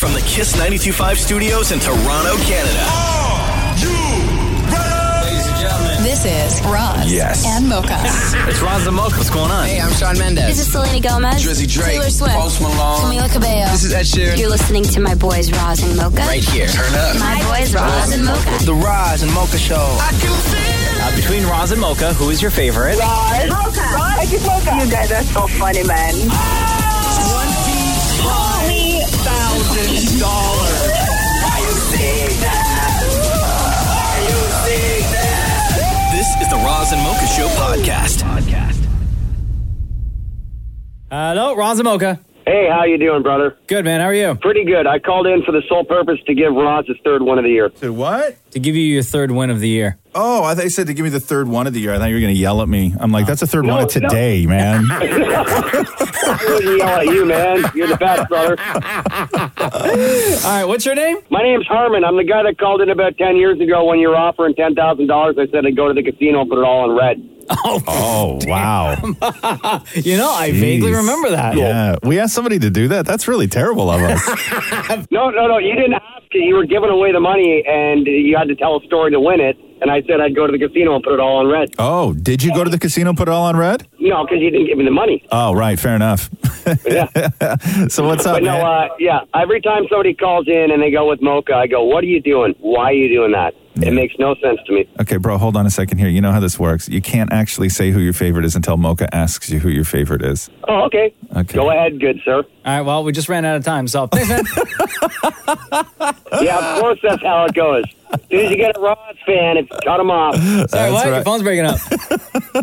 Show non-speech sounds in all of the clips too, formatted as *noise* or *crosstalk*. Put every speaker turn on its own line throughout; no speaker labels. From the Kiss 925 studios in Toronto, Canada.
Ladies and gentlemen.
This is Roz
Yes.
and Mocha.
It's Roz the Mocha. What's going on?
Hey, I'm Sean Mendes.
This is Selena Gomez.
Drizzy Drake.
Taylor Swift.
Post Malone.
Camila Cabello.
This is Ed Sheeran.
You're listening to my boys Roz and Mocha.
right here. Turn up.
My boys Roz and Mocha.
The Roz and Mocha Show.
Uh, between Roz and Mocha, who is your favorite?
I just woke up. You guys are so funny, man.
This is the Roz and Mocha Show podcast.
Hello, Roz and Mocha.
Hey, how you doing, brother?
Good man, how are you?
Pretty good. I called in for the sole purpose to give Roz his third one of the year.
Said
*laughs*
what?
To give you your third win of the year.
Oh, I thought you said to give me the third one of the year. I thought you were going to yell at me. I'm like, that's the third one of
no.
today, man.
*laughs* I wouldn't yell at you, man. You're the best, brother.
*laughs* All right, what's your name?
My name's Harmon. I'm the guy that called in about 10 years ago when you were offering $10,000. I said I'd go to the casino and put it all in
*laughs*
red.
oh, wow.
You know, I vaguely
Jeez.
remember that.
Yeah, we asked somebody to do that. That's really terrible of
*laughs*
us.
No, no, no. You didn't ask it. You were giving away the money and you had to tell a story to win it. And I said I'd go to the casino and put it all in red.
oh, did you go to the casino and put it all on red?
No, because you didn't give me the money.
Oh, right. Fair enough.
Yeah.
*laughs* so what's up,
But no,
man?
uh, yeah. Every time somebody calls in and they go with Mocha, I go, "What are you doing? Why are you doing that?" It makes no sense
*laughs*
to me.
okay, bro, hold on a second here. You know how this works. You can't actually say who your favorite is until Mocha asks you who your favorite is.
Oh, okay.
Okay.
Go ahead, good sir.
All right, well, we just ran out of time, so *laughs* thanks, man.
Yeah, of course that's how it goes. As soon as you get a Roz fan, it's cut them off. Yeah,
Sorry, what? Your
right.
phone's breaking up.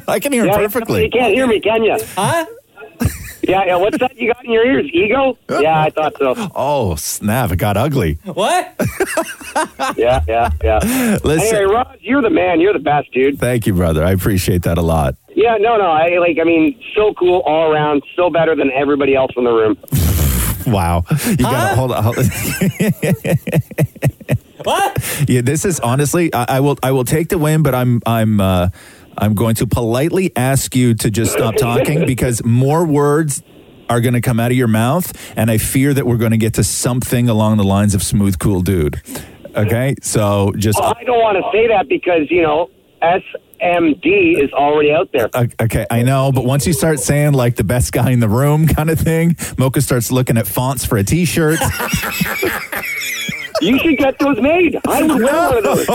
*laughs* I can hear him perfectly.
You can't hear me,
*laughs*
can you?
Huh?
Yeah, yeah. What's that you got in your ears?
*laughs*
Ego? Yeah, I thought so.
Oh, snap. It got ugly.
What?
Yeah, yeah, yeah.
Listen.
Anyway, Roz, you're the man. You're the best, dude.
Thank you, brother. I appreciate that a lot.
Yeah, no, no. I like. I mean, so cool all around. So better than everybody else in the room.
Wow. You got to hold on. *laughs* hold-
What?
yeah, this is honestly I, I will I will take the win, but I'm I'm uh I'm going to politely ask you to just
*laughs*
stop talking because more words are going to come out of your mouth and I fear that we're going to get to something along the lines of smooth cool dude. Okay? So *laughs* just
Well, I don't want to say that because you know SMD is already out there.
O- Okay, I know, but once you start saying like the best guy in the room kind of thing, Mocha starts looking at fonts for a T-shirt.
You should get those made.
*laughs*
I would wear one of those.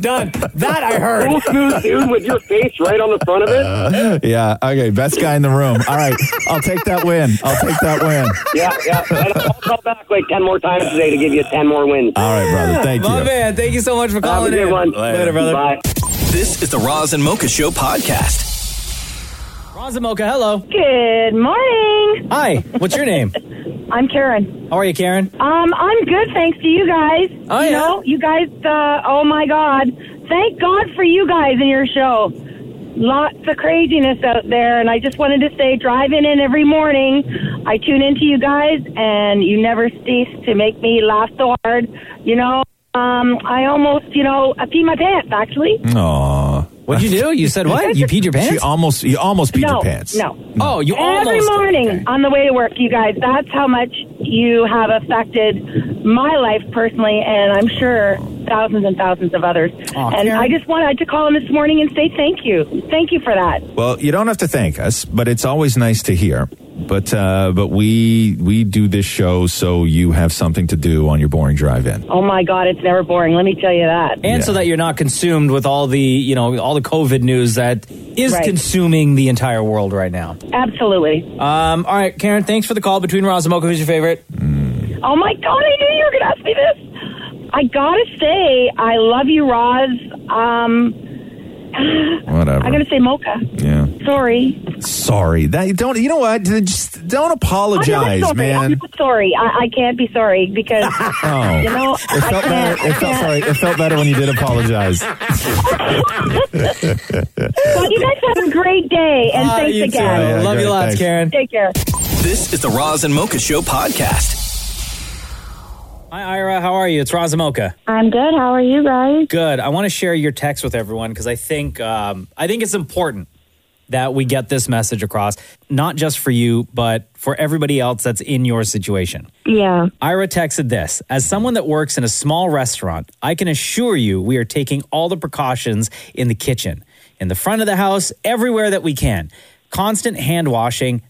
Done. That I heard.
Cool smooth dude with your face right on the front of it.
Uh, yeah, okay, best guy in the room. All right, I'll take that win. I'll take that win.
Yeah, yeah. And I'll call back like ten more times today to give you ten more wins.
All right, brother. Thank
My
you.
man, thank you so much for
Have a
calling
good
in.
one.
Later, brother.
Bye.
This is the Roz and Mocha Show podcast.
Roz and Mocha, hello.
Good morning.
Hi, what's your name?
I'm Karen.
How are you, Karen?
Um, I'm good, thanks to you guys.
Oh,
you
yeah?
know, you guys. Uh, oh my God! Thank God for you guys and your show. Lots of craziness out there, and I just wanted to say, driving in every morning, I tune into you guys, and you never cease to make me laugh so hard. You know, um, I almost, you know, I pee my pants actually.
Aw.
What'd you do? You said what? You peed your
She
pants?
almost you almost beat
No,
your pants. Mm.
no.
Oh, you
Every
almost.
morning
Okay.
on the way to work, you guys. That's how much you have affected my life personally, and I'm sure thousands and thousands of others.
Aw, Karen.
and I just wanted to call in this morning and say thank you. Thank you for that.
Well, you don't have to thank us, but it's always nice to hear. But uh, but we we do this show so you have something to do on your boring drive in.
Oh my God, it's never boring. Let me tell you that.
And so
Yeah.
that you're not consumed with all the, you know, all the COVID news that is
Right.
consuming the entire world right now.
Absolutely.
Um, all right, Karen, thanks for the call between Roz and Mocha. Who's your favorite?
Oh my God, I knew you were going to ask me this. I gotta say, I love you, Roz. Um, *sighs*
Whatever.
I'm gonna say Mocha.
yeah.
Sorry.
Sorry. That don't you know what? Just don't
I'm
apologize,
not sorry. I'm
man.
not sorry. I, I can't be sorry because
*laughs* Oh.
*laughs* you know
It
I
felt
can't.
better. It
I
felt
can't.
sorry. It felt better when you did
*laughs*
apologize.
Well, you guys have a great day, and
Ah,
thanks
you too.
again.
Yeah,
Love
great,
you lots,
thanks.
Karen.
Take care.
This is the Roz and Mocha Show podcast.
Hi, Ira. How are you? It's Roz and Mocha.
I'm good. How are you guys?
Good. I want to share your text with everyone because I think um, I think it's important that we get this message across, not just for you, but for everybody else that's in your situation.
Yeah.
Ira texted this As someone that works in a small restaurant, I can assure you we are taking all the precautions in the kitchen, in the front of the house, everywhere that we can. Constant hand washing,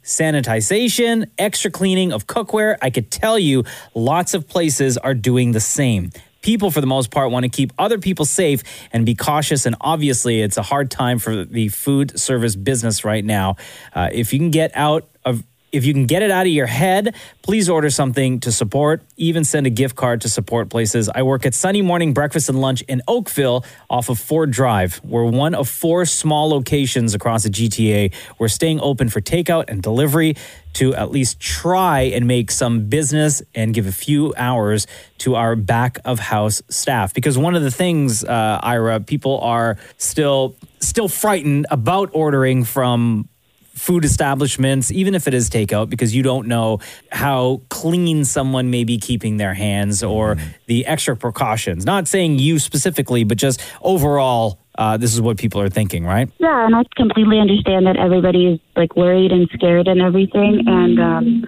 sanitization, extra cleaning of cookware. I could tell you lots of places are doing the same. People, for the most part, want to keep other people safe and be cautious. And obviously, it's a hard time for the food service business right now. Uh, if you can get out of if you can get it out of your head, please order something to support. Even send a gift card to support places. I work at Sunny Morning Breakfast and Lunch in Oakville off of Ford Drive. We're one of four small locations across the GTA. We're staying open for takeout and delivery to at least try and make some business and give a few hours to our back of house staff. Because one of the things, uh, Ira, people are still still frightened about ordering from food establishments, even if it is takeout, because you don't know how clean someone may be keeping their hands or
Mm-hmm.
the extra precautions. Not saying you specifically, but just overall, uh, this is what people are thinking, right?
Yeah, and I completely understand that everybody is like worried and scared and everything, and um,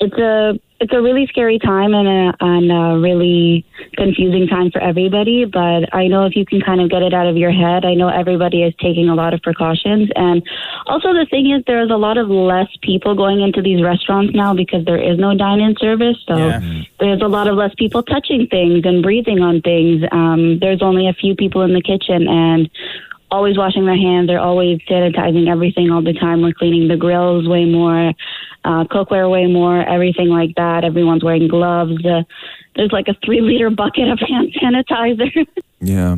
it's a it's a really scary time and a, and a really confusing time for everybody. But I know if you can kind of get it out of your head, I know everybody is taking a lot of precautions. And also the thing is, there's a lot of less people going into these restaurants now because there is no dine-in service. So
Yeah.
there's a lot of less people touching things and breathing on things. Um, there's only a few people in the kitchen and always washing their hands. They're always sanitizing everything all the time. We're cleaning the grills way more, uh, cookware way more, everything like that. Everyone's wearing gloves. Uh, there's like a three liter bucket of hand *laughs* sanitizer.
Yeah.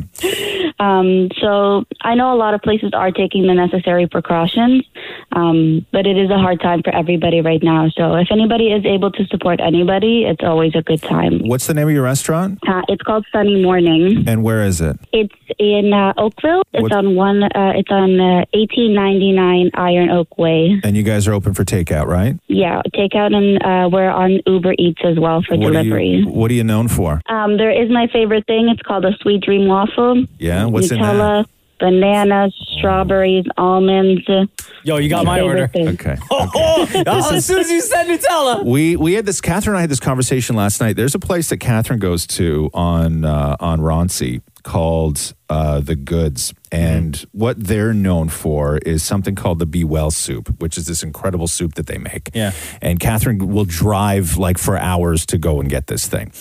Um, so I know a lot of places are taking the necessary precautions, um, but it is a hard time for everybody right now. So if anybody is able to support anybody, it's always a good time.
What's the name of your restaurant
Uh, it's called Sunny Morning.
and where is it?
It's in uh, Oakville. It's
What-
on one. Uh, it's on uh, eighteen ninety nine Iron Oak Way.
And you guys are open for takeout, right?
Yeah, takeout, and uh, we're on Uber Eats as well for
what
delivery.
Are you, what are you known for?
Um, there is my favorite thing. It's called a sweet dream waffle.
Yeah, what's in
Nutella, bananas, strawberries, almonds.
Yo, you got my
Favorite
order.
thing.
Okay.
Oh,
*laughs*
oh, as soon as you said Nutella.
We we had this. Catherine and I had this conversation last night. There's a place that Catherine goes to on uh, on Ronsey called uh, the Goods, and what they're known for is something called the Be Well soup, which is this incredible soup that they make.
Yeah.
and Catherine will drive like for hours to go and get this thing.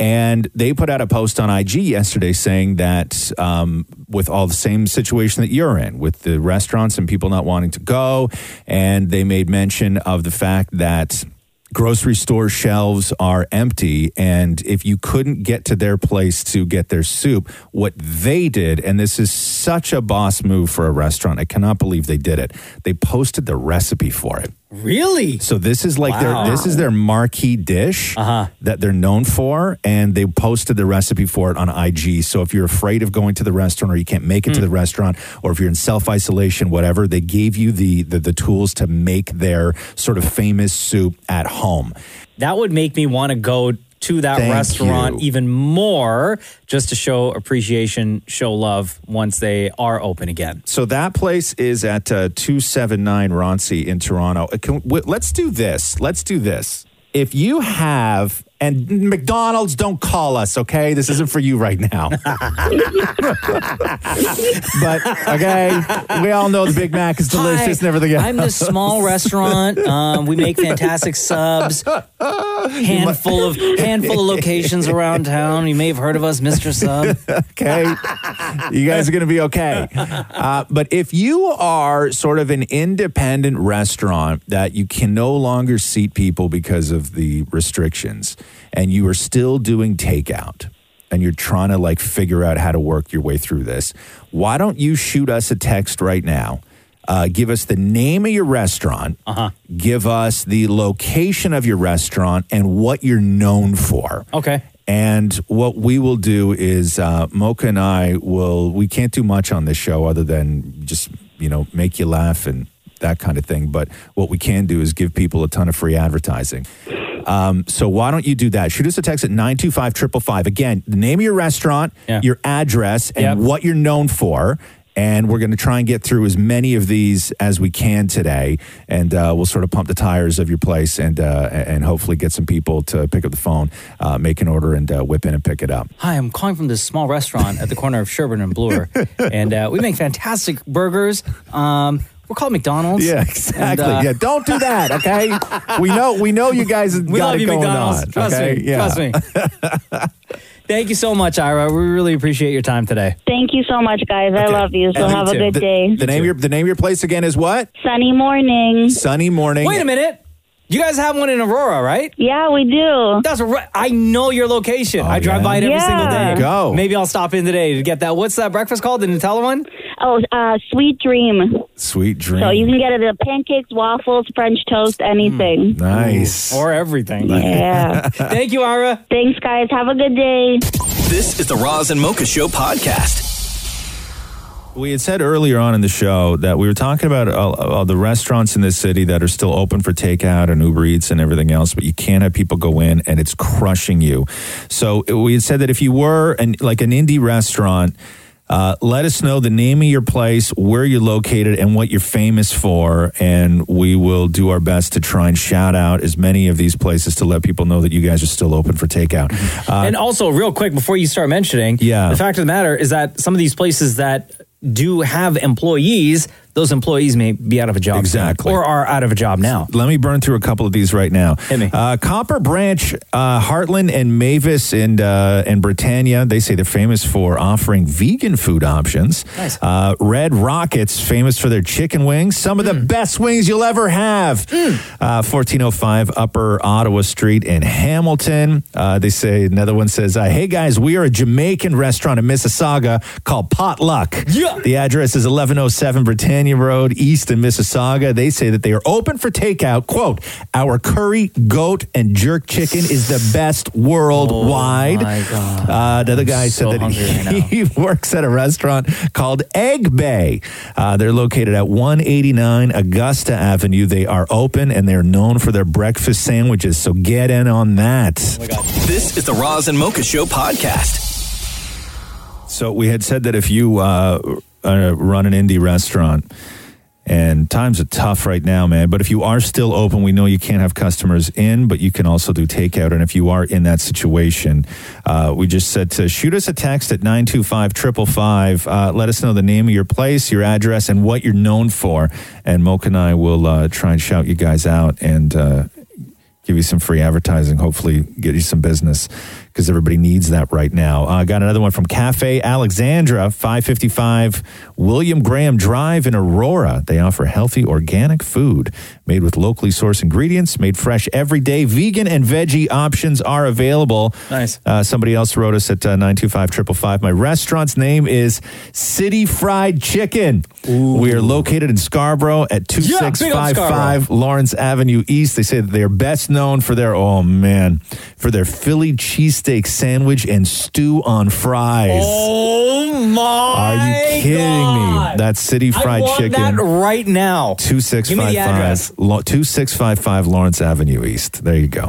And they put out a post on IG yesterday saying that um, with all the same situation that you're in, with the restaurants and people not wanting to go, and they made mention of the fact that grocery store shelves are empty and if you couldn't get to their place to get their soup what they did and this is such a boss move for a restaurant i cannot believe they did it they posted the recipe for it
Really?
so this is like
Wow.
their this is their marquee dish that they're known for, and they posted the recipe for it on IG. So if you're afraid of going to the restaurant or you can't make it to the restaurant, or if you're in self isolation, whatever, they gave you the, the the tools to make their sort of famous soup at home.
That would make me want to go to that
Thank
restaurant
you.
even more just to show appreciation, show love once they are open again.
So that place is at uh, 279 Ronsey in Toronto. Uh, Can, w- let's do this. Let's do this. If you have, and McDonald's, don't call us, okay? This isn't for you right now. *laughs* but, okay, we all know the Big Mac is delicious and everything else.
I'm
*laughs*
this small restaurant. Um, we make fantastic subs. Handful of handful
*laughs*
of locations around town. You may have heard of us, Mr. Sub.
*laughs* okay? you guys are going to be okay. Uh, but if you are sort of an independent restaurant that you can no longer seat people because of the restrictions and you are still doing takeout and you're trying to like figure out how to work your way through this, why don't you shoot us a text right now? Uh, give us the name of your restaurant. Give us the location of your restaurant and what you're known for.
Okay.
And what we will do is uh, Mocha and I will, we can't do much on this show other than just, you know, make you laugh and that kind of thing. But what we can do is give people a ton of free advertising. Um, so why don't you do that? Shoot us a text at 925 555. Again, the name of your restaurant,
Yeah.
your address, and
Yep.
what you're known for. And we're going to try and get through as many of these as we can today. And uh, we'll sort of pump the tires of your place and, uh, and hopefully get some people to pick up the phone, uh, make an order, and uh, whip in and pick it up.
Hi, I'm calling from this small restaurant at the corner of Sherburne
*laughs*
and Bloor, and uh, we make fantastic burgers. Um, we're called McDonald's.
Yeah,
And,
exactly.
uh,
yeah, don't do that. Okay, we know we know you guys have
We
got
love
it
you,
going
McDonald's.
on.
Trust
okay?
me.
Yeah. *laughs*
Trust me. Thank you so much, Ira. We really appreciate your time today.
Thank you so much, guys. I love you. So
And you
have a
too.
good
The,
day.
the name of your the name of your place again is what?
Sunny morning.
Sunny morning.
Wait a minute. You guys have one in Aurora, right?
Yeah, we do.
That's right. I know your location. I drive
Oh, yeah?
by it every
Yeah.
single day.
There you go.
Maybe I'll stop in today to get that. What's that breakfast called? The Nutella one?
Oh, uh, sweet dream.
Sweet dream.
So you can get it at pancakes, waffles, French toast, anything.
Hmm. nice.
Or everything.
Yeah.
*laughs* Thank you, Ira.
Thanks, guys. Have a good day.
This is the Roz and Mocha Show podcast.
We had said earlier on in the show that we were talking about uh, uh, the restaurants in this city that are still open for takeout and Uber Eats and everything else, but you can't have people go in and it's crushing you. So uh, we had said that if you were an, like an indie restaurant, uh, let us know the name of your place, where you're located, and what you're famous for, and we will do our best to try and shout out as many of these places to let people know that you guys are still open for takeout. Uh,
and also, real quick, before you start mentioning,
Yeah.
the fact of the matter is that some of these places that do have employees, those employees may be out of a job. soon
Exactly.
Or are out of a job now.
Let me burn through a couple of these right now.
Hit me.
Uh, Copper Branch, uh, Heartland, and Mavis and uh, and Britannia. They say they're famous for offering vegan food options.
Nice.
Uh, Red Rockets, famous for their chicken wings, some of the
Hmm.
best wings you'll ever have. Uh, 1405 Upper Ottawa Street in Hamilton. Uh, they say another one says, uh, "Hey guys, we are a Jamaican restaurant in Mississauga called Potluck.
Yeah.
The address is 1107 Britannia Road, East in Mississauga. They say that they are open for takeout. Quote, our curry, goat, and jerk chicken is the best worldwide.
Oh my God.
Uh, the other guy
so
said that
hungry right now.
*laughs* he works at a restaurant called Egg Bay. Uh, they're located at 189 Augusta Avenue. They are open and they're known for their breakfast sandwiches. So get in on that.
This is the Roz and Mocha Show podcast.
So we had said that if you uh, uh, run an indie restaurant, and times are tough right now, man. But if you are still open, we know you can't have customers in, but you can also do takeout. And if you are in that situation, uh, we just said to shoot us a text at 925 555. Uh, let us know the name of your place, your address, and what you're known for. And Moke and I will uh, try and shout you guys out and uh, give you some free advertising, hopefully get you some business because everybody needs that right now. Uh, I got another one from Cafe Alexandra, 555 William Graham Drive in Aurora. They offer healthy organic food made with locally sourced ingredients, made fresh every day. Vegan and veggie options are available.
Nice.
Uh, somebody else wrote us at uh, 925 My restaurant's name is City Fried Chicken. We are located in Scarborough at
big on
2655
Scarborough.
Lawrence Avenue East. They say that they're best known for their oh man, for their Philly cheesesteak sandwich and stew on fries.
Oh my
Are you kidding me? That's City Fried
I want
Chicken.
that right now. Give me the address.
2655 Law- 2655 Lawrence Avenue East. There you go.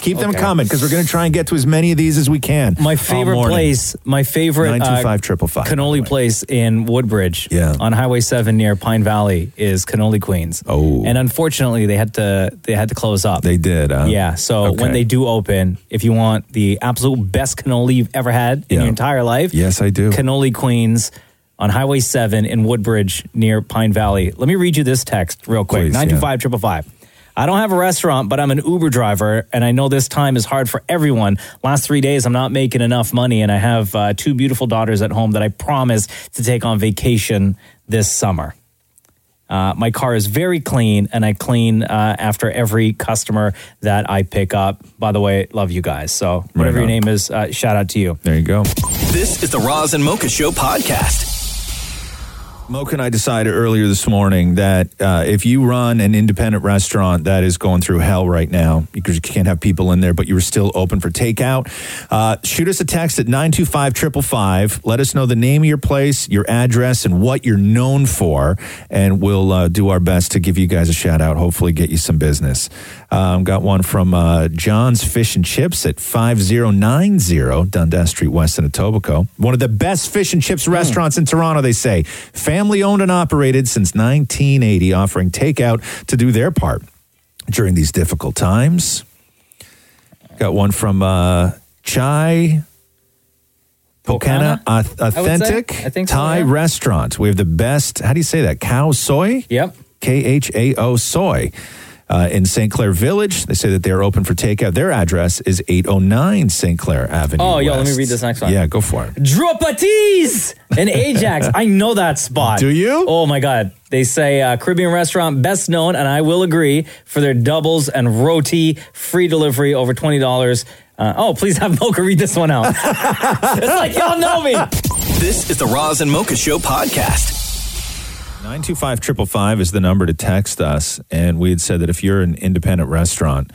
Keep them
Oh, okay.
coming because we're going to try and get to as many of these as we can.
My
all
favorite
morning.
place, my favorite uh,
925-555, by the
cannoli
way.
place in Woodbridge,
Yeah.
on Highway Seven near Pine Valley, is Cannoli Queens.
Oh.
and unfortunately, they had to they had to close up.
They did. Huh?
yeah, so
Okay.
when they do open, if you want the absolute best cannoli you've ever had in
Yeah.
your entire life,
Yes, I do.
Cannoli Queens on Highway 7 in Woodbridge near Pine Valley. Let me read you this text real quick
Please, yeah.
925 555. I don't have a restaurant, but I'm an Uber driver, and I know this time is hard for everyone. Last three days, I'm not making enough money, and I have uh, two beautiful daughters at home that I promise to take on vacation this summer. Uh, my car is very clean, and I clean uh, after every customer that I pick up. By the way, love you guys. So, whatever
Right
your
on.
name is, uh, shout out to you.
There you go.
This is the Roz and Mocha Show podcast.
Moke and I decided earlier this morning that uh, if you run an independent restaurant that is going through hell right now because you can't have people in there, but you were still open for takeout, uh, shoot us a text at 925 555. Let us know the name of your place, your address, and what you're known for. And we'll uh, do our best to give you guys a shout out, hopefully, get you some business. Um, got one from uh, John's Fish and Chips at 5090 Dundas Street West in Etobicoke. One of the best fish and
Hmm.
chips restaurants in Toronto, they say. Family owned and operated since 1980, offering takeout to do their part during these difficult times. Got one from uh, Chai Pocana Auth- Authentic
I think so,
Thai
yeah.
Restaurant. We have the best, how do you say that? Cow soy?
Yep.
K H A O Soy. Uh, in St. Clair Village, they say that they are open for takeout. Their address is 809 St. Clair Avenue.
Oh, yo, let me
West.
read this next one.
Yeah, go for it.
Dropatis
*laughs*
and Ajax. I know that spot.
Do you?
Oh my God. They say uh, Caribbean restaurant best known, and I will agree, for their doubles and roti free delivery over $20. Uh, oh, please have *laughs* Mocha read this
*laughs*
one out. it's like, y'all know me.
This is the Roz and Mocha Show podcast.
925 555 is the number to text us. And we had said that if you're an independent restaurant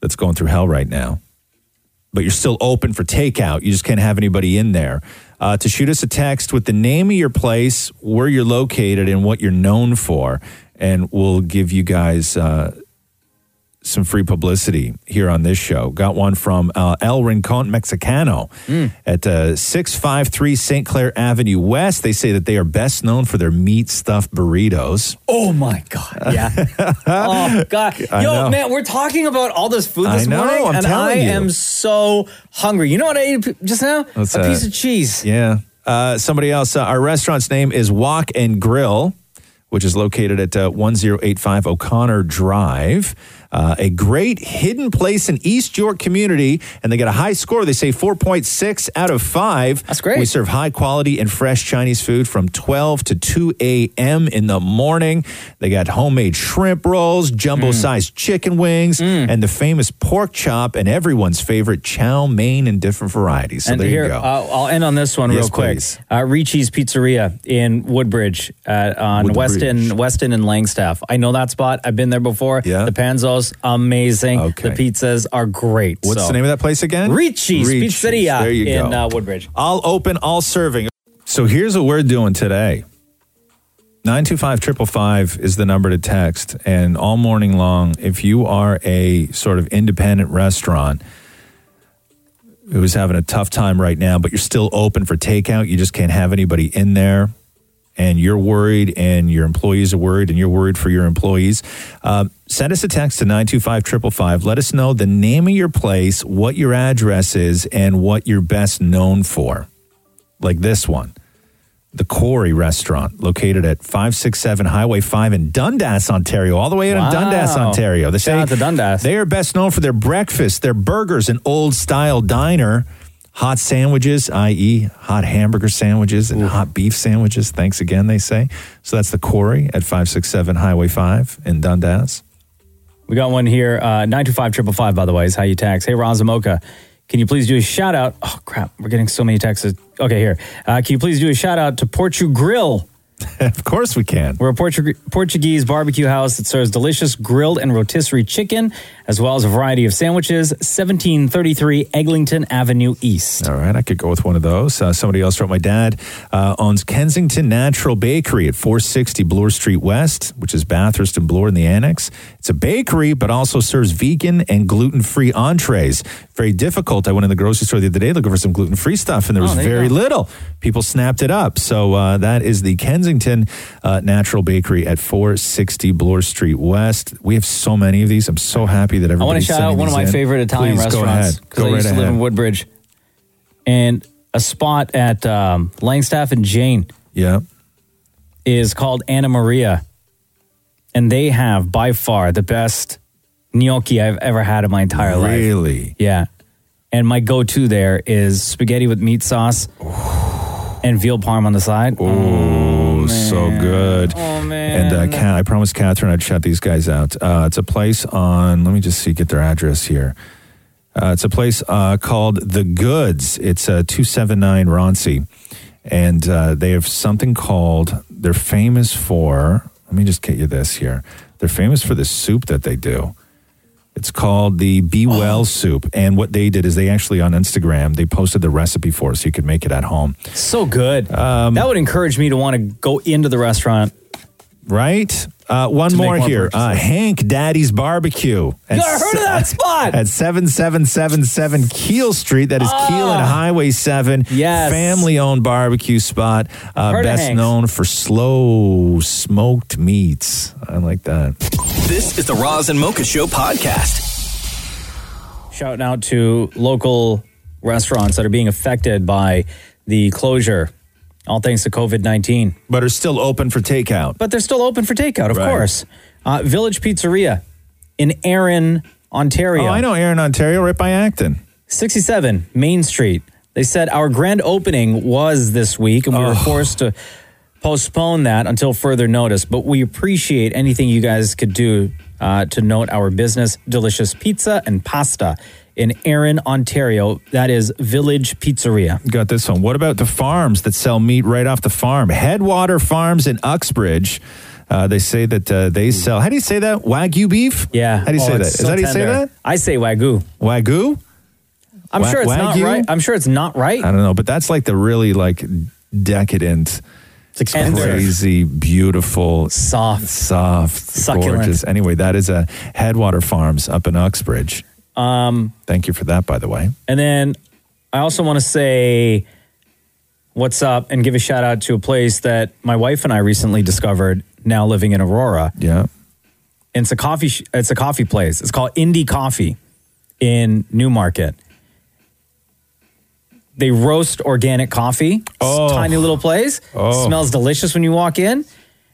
that's going through hell right now, but you're still open for takeout, you just can't have anybody in there, uh, to shoot us a text with the name of your place, where you're located, and what you're known for. And we'll give you guys uh, some free publicity here on this show. Got one from uh, El Rincon Mexicano
Hmm.
at uh, 653 St. Clair Avenue West. They say that they are best known for their meat stuffed burritos.
Oh my God.
*laughs*
Yeah. oh God.
I know.
Yo, man, we're talking about all this food
I
this
know,
morning,
I'm
and I
telling you.
am so hungry. You know what I ate p- just now?
What's
a
that?
piece of cheese.
Yeah. Uh, somebody else, uh, our restaurant's name is Walk and Grill, which is located at uh, 1085 O'Connor Drive. Uh, a great hidden place in East York community, and they got a high score. They say 4.6 out of 5.
That's great.
We serve high quality and fresh Chinese food from 12 to 2 a.m. in the morning. They got homemade shrimp rolls, jumbo
Mm.
sized chicken wings, and the famous pork chop, and everyone's favorite chow mein in different varieties. So
and
there
here,
you go.
Uh, I'll end on this one
Yes,
real quick.
please.
Uh, Ricci's Pizzeria in Woodbridge uh, on
Woodbridge.
Weston, Weston and Langstaff. I know that spot. I've been there before.
Yeah.
The panzos, amazing.
Okay.
The pizzas are great.
What's
So,
the name of that place again?
Ricci's, Pizzeria
There you
in
go.
Uh, Woodbridge.
all open, all serving. So here's what we're doing today. 925-555 is the number to text. And all morning long, if you are a sort of independent restaurant who's having a tough time right now, but you're still open for takeout, you just can't have anybody in there, and you're worried and your employees are worried and you're worried for your employees, um, send us a text to 925-555. Let us know the name of your place, what your address is, and what you're best known for like this one. The Quarry Restaurant, located at 567 Highway 5 in Dundas, Ontario, all the way out
Wow.
in Dundas, Ontario. They
Shout out to Dundas.
They are best known for their breakfast, their burgers, an old style diner, hot sandwiches, i.e., hot hamburger sandwiches and hot beef sandwiches. Thanks again, they say. So that's the Quarry at 567 Highway 5 in Dundas.
We got one here. Uh, 925 by the way, is how you tax. Hey, Razamoka, can you please do a shout out? Oh, crap. We're getting so many texts. Okay, here. Uh, can you please do a shout out to Portu Grill?
*laughs* of course we can.
We're a Portu- Portuguese barbecue house that serves delicious grilled and rotisserie chicken, as well as a variety of sandwiches. 1733 Eglinton Avenue East.
All right, I could go with one of those. Uh, somebody else wrote, my dad uh, owns Kensington Natural Bakery at 460 Bloor Street West, which is Bathurst and Bloor in the Annex. It's a bakery, but also serves vegan and gluten-free entrees. Very difficult. I went in the grocery store the other day looking for some gluten-free stuff, and there was
Oh, there you
very
go.
little. People snapped it up. So uh, that is the Kensington uh, Natural Bakery at 460 Bloor Street West. We have so many of these. I'm so happy that everybody's
I want to shout out
sending
one of
these
my
in.
favorite Italian
Please,
restaurants
Go ahead. Go
I
right
used to live
ahead.
in Woodbridge, and a spot at um, Langstaff and Jane
yeah.
is called Anna Maria, and they have by far the best gnocchi I've ever had in my entire life.
Really?
Yeah. And my go to there is spaghetti with meat sauce *sighs* and veal parm on the side.
Oh, so good.
Oh, man.
And uh, Kat, I promised Catherine I'd shout these guys out. Uh, it's a place on, let me just see, get their address here. Uh, it's a place uh, called The Goods. It's uh, 279 Ronsey. And uh, they have something called they're famous for. Let me just get you this here. They're famous for the soup that they do. It's called the
Oh.
Be Well soup, and what they did is they actually on Instagram they posted the recipe for it so you could make it at home.
So good.
Um,
that would encourage me to want to go into the restaurant.
Right. Uh, one
To make
more,
more
here. Uh,
purchases.
Hank Daddy's Barbecue. At
Yeah, I heard of that
*laughs*
spot. Ah.
At 7777 Keel Street. That is Keel and Highway 7.
Yes.
Family owned barbecue spot. Uh,
Heard of
best
Hank's.
known for slow smoked meats. I like that.
This is the Roz and Mocha Show podcast.
Shouting out to local restaurants that are being affected by the closure, all thanks to COVID 19.
But are still open for takeout.
But they're still open for takeout, of
Right.
course. Uh, Village Pizzeria in Erin, Ontario.
Oh, I know Aaron, Ontario, right by Acton.
67 Main Street. They said our grand opening was this week, and we were forced to postpone that until further notice. But we appreciate anything you guys could do uh, to note our business. Delicious pizza and pasta in Erin, Ontario. That is Village Pizzeria.
Got this one. What about the farms that sell meat right off the farm? Headwater Farms in Uxbridge. Uh, they say that uh, they sell. How do you say that? Wagyu beef.
Hmm. Yeah.
How do you
Oh,
say that?
it's
Is
so
that how you say
tender.
that?
I say Wagyu.
Wagyu.
I'm
Wa-
sure it's not
Wagyu?
right. I'm sure it's not right.
I don't know, but that's like the really like decadent,
And they're
crazy, beautiful,
soft.
soft,
Succulent.
gorgeous. Anyway, that is a Headwater Farms up in Uxbridge. Um, thank you for that, by the way.
And then I also want to say what's up and give a shout out to a place that my wife and I recently discovered now living in Aurora.
Yeah,
And It's a coffee sh- it's a coffee place. It's called Indie Coffee in Newmarket. They roast organic coffee. It's a
Oh.
Tiny little place.
Oh.
Smells delicious when you walk in.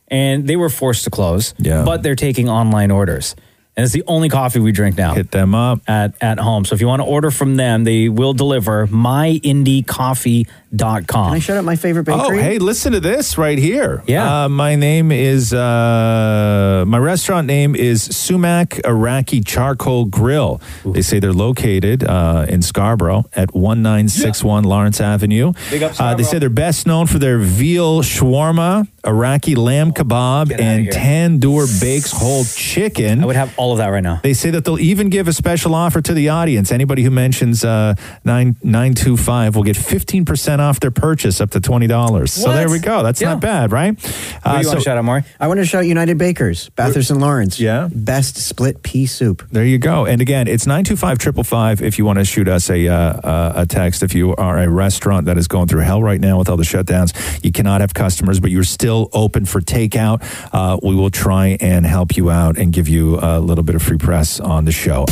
And they were forced to close.
Yeah.
But they're taking online orders. And it's the only coffee we drink now
hit them up.
at, at home. So if you want to order from them, they will deliver
Can I
myindiecoffee.com.
shout out my favorite
Oh,
bakery?
hey, listen to this right here.
Yeah.
Uh, my name is, uh, my restaurant name is Sumac Iraqi Charcoal Grill. They say they're located uh, in Scarborough at 1961 Lawrence Avenue.
Big up
uh, they say
Scarborough.
they're best known for their veal shawarma, Iraqi lamb kebab,
outta
and
here.
tandoor bakes whole chicken.
I would have all of that right now.
They say that they'll even give a special offer to the audience. Anybody who mentions uh, nine nine two five will get fifteen percent off their purchase, up to twenty dollars. So
What?
there we go. That's
Yeah.
not bad, right? Uh,
Who do you
so
want to shout out, Maury?
I want to shout United Bakers, Bathurst and Lawrence.
Yeah.
Best split pea soup.
there you go. And again, it's nine two five triple five. If you want to shoot us a uh, uh, a text, if you are a restaurant that is going through hell right now with all the shutdowns, you cannot have customers, but you're still open for takeout. Uh, we will try and help you out and give you a little bit of free press on the show.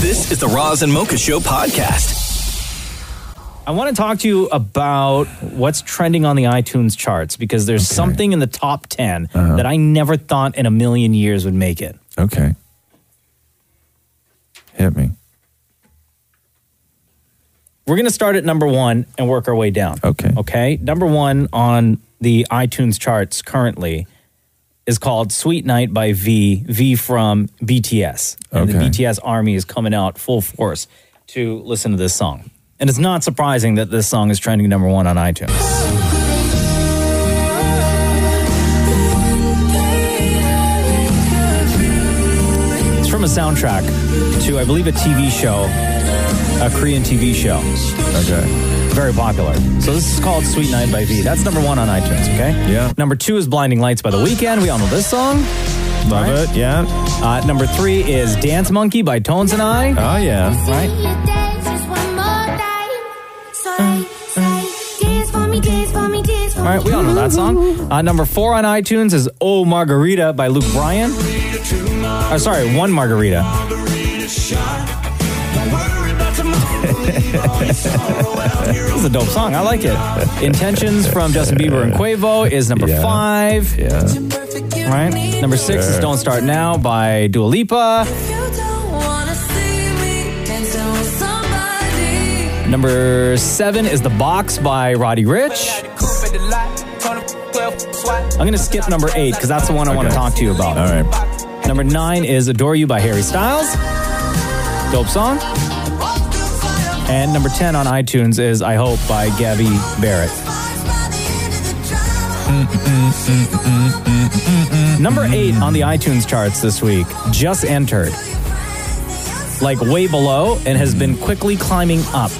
This is the Roz and Mocha Show podcast.
I want to talk to you about what's trending on the iTunes charts because there's something in the top 10
Uh-huh.
that I never thought in a million years would make it.
Okay. Hit me.
We're going to start at number one and work our way down.
Okay.
Okay. Number one on the iTunes charts currently is called Sweet Night by V, V from BTS. And the
Okay.
BTS army is coming out full force to listen to this song. And it's not surprising that this song is trending number one on iTunes. It's from a soundtrack to, I believe, a TV show, a Korean TV show.
Okay.
Very popular. So this is called Sweet Night by V. That's number one on iTunes, okay?
Yeah.
Number two is Blinding Lights by The Weeknd. We all know this song.
Love
Right?
it. Yeah.
Uh, number three is Dance Monkey by Tones and I.
Oh yeah.
Right?
All
All right, we all know that song. Uh, number four on iTunes is Oh Margarita by Luke Bryan. Oh, sorry, One Margarita. *laughs* this is a dope song. I like it. Intentions from Justin Bieber and Quavo is number
Yeah.
five.
Yeah.
Right? Number six is
Sure.
Don't Start Now by Dua Lipa. Number seven is The Box by Roddy Rich. I'm going to skip number eight because that's the one I want to
Okay.
talk to you about.
All right.
Number nine is Adore You by Harry Styles. Dope song. And number 10 on iTunes is I Hope by Gabby Barrett. Number eight on the iTunes charts this week just entered, like way below, and has been quickly climbing up.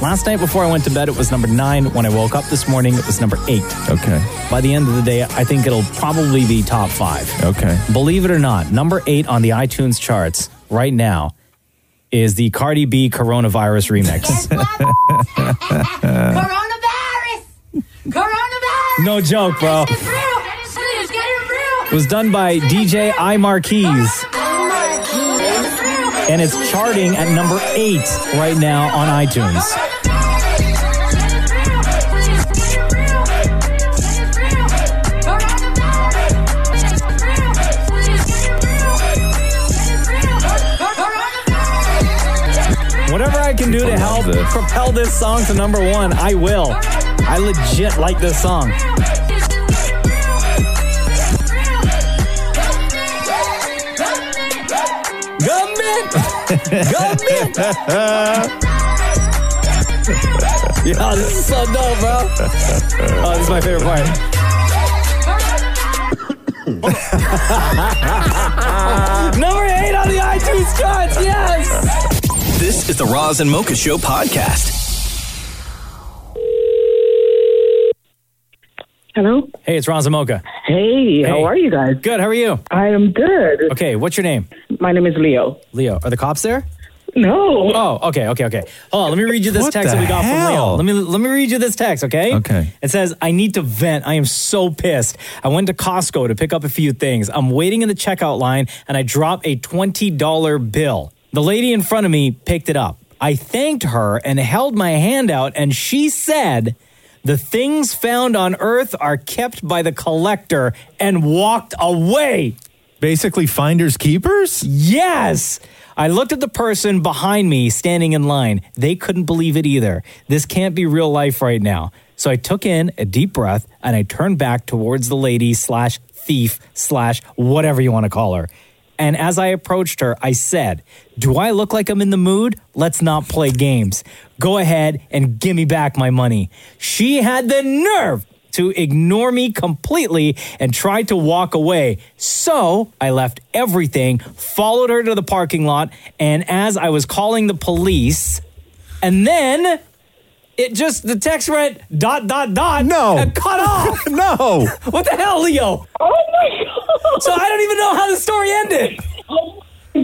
Last night before I went to bed, it was number nine. When I woke up this morning, it was number eight.
Okay.
By the end of the day, I think it'll probably be top five.
Okay.
Believe it or not, number eight on the iTunes charts right now is the Cardi B coronavirus *laughs* remix.
Coronavirus! Coronavirus!
no joke, bro.
Please get it real!
It was done by DJ I Marquise. And it's charting at number eight right now on iTunes. Whatever I can do to help propel this song to number one, I will. I legit like this song. Government! Government! Yo, this is so dope, bro. Oh, this is my favorite part. Number eight on the iTunes charts, yes!
This is the Roz and Mocha Show podcast.
Hello.
Hey, it's Ron Zamoka.
Hey, how are you guys?
Good. How are you?
I am good.
Okay, what's your name?
My name is Leo.
Leo, are the cops there?
No.
Oh, okay, okay, okay. Hold on, let me read you this
What
text
the
that we got from Leo.
hell?
Let me let me read you this text, okay? Okay. It says, "I need to vent. I am so pissed. I went to Costco to pick up a few things. I'm waiting in the checkout line, and I drop a twenty dollar bill. The lady in front of me picked it up. I thanked her and held my hand out, and she said." The things found on earth are kept by the collector and walked away.
Basically, finders keepers?
Yes. I looked at the person behind me standing in line. They couldn't believe it either. This can't be real life right now. So I took in a deep breath and I turned back towards the lady slash thief slash whatever you want to call her. And as I approached her, I said, Do I look like I'm in the mood? Let's not play games. Go ahead and give me back my money. She had the nerve to ignore me completely and tried to walk away. So I left everything, followed her to the parking lot, and as I was calling the police, and then it just, the text read dot, dot, dot. No. And cut off.
no.
What the hell, Leo?
Oh my God.
So I don't even know how the story ended.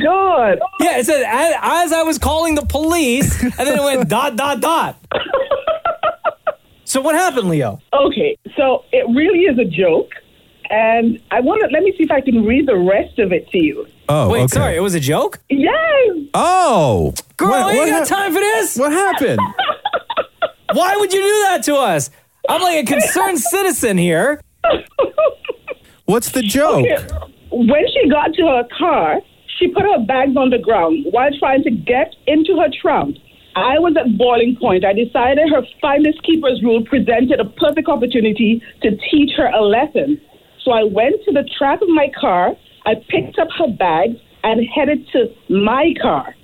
God.
Yeah, it said as, as I was calling the police, and then it went *laughs* dot, dot, dot. so what happened, Leo?
Okay, so it really is a joke, and I want to let me see if I can read the rest of it to you.
Oh,
wait,
okay.
sorry, it was a joke.
Yes.
Oh.
Girl,
What-
I ain't
what
got
hap-
time for this.
What happened?
Why would you do that to us? I'm like a concerned citizen here.
What's the joke?
Okay. When she got to her car, she put her bags on the ground while trying to get into her trunk. I was at boiling point. I decided her finest keepers rule presented a perfect opportunity to teach her a lesson. So I went to the trap of my car, I picked up her bags, and headed to my car.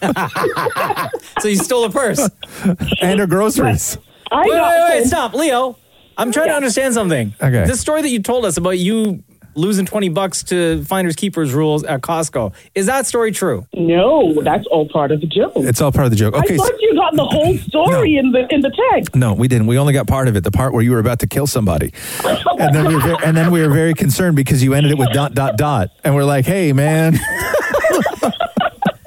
*laughs* So you stole a purse.
and her groceries.
I
wait,
got
wait, wait,
home-
stop, Leo. I'm trying to understand something.
Okay.
This story that you told us about you losing 20 bucks to finders keepers rules at Costco. Is that story true?
No, that's all part of the joke.
It's all part of the joke. Okay.
I
so-
thought you got
*laughs*
the whole story in the in the text.
no, we didn't. We only got part of it, the part where you were about to kill somebody. And then we were very, and then we were very concerned because you ended it with dot dot dot. And we're like, "Hey, man,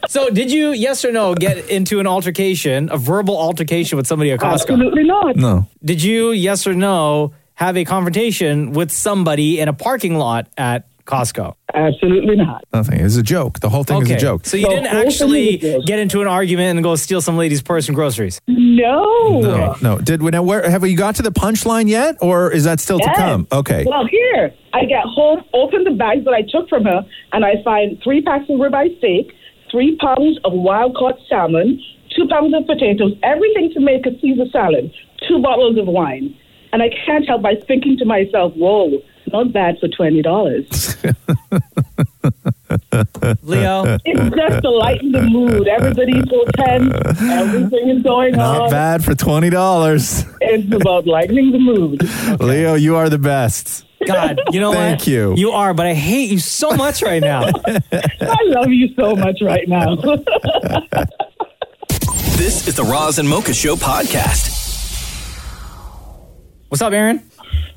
So did you yes or no get into an altercation, a verbal altercation with somebody at Costco?
Absolutely not.
No.
Did you yes or no have a confrontation with somebody in a parking lot at Costco?
Absolutely not.
Nothing. It's a joke. The whole thing is a joke."
So you didn't actually get into an argument and go steal some lady's purse and groceries.
No.
No, no. Did we now? Where have you got to the punchline yet, or is that still
Yes.
to come? Okay.
Well, here I get home, open the bags that I took from her, and I find three packs of ribeye steak, three pounds of wild caught salmon, two pounds of potatoes, everything to make a Caesar salad, two bottles of wine, and I can't help by thinking to myself, "Whoa, not bad for twenty dollars."
Uh,
Leo.
It's just to lighten the mood. Everybody's so tense. Everything is going
Not
on.
bad for twenty dollars.
It's about lightening the mood.
Leo, you are the best.
God, you know
Thank
what?
you.
You are, but I hate you so much right now.
*laughs* I love you so much right now.
This is the Roz and Mocha Show podcast.
What's up, Aaron?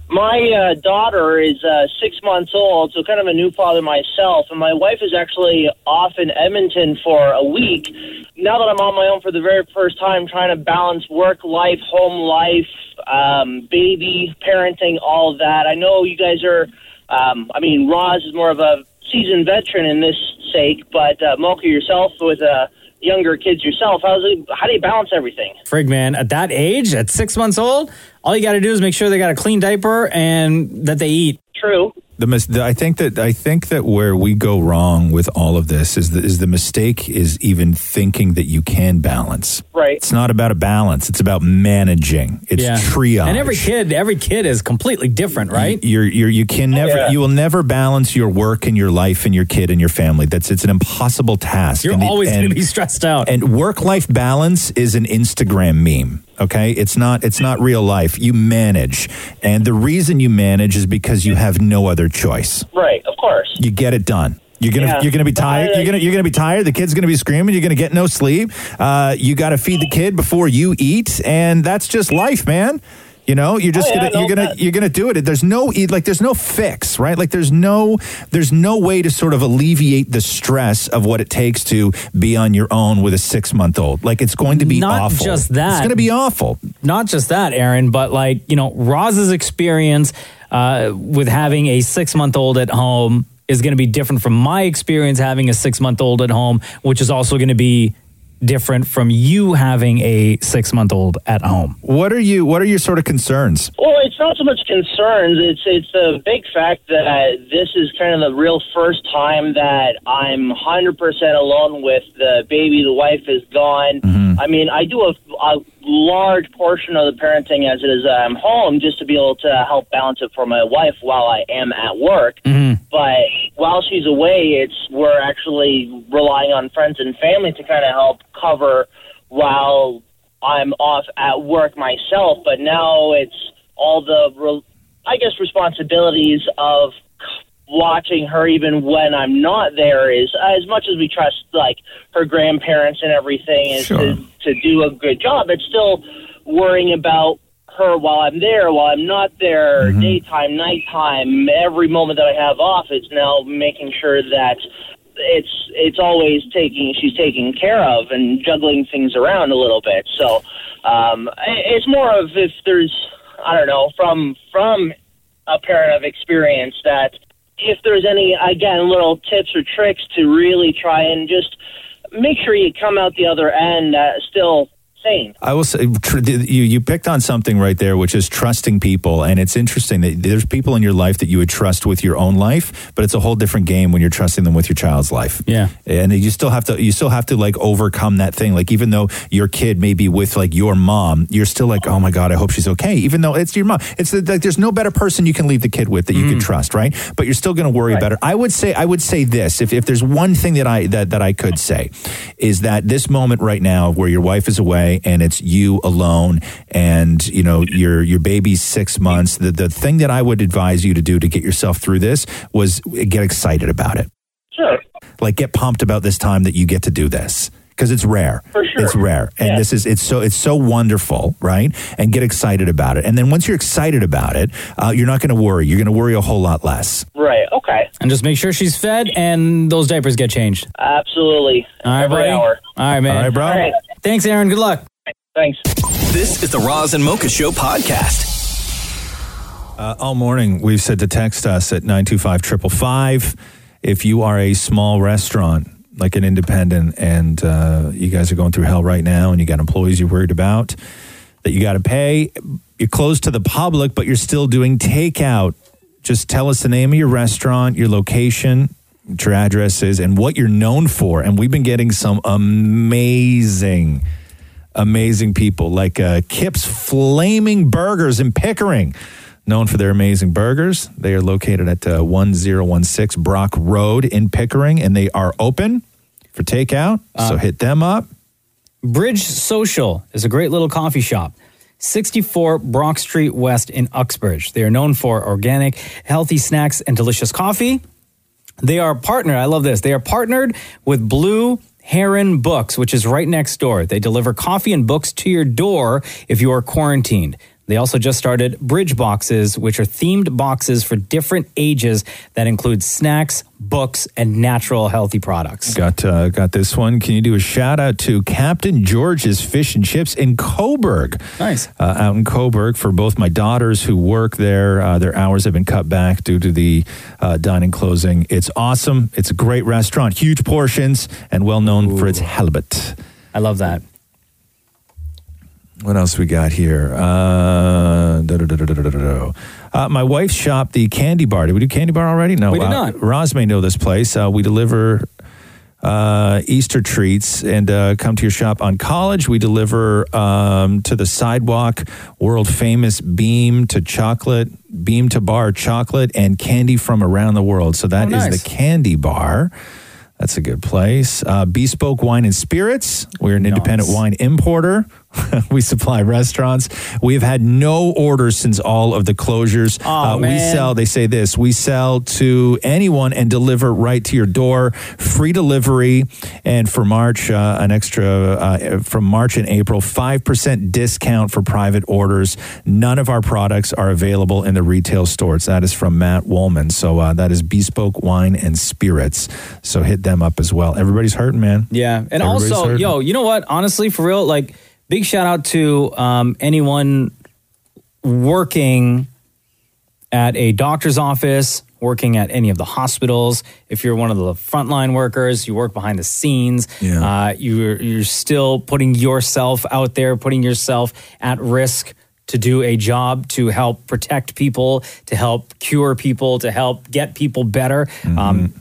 My uh, daughter is uh, six months old, so kind of a new father myself. And my wife is actually off in Edmonton for a week. Now that I'm on my own for the very first time, trying to balance work life, home life, um, baby, parenting, all of that. I know you guys are, um, I mean, Roz is more of a seasoned veteran in this sake, but uh, Mocha yourself with uh, younger kids yourself, how's it, how do you balance everything?
Frig, man, at that age, at six months old, all you got to do is make sure they got a clean diaper and that they eat.
True.
The mis- the- I think that I think that where we go wrong with all of this is the, is the mistake is even thinking that you can balance.
Right.
It's not about a balance. It's about managing. It's triage.
And every kid, every kid is completely different, right?
You're, you're, you can never,
Yeah.
you will never balance your work and your life and your kid and your family. That's it's an impossible task.
You're
And it-
always going
and-
to be *laughs* stressed out.
And work life balance is an Instagram meme. Okay, it's not it's not real life. You manage, and the reason you manage is because you have no other choice.
Right, of course.
You get it done. You're gonna
Yeah.
you're gonna be
But
tired.
I,
You're gonna you're gonna be tired. The kid's gonna be screaming. You're gonna get no sleep. Uh, you got to feed the kid before you eat, and that's just life, man. You know, you're just
Oh, yeah,
gonna
no,
you're gonna
that-
you're gonna do it. There's no e- like there's no fix, right? Like there's no there's no way to sort of alleviate the stress of what it takes to be on your own with a six month old. Like it's going to be
not
awful.
just that.
It's gonna be awful.
Not just that, Aaron, but like, you know, Roz's experience uh, with having a six month old at home is going to be different from my experience having a six month old at home, which is also going to be different from you having a six month old at home.
What are you What are your sort of concerns?
Well, it's not so much concerns. It's it's the big fact that this is kind of the real first time that I'm 100% alone with the baby. The wife is gone. I mean, I do a, a large portion of the parenting as it is. I'm home just to be able to help balance it for my wife while I am at work.
Mm-hmm.
But while she's away, it's we're actually relying on friends and family to kind of help cover while I'm off at work myself. But now it's all the, re- I guess, responsibilities of watching her even when I'm not there is as much as we trust like her grandparents and everything is to, to do a good job. It's still worrying about her while I'm there, while I'm not there, daytime, nighttime, every moment that I have off. It's now making sure that it's it's always taking she's taken care of and juggling things around a little bit. So um, i- it's more of if there's I don't know from from a parent of experience that if there's any again little tips or tricks to really try and just make sure you come out the other end uh, still sane.
I will say tr- you you picked on something right there, which is trusting people, and it's interesting that there's people in your life that you would trust with your own life, but it's a whole different game when you're trusting them with your child's life.
Yeah,
and you still have to you still have to like overcome that thing. Like even though your kid may be with like your mom, you're still like, oh my god, I hope she's okay. Even though it's your mom, it's the, like there's no better person you can leave the kid with that you can trust, right? But you're still going to worry about it. I would say I would say this if if there's one thing that I that that I could say is that this moment right now where your wife is away and it's you alone and you know your your baby's six months the, the thing that i would advise you to do to get yourself through this was get excited about it
Sure.
like get pumped about this time that you get to do this because it's rare it's rare and this is it's so it's so wonderful right and get excited about it and then once you're excited about it uh, you're not going to worry you're going to worry a whole lot less
Right. Okay.
And just make sure she's fed and those diapers get changed.
Absolutely.
All right,
Every
buddy.
hour.
All right, man.
All right, bro. All right.
Thanks, Aaron. Good luck.
Thanks.
This is the Roz and Mocha Show podcast.
Uh, all morning, we've said to text us at 925 555 if you are a small restaurant, like an independent, and uh, you guys are going through hell right now and you got employees you're worried about that you got to pay. You're closed to the public, but you're still doing takeout. Just tell us the name of your restaurant, your location, what your address is, and what you're known for. And we've been getting some amazing amazing people like uh, Kip's Flaming Burgers in Pickering. Known for their amazing burgers, they are located at uh, 1016 Brock Road in Pickering, and they are open for takeout. so hit them up.
Bridge Social is a great little coffee shop. 64 Brock Street West in Uxbridge. They are known for organic, healthy snacks and delicious coffee. They are partnered, I love this. They are partnered with Blue Heron Books, which is right next door. They deliver coffee and books to your door if you are quarantined. They also just started Bridge Boxes, which are themed boxes for different ages that include snacks, books, and natural healthy products.
Got uh, got this one. Can you do a shout out to Captain George's Fish and Chips in Coburg?
Nice.
Uh, out in Coburg for both my daughters who work there. Uh, their hours have been cut back due to the uh, dining closing. It's awesome. It's a great restaurant, huge portions, and well known for its halibut.
I love that.
What else we got here? Uh, da-da-da-da-da-da-da. Uh, my wife shopped the candy bar. Did we do candy bar already? No,
We did
uh,
not.
Roz may know this place. Uh, we deliver uh, Easter treats and uh, come to your shop on college. We deliver um, to the sidewalk, world famous beam to chocolate, beam to bar chocolate, and candy from around the world. So that is
Oh, nice.
the candy bar. That's a good place. Uh, Bespoke Wine and Spirits. We're an independent wine importer. *laughs* we supply restaurants. We have had no orders since all of the closures. Uh,
Aw,
we
man.
sell, they say this, we sell to anyone and deliver right to your door. Free delivery. And for March, uh, an extra, uh, from March and April, 5% discount for private orders. None of our products are available in the retail stores. That is from Matt Woolman. So uh, that is Bespoke Wine and Spirits. So hit them up as well. Everybody's hurting, man.
Yeah. And
Everybody's
also,
hurting.
yo, you know what? Honestly, for real, like big shout out to um, anyone working at a doctor's office, working at any of the hospitals. If you're one of the frontline workers, you work behind the scenes, uh, you're, you're still putting yourself out there, putting yourself at risk to do a job to help protect people, to help cure people, to help get people better. Um,
Mm-hmm.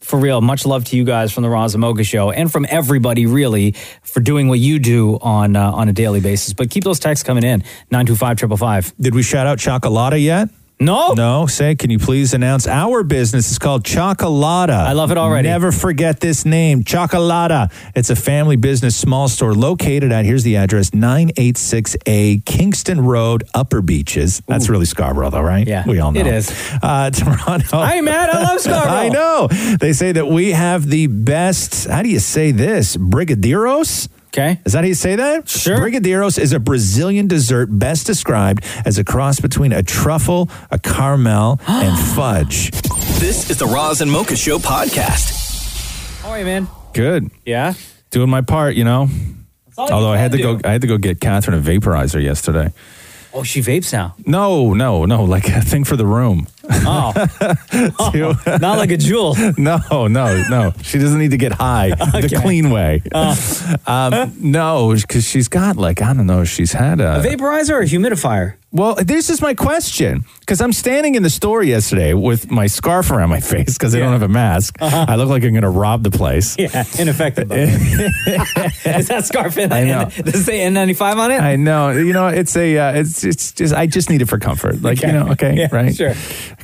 for real, much love to you guys from the Razamoga Show and from everybody, really, for doing what you do on uh, on a daily basis. But keep those texts coming in nine two five triple five.
Did we shout out Chocolata yet?
No.
No. Say, can you please announce our business is called Chocolata. I
love it already.
Never forget this name, Chocolata. It's a family business small store located at, here's the address, 986A Kingston Road, Upper Beaches. That's really Scarborough, though, right?
Yeah,
We all know.
it is.
Oh, Uh, *laughs* Toronto.
Hey, man, I love
*laughs*
Scarborough.
I know. They say that we have the best, how do you say this? Brigadeiros?
Okay.
Is that how you say that? Sure. Brigadeiros is a Brazilian dessert best described as a cross between a truffle, a *gasps* caramel, and fudge.
This is the Roz and Mocha Show podcast.
All right, man. *laughs*
Good.
Yeah.
Doing my part, you know.
all you
Although I had to
can
go I had to go get Catherine a vaporizer yesterday.
Oh, she vapes now.
No, no, no, like a thing for the room.
Oh,
*laughs* not
like a jewel.
*laughs* No, no, no. She doesn't need to get
*laughs*
high the
Okay. Uh.
clean way. *laughs* Um, no, because she's got like I don't know. She's had a,
a vaporizer or a humidifier?
Well, this is my question because I'm standing in the store yesterday with my scarf around my *laughs* face because I don't have a mask. I look like I'm going to rob the place.
Uh-huh. *laughs*
*laughs*
Yeah, ineffective. Is that scarf *laughs* in?
I know.
in- Does it say N95 on it?
I know. You know, it's a, uh, it's, it's just, I just need it for comfort. Like, you know, okay,
Yeah,
right?
sure.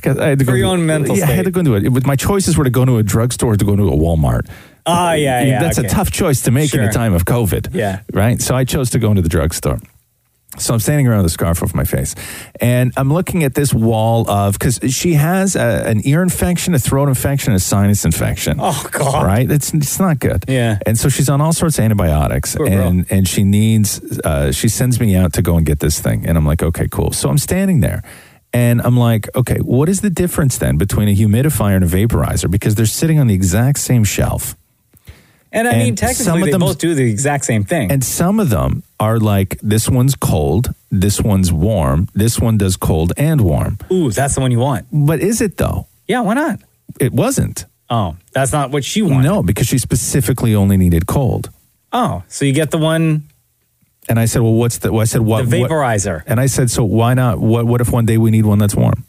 'Cause I had to
For
go
your
to-
own mental
yeah, I had
state.
to go into it. it. was- My choices were to go to a drugstore or to go to a Walmart.
Ah, yeah, yeah,
That's
okay.
a tough choice to make in
Sure.
a time of COVID.
Yeah.
Right? So I chose to go into the drugstore. So I'm standing around with a scarf over my face, and I'm looking at this wall of because she has a, an ear infection, a throat infection, a sinus infection.
Oh, God.
Right? It's it's not good.
Yeah.
And so she's on all sorts of antibiotics,
Poor girl.
and and she needs uh, she sends me out to go and get this thing, and I'm like, okay, cool. So I'm standing there. And I'm like, okay, what is the difference then between a humidifier and a vaporizer? Because they're sitting on the exact same shelf.
And I
And
mean, technically,
some of
they
them-
both do the exact same thing.
And some of them are like this one's cold, this one's warm, this one does cold and warm.
Ooh, that's the one you want.
But is it though?
Yeah, why not?
It wasn't.
Oh, that's not what she wanted.
No, because she specifically only needed cold.
Oh, so you get the one,
And I said, "Well, what's the?" Well, I said, "What
the
what-
vaporizer.
And I said, "So why not? What what if one day we need one that's warm?"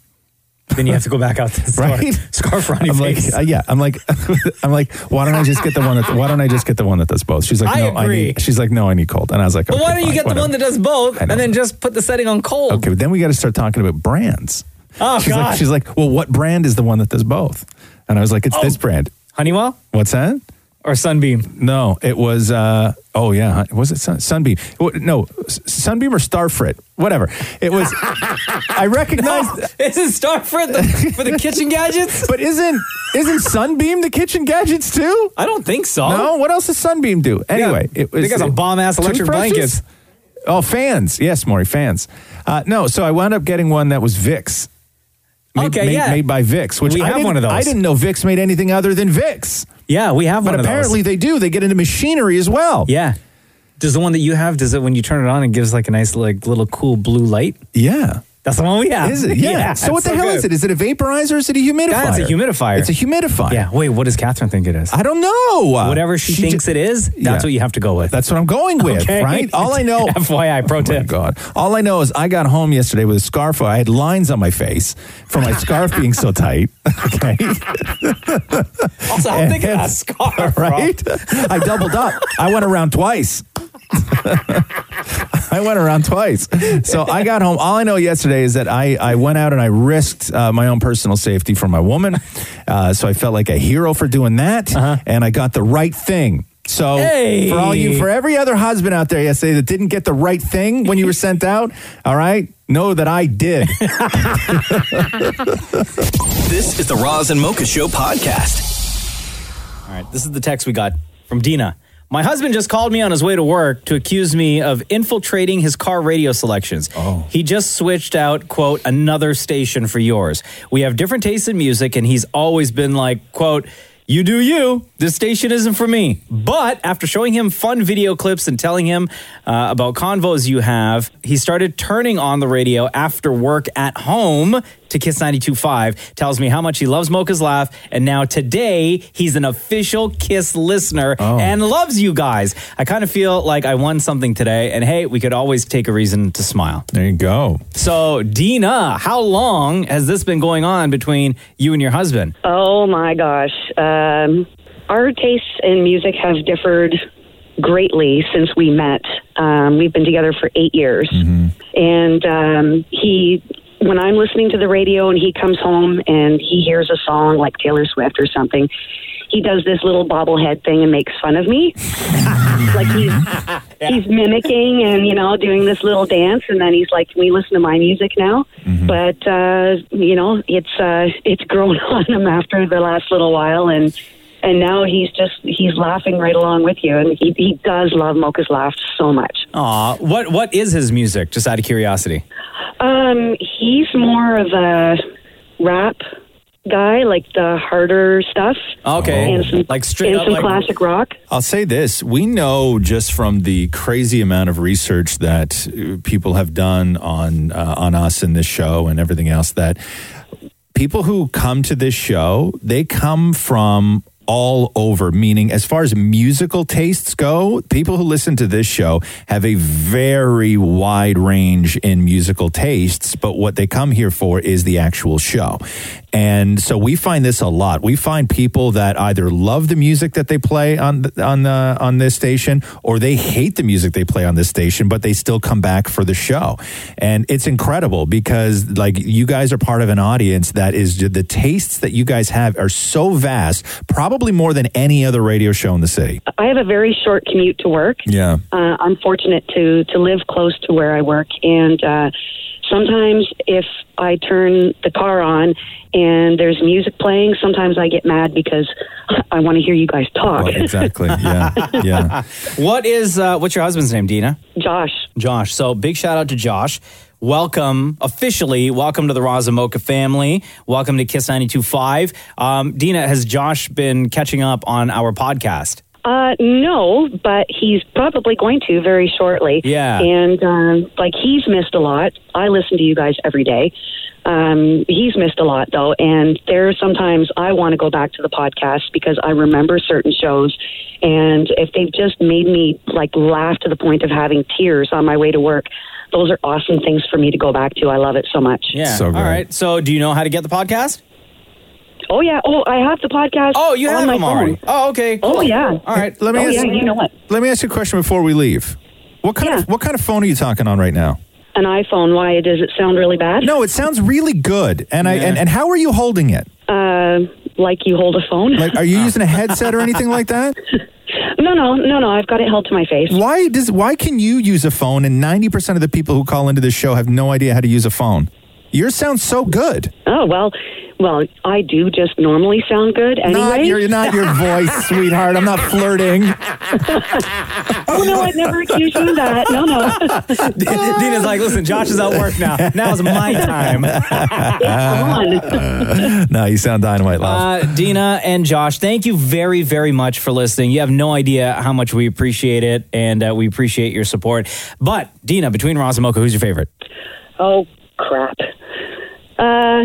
Then you have to go back out to the store.
Right?
*laughs* Scarf around your
I'm like,
face.
uh, yeah, I'm like, *laughs* I'm like, why don't I just get the one? That, why don't I just get the one that does both? She's like,
I
no, I
agree.
need. She's like, no, I need cold. And I was like,
but
okay,
why don't
fine,
you get the
whatever.
one that does both and then just put the setting on cold?
Okay, but then we got to start talking about brands.
Oh,
she's
God.
Like, she's like, well, what brand is the one that does both? And I was like, it's this brand,
Oh. Honeywell.
What's that?
Or Sunbeam?
No, it was. uh Oh yeah, was it Sun, Sunbeam? What- No, S- Sunbeam or Starfrit? Whatever. It was. I
*laughs*
recognized.
Is it Starfrit the, for the kitchen gadgets?
But isn't isn't Sunbeam the kitchen gadgets too?
I don't think so.
No, what else does Sunbeam do? Anyway,
Yeah,
it was
they got some bomb-ass electric
toothbrushes?
blankets.
Oh, fans. Yes, Maury, fans. Uh, no, so I wound up getting one that was Vicks. Made,
Okay,
made,
yeah.
made by Vicks, which
We
I
have
didn't-
one of those.
I didn't know Vicks made anything other than Vicks.
Yeah, we have
But
one of those.
apparently they do. They get into machinery as well.
Yeah. Does the one that you have? Does it when you turn it on? It gives like a nice like little cool blue light.
Yeah.
That's the one we have.
Is
*laughs*
it? Yeah. so what
it's
the hell is
good.
it? Is it a vaporizer or is it a humidifier?
That's a humidifier.
It's a humidifier.
Yeah. Wait, what does Catherine think it is?
I don't know.
Whatever she, thinks
ju-
it is, that's
Yeah.
what you have to go with.
That's what I'm going with,
Okay. *laughs*
right? All I know, Oh
FYI, pro tip.
God, all I know is I got home yesterday with a scarf. I had lines on my face from my scarf being so tight. *laughs* Okay,
Also, I'm
*laughs*
thinking of a scarf,
right? I doubled up. I went around twice. *laughs* I went around twice. So I got home. All I know yesterday is that I, I went out and I risked uh, my own personal safety for my woman. Uh, so I felt like a hero for doing that. And I got the right thing. So
Hey.
for all you, for every other husband out there yesterday that didn't get the right thing when you were sent out, all right, know that I did.
This is the Roz and Mocha Show podcast.
All right, this is the text we got from Dina. My husband just called me on his way to work to accuse me of infiltrating his car radio selections. Oh. He just switched out, quote, another station for yours. We have different tastes in music, and he's always been like, quote, you do you. This station isn't for me. But after showing him fun video clips and telling him uh, about convos you have, he started turning on the radio after work at home to Kiss 92.5, tells me how much he loves Mocha's Laugh, and now today he's an official Kiss listener
Oh.
and loves you guys. I kind of feel like I won something today, and hey, we could always take a reason to smile.
There you go.
So, Dina, how long has this been going on between you and your husband?
Oh my gosh. Um, our tastes in music have differed greatly since we met. Um, we've been together for eight years. And um, he, when I'm listening to the radio and he comes home and he hears a song like Taylor Swift or something, he does this little bobblehead thing and makes fun of me. like
*laughs*
he's he's mimicking and you know doing this little dance and then he's like can we listen to my music now but uh you know it's uh it's *laughs* grown on him after the last little while and and now he's just he's laughing right along with you and he, he does love mocha's laugh so much
Oh.
Aw, what, what is his music, just out of curiosity?
um he's more of a rap guy like the harder stuff
Okay.
and some,
like
straight
and
up
some
like-
classic rock
I'll say this. We know just from the crazy amount of research that uh, people have done on uh, on us and this show and everything else that people who come to this show, they come from all over, meaning as far as musical tastes go, people who listen to this show have a very wide range in musical tastes, but what they come here for is the actual show. And so we find this a lot. We find people that either love the music that they play on th- on the on this station or they hate the music they play on this station, but they still come back for the show. And it's incredible because like you guys are part of an audience that is the tastes that you guys have are so vast, probably more than any other radio show in the city.
i have a very short commute to work
Yeah.
uh, I'm fortunate to to live close to where I work, and uh, sometimes if I turn the car on and there's music playing, sometimes I get mad because *laughs* I want to hear you guys talk.
exactly. Yeah. Yeah.
*laughs* What is uh, what's your husband's name, Dina?
Josh.
Josh. So big shout out to Josh. Welcome officially. Welcome to the Raza Mocha family. Welcome to Kiss 92.5. Um, Dina, has Josh been catching up on our podcast?
Uh, no, but he's probably going to very shortly.
Yeah.
And um, like he's missed a lot. I listen to you guys every day. Um, he's missed a lot though, and there are sometimes I want to go back to the podcast because I remember certain shows, and if they've just made me like laugh to the point of having tears on my way to work, those are awesome things for me to go back to. I love it so much.
Yeah. All right. So, do you know how to get the podcast?
Oh yeah. Oh, I have the podcast.
Oh, you
on
have
my
them
phone.
already. Oh, okay.
Oh yeah.
All right.
Let me
Oh,
ask,
yeah, you know what?
Let me ask you a question before we leave. What kind of what kind of phone are you talking on right now?
An iPhone. Why does it sound really bad?
No, it sounds really good. And I and, and how are you holding it?
Uh, like you hold a phone.
Like, are you using a headset or anything like that?
*laughs* No, no, no, no. I've got it held to my face.
Why does why can you use a phone and ninety percent of the people who call into this show have no idea how to use a phone? Yours sounds so good.
Oh well, well, I do just normally sound good anyway.
Not your not
*laughs*
your voice, sweetheart. I'm not flirting.
oh no, I never accused you of that.
*laughs*
No,
*laughs*
no.
Dina's like, listen, Josh is at work now. Now's
*laughs*
my time.
no, you sound dynamite, love.
Uh, Dina and Josh, thank you very, very much for listening. You have no idea how much we appreciate it, and uh, we appreciate your support. But Dina, between Roz and Mocha, who's your favorite?
Oh crap. Uh,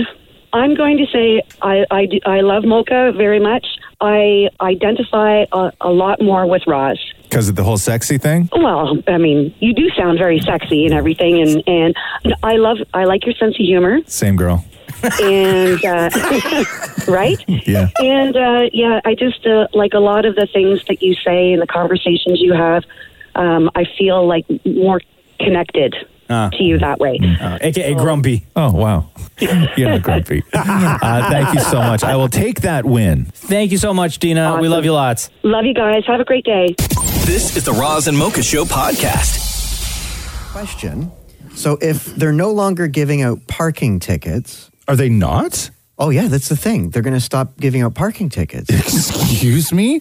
I'm going to say I I, do- I love Mocha very much. I identify a, a lot more with Roz.
Because of the whole sexy thing?
Well, I mean, you do sound very sexy and everything, and and I love I like your sense of humor.
Same girl.
and uh, *laughs* right
yeah
and uh, yeah i just uh, like a lot of the things that you say and the conversations you have um, i feel like more connected
Ah.
to you that way
AKA Grumpy.
Oh, *laughs* wow. You're not grumpy. uh, thank you so much. I will take that win.
Thank you so much, Dina. We love you lots.
love you guys have a great day
This is the Roz and Mocha Show podcast.
Question. So if they're no longer giving out parking tickets,
are they not?
Oh yeah, that's the thing. They're going to stop giving out parking tickets.
*laughs* Excuse me.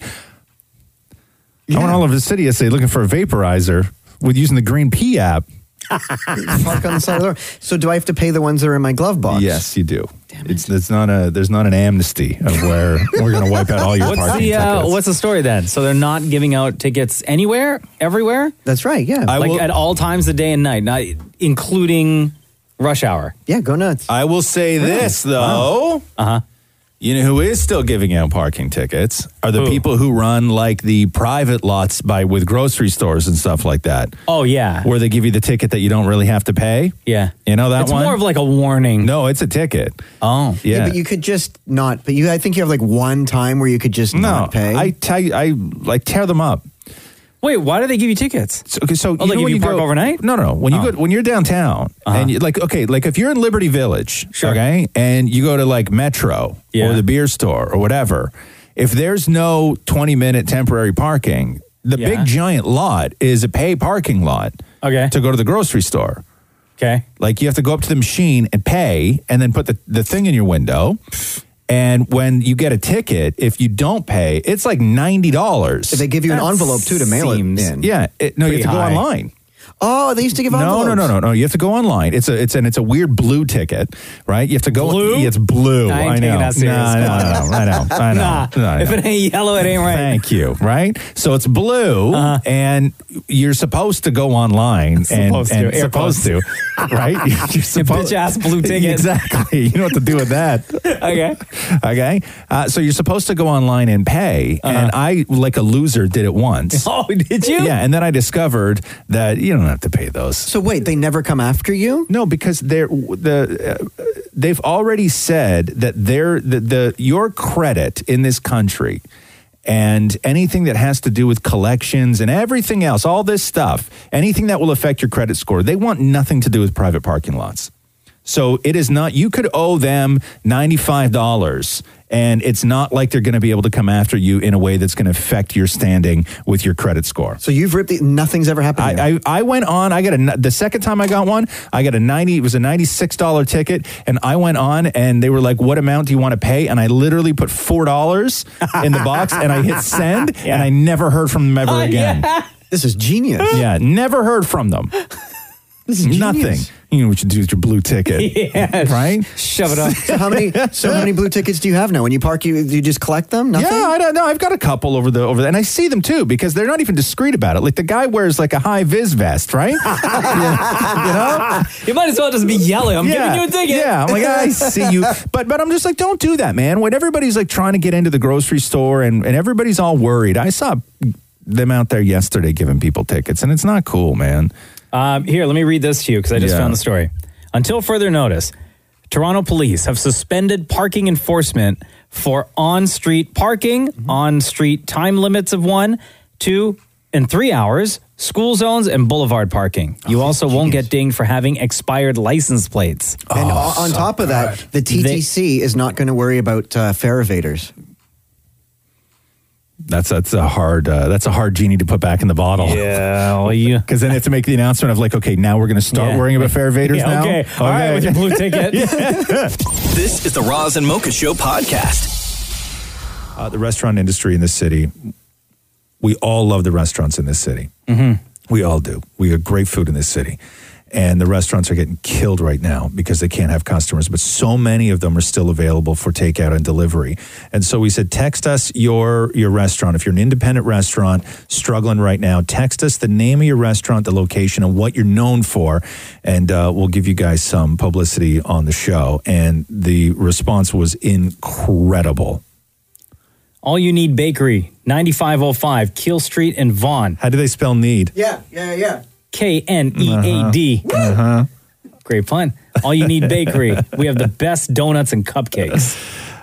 I went all over the city yesterday looking for a vaporizer with using the Green P app.
Park on the side of the road. So do I have to pay the ones that are in my glove box?
Yes, you do. It's it's not a there's not an amnesty of where
*laughs*
we're going to wipe out all your
What's
parking
the uh,
tickets.
What's the story then? So they're not giving out tickets anywhere, everywhere.
That's right. Yeah,
I
like
will-
at all times of day and night, not including rush hour.
Yeah, go nuts.
I will say this though. Uh
Uh-huh.
huh. You know who is still giving out parking tickets are the people who run like the private lots by with grocery stores and stuff like that.
Oh yeah,
where they give you the ticket that you don't really have to pay.
yeah.
You know that
It's
one?
more of like a warning.
No, it's a ticket.
Oh,
Yeah.
yeah.
but you could just not. But you, I think you have like one time where you could just not pay.
I tell you, I like tear them up.
Wait, why do they give you tickets?
So, okay, so
oh, they
know
give
when
you park
go-
overnight.
No, no. no. When
Oh. Uh-huh.
you go when you're downtown and you, like okay, like if you're in Liberty Village, okay, and you go to like Metro or the beer store or whatever, if there's no 20 minute temporary parking, the big giant lot is a pay parking lot. Okay. To go to the grocery store.
Okay.
Like you have to go up to the machine and pay and then put the, the thing in your window. And when you get a ticket, if you don't pay, it's like ninety dollars.
They give you an envelope too to mail it in.
Yeah, Uh, it- no, you have
Pretty
to go
high.
online.
Oh, they used to give
No,
envelopes.
no, no, no, no. You have to go online. It's a, it's and it's a weird blue ticket, right? You have to go. Blue? It's blue.
I ain't
I,
taking
know.
that serious.
Nah, I know. I
*laughs*
know. I know.
Nah,
No, I
if
know.
it ain't yellow, it ain't Uh-huh. right.
Thank you. Right. So it's blue, and you're supposed to go online and
Supposed
and
to. Air
supposed to, *laughs*
*laughs*
right? You're supposed
bitch ass blue ticket.
exactly. You know what to do with that.
Okay.
Okay. Uh, so you're supposed to go online and pay, and I, like a loser, did it once.
Uh-huh. *laughs* Oh, did you?
Yeah, and then I discovered that you don't have to pay those. So
wait, they never come after you?
No, because they're the uh, they've already said that they're the, the your credit in this country and anything that has to do with collections and everything else, all this stuff, anything that will affect your credit score, they want nothing to do with private parking lots. So it is not, you could owe them $95 and it's not like they're going to be able to come after you in a way that's going to affect your standing with your credit score.
So you've ripped the, nothing's ever happened. to you.
I, I, I went on. I got a the second time I got one. I got a ninety. It was a ninety six dollar ticket, and I went on, and they were like, "What amount do you want to pay?" And I literally put four dollars in the box, and I hit
*laughs*
send, and I never heard from them ever
Oh,
again.
This is genius.
Yeah, never heard from them.
*laughs* This is genius.
nothing. You know what you do with your blue ticket,
*laughs*
right?
Shove it up.
so how many?
*laughs*
So how many blue tickets do you have now? When you park, you you just collect them. Nothing.
Yeah, I don't know. I've got a couple over the over the, and I see them too because they're not even discreet about it. Like the guy wears like a high vis vest,
*laughs*
right? *laughs* Yeah, you know.
*laughs* You might as well just be yelling. I'm
yeah,
giving you a ticket.
Yeah, I'm like,
*laughs*
I see you. But but I'm just like, don't do that, man. When everybody's like trying to get into the grocery store and, and everybody's all worried. I saw them out there yesterday giving people tickets, and it's not cool, man.
Um, here, let me read this to you because I just found the story. Until further notice, Toronto police have suspended parking enforcement for on street parking,
Mm-hmm.
on street time limits of one, two, and three hours, school zones, and boulevard parking.
Oh,
You also won't get dinged for having expired license plates.
And
Oh,
o- on top of that, the TTC is not going to worry about uh, farivators.
That's that's a hard uh, that's a hard genie to put back in the bottle.
Yeah, well, you
because then they have to make the announcement of like, okay, now we're going to start
Yeah.
worrying about Fairvaders
*laughs* Yeah,
now.
okay. All right, with your blue
*laughs*
ticket.
Yeah.
This is the Roz and Mocha Show podcast.
uh, the restaurant industry in this city, we all love the restaurants in this city.
Mm-hmm.
*laughs*
We all do. We have great food in this city. And the restaurants are getting killed right now because they can't have customers, but so many of them are still available for takeout and delivery. And so we said, text us your your restaurant. If you're an independent restaurant struggling right now, text us the name of your restaurant, the location, and what you're known for, and uh, we'll give you guys some publicity on the show. And the response was incredible.
All You Need Bakery, 9505 Keel Street in Vaughan.
How do they spell need? Uh-huh.
Yeah, yeah, yeah.
K N E A D. Great pun. All You Need Bakery. we have the best donuts and cupcakes.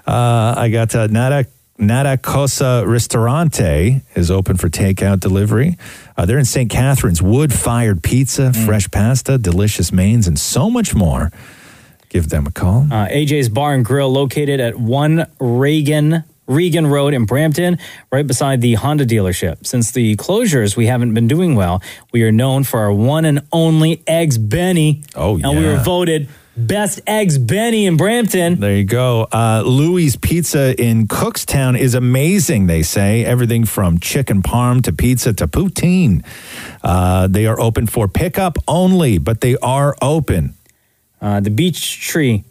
Uh, I got uh, Nada Nada Cosa Ristorante is open for takeout delivery. Uh, they're in St. Catharines. Wood fired pizza,
Mm.
fresh pasta, delicious mains, and so much more. Give them a call.
Uh, AJ's Bar and Grill, located at 1 Reagan. Regan Road in Brampton, right beside the Honda dealership. Since the closures, we haven't been doing well. We are known for our one and only Eggs Benny. Oh, And we
yeah.
were voted best Eggs Benny in Brampton.
There you go. Uh, Louie's Pizza in Cookstown is amazing, they say. Everything from chicken parm to pizza to poutine. Uh, they are open for pickup only, but they are open.
Uh, the Beach Tree.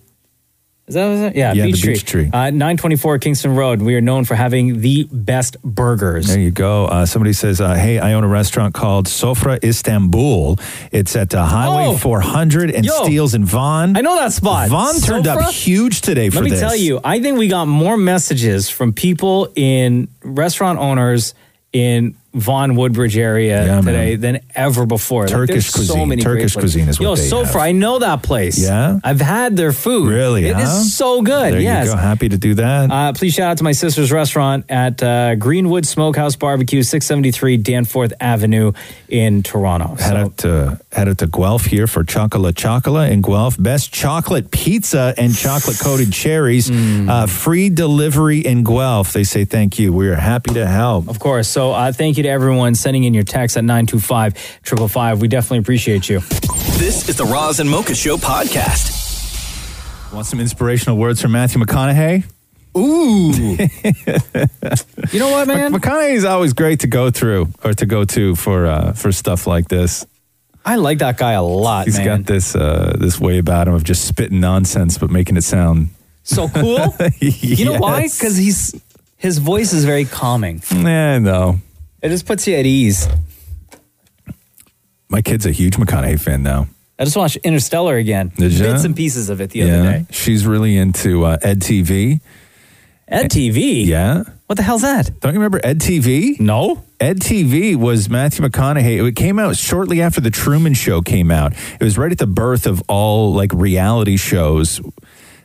Is that what it is? Yeah,
Yeah, the
Beach Tree.
Beech Tree.
Uh, 924 Kingston Road. We are known for having the best burgers.
There you go. Uh, somebody says, uh, "Hey, I own a restaurant called Sofra Istanbul. It's at uh, Highway
Oh.
400 and
Yo.
Steels in Vaughn.
I know that spot.
Vaughn turned up
Sofra?
huge today for
Let me
this.
tell you, I think we got more messages from people in restaurant owners in Vaughan Woodbridge area today than ever before. Like,
Turkish
there's so
cuisine.
many
Turkish
great places.
cuisine is what
Yo,
they
Sofra.
have.
I know that place.
Yeah?
I've had their food.
Really?
it is
huh?
so good.
There
yes,
you go. Happy to do that.
Uh, please shout out to my sister's restaurant at uh, Greenwood Smokehouse Barbecue, 673 Danforth Avenue in Toronto.
Head out to head out uh, to Guelph here for Chocolate Chocola in Guelph. Best chocolate pizza and chocolate coated cherries.
Hmm.
Uh, free delivery in Guelph. They say thank you. We are happy to help.
Of course. So uh, thank you to everyone sending in your text at 925 555. We definitely appreciate you.
This is the Roz and Mocha Show podcast.
Want some inspirational words from Matthew McConaughey?
Ooh. *laughs* you know what, man?
McConaughey's always great to go through or to go to for uh, for stuff like this.
I like that guy a lot,
He's
man.
got this uh, this way about him of just spitting nonsense but making it sound *laughs*
so cool. You know why? Because he's his voice is very calming.
Nah, no.
It just puts you at ease.
My kid's a huge McConaughey fan now.
I just watched Interstellar again.
Did ya?
Bits and pieces of it the other day.
she's really into uh, Ed TV.
Ed TV.
Yeah.
What the hell's that?
Don't you remember Ed TV?
No.
Ed TV was Matthew McConaughey. It came out shortly after the Truman Show came out. It was right at the birth of all like reality shows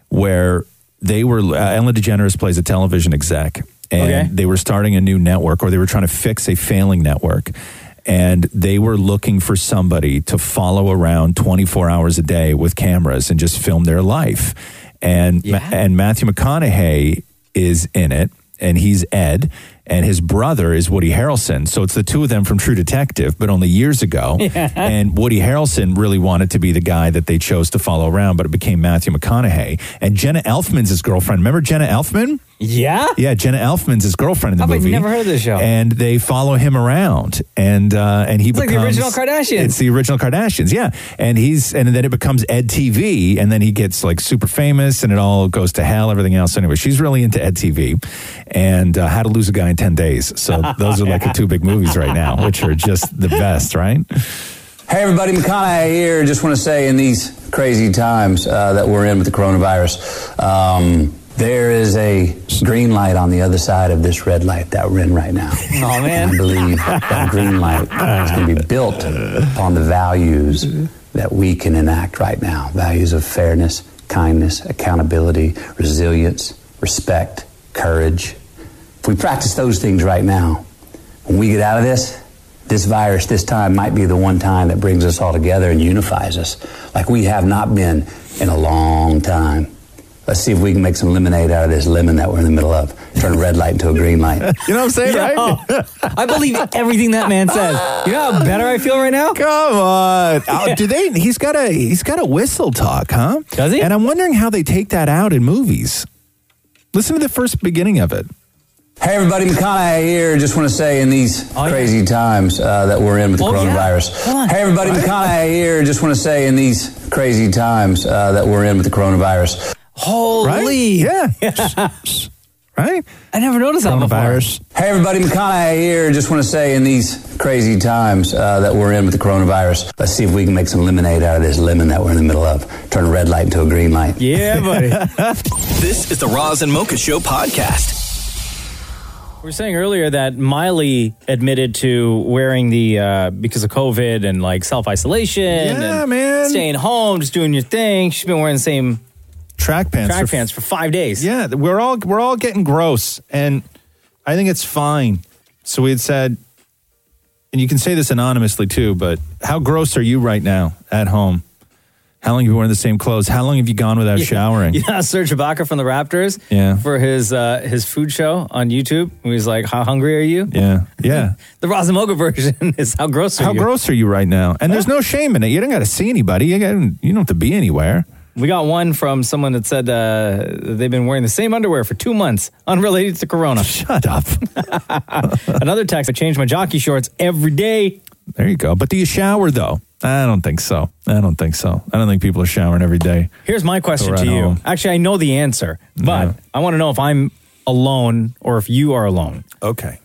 where they were uh, Ellen DeGeneres plays a television exec and they were starting a new network or they were trying to fix a failing network and they were looking for somebody to follow around 24 hours a day with cameras and just film their life. And and Matthew McConaughey is in it and he's Ed and his brother is Woody Harrelson. So it's the two of them from True Detective, but only years
*laughs*
ago.
Yeah.
And Woody Harrelson really wanted to be the guy that they chose to follow around, but it became Matthew McConaughey. And Jenna Elfman's his girlfriend. Remember Jenna Elfman?
Yeah.
Yeah, Jenna Elfman's his girlfriend in the
I've, like,
movie.
never heard of this show.
And they follow him around, and uh, and he
It's like the
becomes
original Kardashians.
It's the original Kardashians, yeah. And he's and then it becomes Ed TV, and then he gets like super famous, and it all goes to hell. Everything else, anyway. She's really into Ed TV, and uh, How to Lose a Guy in Ten Days. So those are like the two big movies right now, which are just the best, right?
Hey, everybody, McConaughey here. Just want to say in these crazy times uh, that we're in with the coronavirus, um, There is a green light on the other side of this red light that we're in right now.
Oh, man.
I believe that green light is going to be built upon the values that we can enact right now values of fairness, kindness, accountability, resilience, respect, courage. If we practice those things right now, when we get out of this, this virus this time might be the one time that brings us all together and unifies us like we have not been in a long time. Let's see if we can make some lemonade out of this lemon that we're in the middle of. Turn a red light into a green
*laughs*
light.
You know what I'm saying,
right? I believe everything that man says. You know how better I feel right now?
Come
*laughs*
on. Oh, do they? He's got a he's got a whistle talk, huh? Does he? And I'm wondering how they take that out in movies. Listen to the first beginning of it.
Hey everybody, McConaughey here. Just want to say in these crazy times uh, that we're in with the
Oh, yeah.
coronavirus.
Come on.
Hey
*laughs*
everybody,
Right.
McConaughey here. Just want to say in these crazy times uh, that we're in with the coronavirus.
Holy. *laughs*
Yeah.
right?
I never noticed that
Coronavirus. Hey everybody, McConaughey here. Just want to say in these crazy times uh, that we're in with the coronavirus, let's see if we can make some lemonade out of this lemon that we're in the middle of. Turn a red light into a green light.
Yeah, buddy.
*laughs* this is the Roz and Mocha Show podcast.
We were saying earlier that Miley admitted to wearing the uh, because of COVID and like self isolation.
Yeah,
and
man.
Staying home, just doing your thing. She's been wearing the same
track pants.
track pants for five days.
Yeah, we're all we're all getting gross, and I think it's fine. So we had said, and you can say this anonymously too, but how gross are you right now at home? How long have you been wearing the same clothes? How long have you gone without showering?
*laughs* Yeah, Serge Ibaka from the Raptors.
Yeah.
for his uh, his food show on YouTube. He was like, "How hungry are you?"
Yeah, yeah.
The Razamoga version *laughs* is how gross are
How
you?
gross are you right now? And there's no shame in it. You don't got to see anybody. You got you don't have to be anywhere.
We got one from someone that said uh, they've been wearing the same underwear for two months, unrelated to
*laughs*
Corona.
Shut up.
*laughs* Another text. I change my jockey shorts every day.
There you go. But do you shower though? I don't think so. I don't think so. I don't think people are showering every day.
Here's my question
Or
to
at
you.
home.
Actually, I know the answer, but I want to know if I'm alone or if you are alone.
Okay.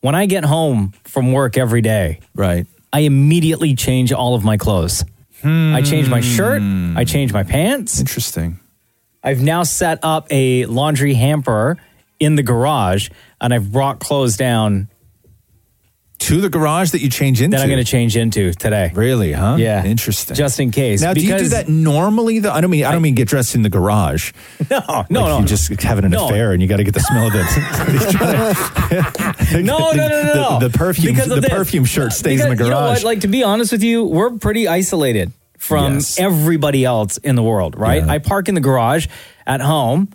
When I get home from work every day,
right,
I immediately change all of my clothes. I change my shirt. I change my pants.
Hmm. Interesting.
I've now set up a laundry hamper in the garage, and I've brought clothes down
to the garage that you change into.
That I'm going to change into today.
Really, huh?
Yeah.
Interesting.
Just in case.
Now, do you do
because-
that normally? Though I don't mean I don't mean get dressed in the garage.
No, no,
Like
no.
You just having an
No.
affair, and you got to get the smell of *laughs* it.
no, no, no, no, no.
The, the perfume,
Because of
the
this.
perfume shirt stays in the
Because
garage.
You know what? Like to be honest with you, we're pretty isolated from everybody else in the world, right? I park in the garage at home,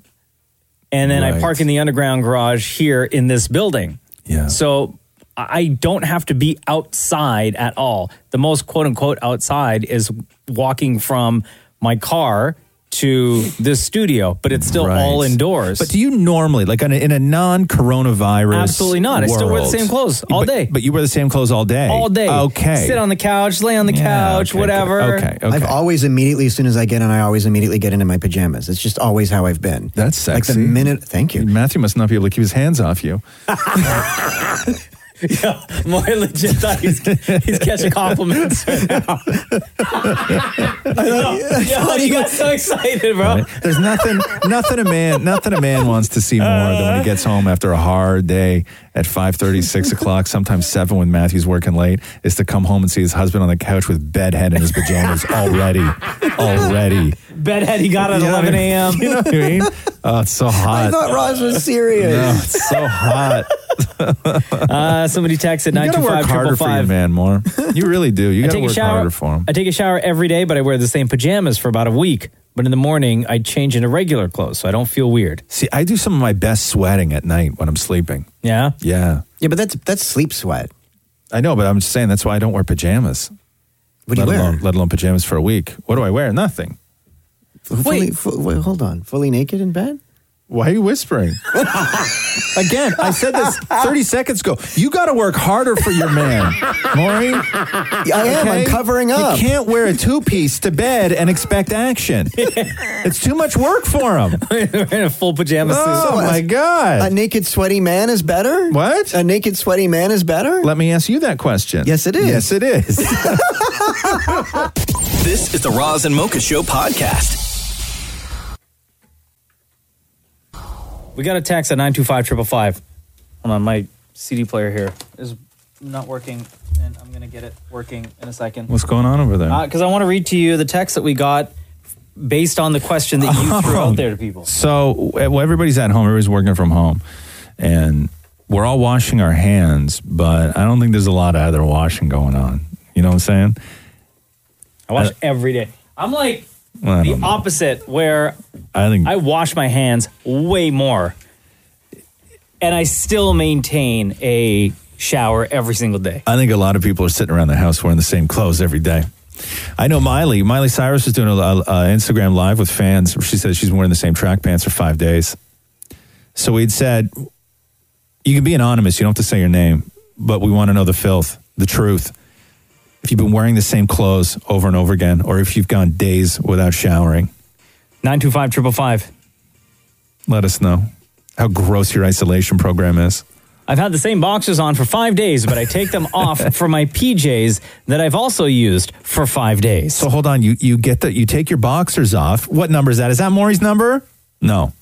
and then I
Right.
park in the underground garage here in this building.
Yeah.
So I I don't have to be outside at all. The most quote unquote outside is walking from my car to this studio, but it's still *laughs* all
Right.
indoors.
But do you normally, like on a, in a non-coronavirus?
Absolutely not. I still wear the
world-
same clothes all
But-
day.
But you wear the same clothes all day.
all day.
Okay.
Sit on the couch, lay on the couch, whatever.
I've always immediately, as soon as I get in, I always immediately get into my pajamas. It's just always how I've been.
That's
Like
sexy.
the minute, thank you.
Matthew must not be able to keep his hands off you.
*laughs* yeah, more legit thought he's, he's catching compliments right now. Yo, yo, you got so excited, bro.
Right? There's nothing, nothing a man, nothing a man wants to see more than when he gets home after a hard day at 5:30, 6 o'clock, sometimes seven when Matthew's working late, is to come home and see his husband on the couch with bedhead in his pajamas already, already.
Bedhead, he got at
You know what I
11
mean?
a.m.
*laughs* You know what I mean? Oh, it's so hot.
I thought Roz was serious.
No, it's so
*laughs*
hot.
uh, somebody texted
You gotta work harder for your
925-555.
man more. You really
*laughs*
do. You
I
gotta
take a
work
shower.
harder for him.
I take a shower every day, but I wear the same pajamas for about a week. But in the morning, I change into regular clothes, so I don't feel
*laughs*
weird.
See, I do some of my best sweating at night when I'm sleeping.
Yeah.
Yeah.
Yeah, but that's that's sleep sweat.
I know, but I'm just saying that's why I don't wear pajamas.
What
let
do you wear?
Alone, let alone pajamas for a week. What do I wear? Nothing.
Fully, fu- wait, hold on. Fully naked in bed?
Why are you
*laughs*
whispering? Again, I said this *laughs* 30 seconds ago. You got to work harder for your man, *laughs* Maureen.
I am. I'm covering up.
You can't wear a two piece to bed and expect action.
*laughs*
it's too much work for him.
*laughs* in a full pajama
Oh, my God.
A naked sweaty man is better?
What?
A naked sweaty man is better?
Let me ask you that question.
Yes, it is.
Yes, it is.
This is the Roz and Mocha Show podcast.
We got a text at 925 555. Hold on, my CD player here is not working, and I'm going to get it working in a second.
What's going on over there?
Because Uh, I want to read to you the text that we got based on the question
*laughs*
that you threw
Oh,
out there to people.
So well, everybody's at home. Everybody's working from home, and we're all washing our hands. But I don't think there's a lot of other washing going on. You know what I'm saying?
I wash every day. I'm like
Well, I
the
don't
opposite, where
I think
I wash my hands way more, and I still maintain a shower every single day.
I think a lot of people are sitting around the house wearing the same clothes every day. I know Miley. Miley Cyrus was doing a, a, a Instagram live with fans. She says she's wearing the same track pants for five days. So we'd said, you can be anonymous. You don't have to say your name, but we want to know the filth, the truth. If you've been wearing the same clothes over and over again, or if you've gone days without showering,
925 555.
let us know how gross your isolation program is.
I've had the same boxers on for five days, but I take
*laughs*
them off for my PJs that I've also used for five days.
So hold on, you you get the you take your boxers off. What number is that? Is that Maury's number? No.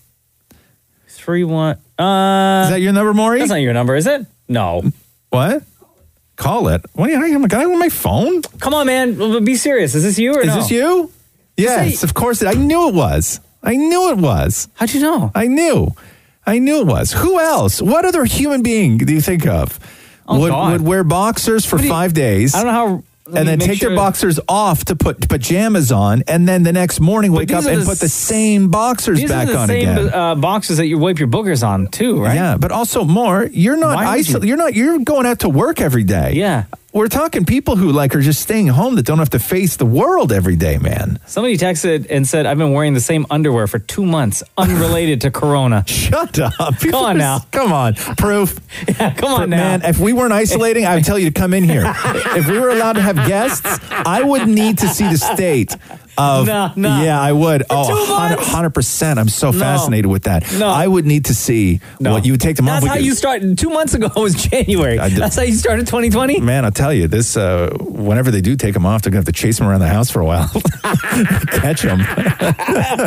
Three one. Uh,
is that your number, Maury?
That's not your number, is it? No.
What? Call it. What are you? I'm like, I on my phone.
Come on, man. Be serious. Is this you or
Is
no?
this you? Yes, of course. It, I knew it was. I knew it was.
How'd you know?
I knew. I knew it was. Who else? What other human being do you think of
Oh,
would,
God.
would wear boxers for five days? I don't
know
how. And then
make
take
sure-
their boxers off to put pajamas on, and then the next morning wake
these
up
are
and
the
put the
s-
same boxers
These
back
are the
on
same
again.
uh, boxes that you wipe your boogers on too, right?
Yeah, but also more, you're not
Why would you-
isol- you? are not you're going out to work every day.
Yeah.
We're talking people who like are just staying home that don't have to face the world every day, man. *laughs*
Somebody texted and said, "I've been wearing the same underwear for two
*laughs*
months, unrelated to Corona."
Shut up!
*laughs* Come on now.
Come on. Uh, *laughs* Proof.
*laughs* Yeah, come on
But,
now.
Man, if we weren't isolating, I'd tell you to come in
*laughs*
here. if we were allowed to have guests, I would need to see the state of
No, no.
Yeah, I would.
two
oh, 100%. I'm so
No.
fascinated with that.
No.
I would need to see what you would take them off.
That's
We
how
could-
you started. Two months ago was January.
I did-
That's how you started 2020.
*laughs* Man, I tell you, this. Uh, whenever they do take them off, they're gonna have to chase them around the house for a while, *laughs* catch them.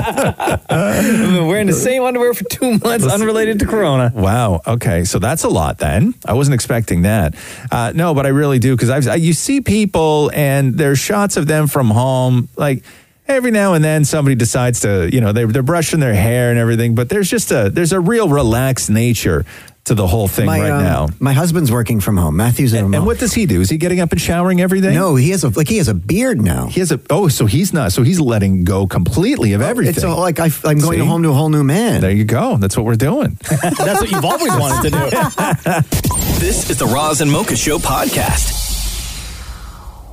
I've been wearing the same underwear for two months, unrelated to Corona.
Wow. Okay, so that's a lot. Then I wasn't expecting that. Uh, no, but I really do because I've I, you see people and there's shots of them from home, like. Every now and then, somebody decides to, you know, they, they're brushing their hair and everything, but there's just a there's a real relaxed nature to the whole thing right
um,
now.
My husband's working from home. Matthew's at home. And
what does he do? Is he getting up and showering every day?
No, he has a like he has a beard now.
He has a oh, so he's not. So he's letting go completely of everything.
It's all like I, am going
See?
home to a whole new man.
There you go. That's what we're doing.
That's what you've always wanted to do. *laughs* this is the Roz and Mocha Show podcast.
*laughs*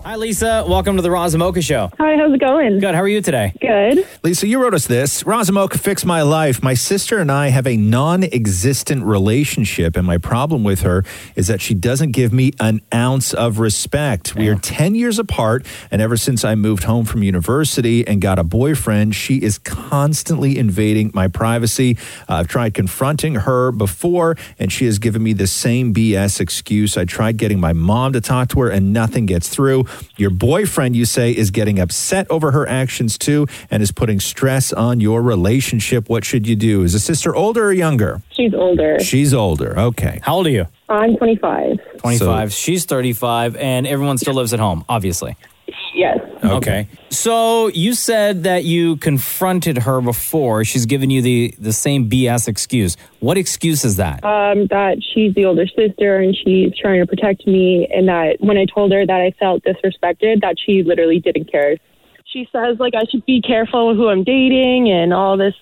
Hi, Lisa. Welcome to the Roz and Mocha Show.
Hi, how's it going?
Good. How are you today?
Good.
Lisa, you wrote us this. Razumoka fix my life. My sister and I have a non existent relationship, and my problem with her is that she doesn't give me an ounce of respect. We are 10 years apart, and ever since I moved home from university and got a boyfriend, she is constantly invading my privacy. I've tried confronting her before, and she has given me the same BS excuse. I tried getting my mom to talk to her, and nothing gets through. Your boyfriend, you say, is getting upset over her actions too, and is putting stress on your relationship. What should you do? Is the sister older or younger?
She's older.
She's older. Okay.
How old are you?
I'm 25.
25. She's 35, and everyone still lives at home, obviously.
Yes.
Okay. So you said that you confronted her before. She's given you the, the same BS excuse. What excuse is that?
Um, that she's the older sister and she's trying to protect me. And that when I told her that I felt disrespected, that she literally didn't care. She says like I should be careful with who I'm dating and all this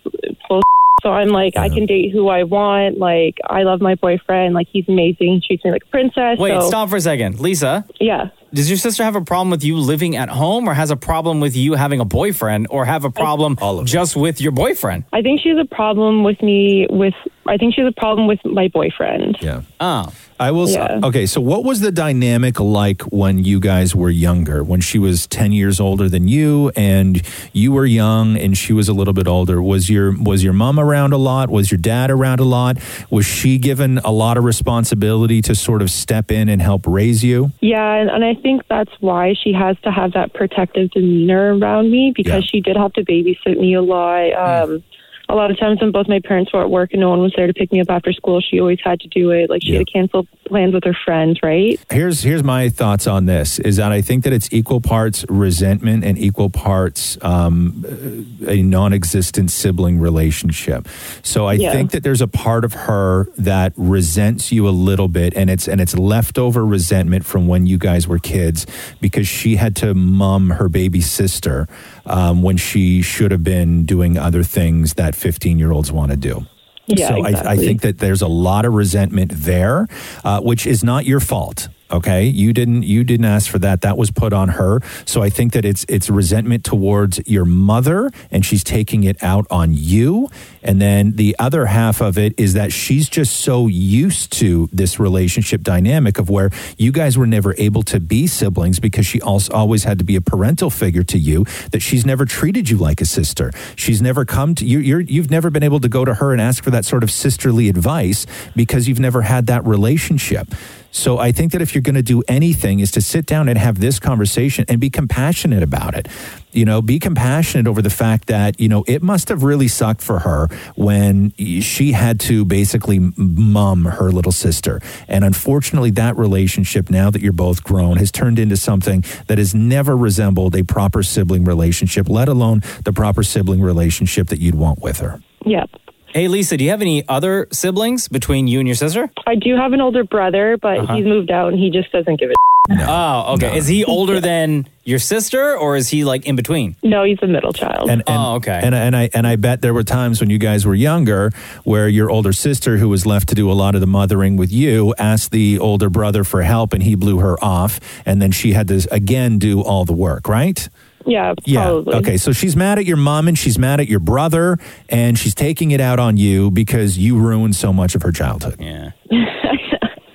bull. *laughs* So I'm like I can date who I want. Like I love my boyfriend. Like he's amazing. He treats me like a princess.
Wait,
so-
stop for a second. Lisa,
Yeah.
does your sister have a problem with you living at home, or has a problem with you having a boyfriend, or have a problem just with your boyfriend?
I think she has a problem with me. With I think she has a problem with my boyfriend.
Yeah.
Oh.
I will. s-
Yeah.
Okay. So, what was the dynamic like when you guys were younger? When she was ten years older than you, and you were young, and she was a little bit older. Was your was your mom around a lot? Was your dad around a lot? Was she given a lot of responsibility to sort of step in and help raise you?
Yeah, and, and I think that's why she has to have that protective demeanor around me because she did have to babysit me a lot. Um, a lot of times when both my parents were at work and no one was there to pick me up after school, she always had to do it. Like she had to cancel plans with her friends, right?
Here's here's my thoughts on this: is that I think that it's equal parts resentment and equal parts um, a non-existent sibling relationship. So I
Yeah.
think that there's a part of her that resents you a little bit, and it's and it's leftover resentment from when you guys were kids because she had to mum her baby sister um, when she should have been doing other things that 15 year olds want to do.
Yeah,
so I, I
exactly.
think that there's a lot of resentment there, uh, which is not your fault. Okay, you didn't you didn't ask for that. That was put on her. So I think that it's it's resentment towards your mother, and she's taking it out on you. And then the other half of it is that she's just so used to this relationship dynamic of where you guys were never able to be siblings because she also always had to be a parental figure to you that she's never treated you like a sister. She's never come to you. You're, you've never been able to go to her and ask for that sort of sisterly advice because you've never had that relationship. So I think that if you're going to do anything is to sit down and have this conversation and be compassionate about it. You know, be compassionate over the fact that, you know, it must have really sucked for her when she had to basically mum her little sister. And unfortunately, that relationship, now that you're both grown, has turned into something that has never resembled a proper sibling relationship, let alone the proper sibling relationship that you'd want with her.
Yep.
Hey, Lisa, do you have any other siblings between you and your sister?
I do have an older brother, but
Uh-huh.
he's moved out and he just doesn't give a *laughs*
Oh, okay. Is he older than your sister or is he like in between?
No, he's *laughs* the middle child.
And, and,
oh, okay.
And, and I and I bet there were times when you guys were younger where your older sister, who was left to do a lot of the mothering with you, asked the older brother for help, and he blew her off, and then she had to again do all the work, right?
Yeah,
Yeah.
probably.
Okay. So she's mad at your mom and she's mad at your brother and she's taking it out on you because you ruined so much of her childhood.
Yeah.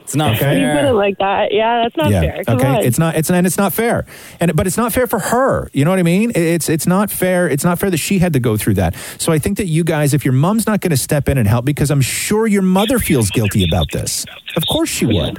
It's not
You put it like that. Yeah, that's not fair. Come
okay.
on.
It's not. It's and it's not fair. And but it's not fair for her. You know what I mean? It's it's not fair. It's not fair that she had to go through that. So I think that you guys, if your mom's not going to step in and help, because I'm sure your mother feels guilty about this. Of course she would.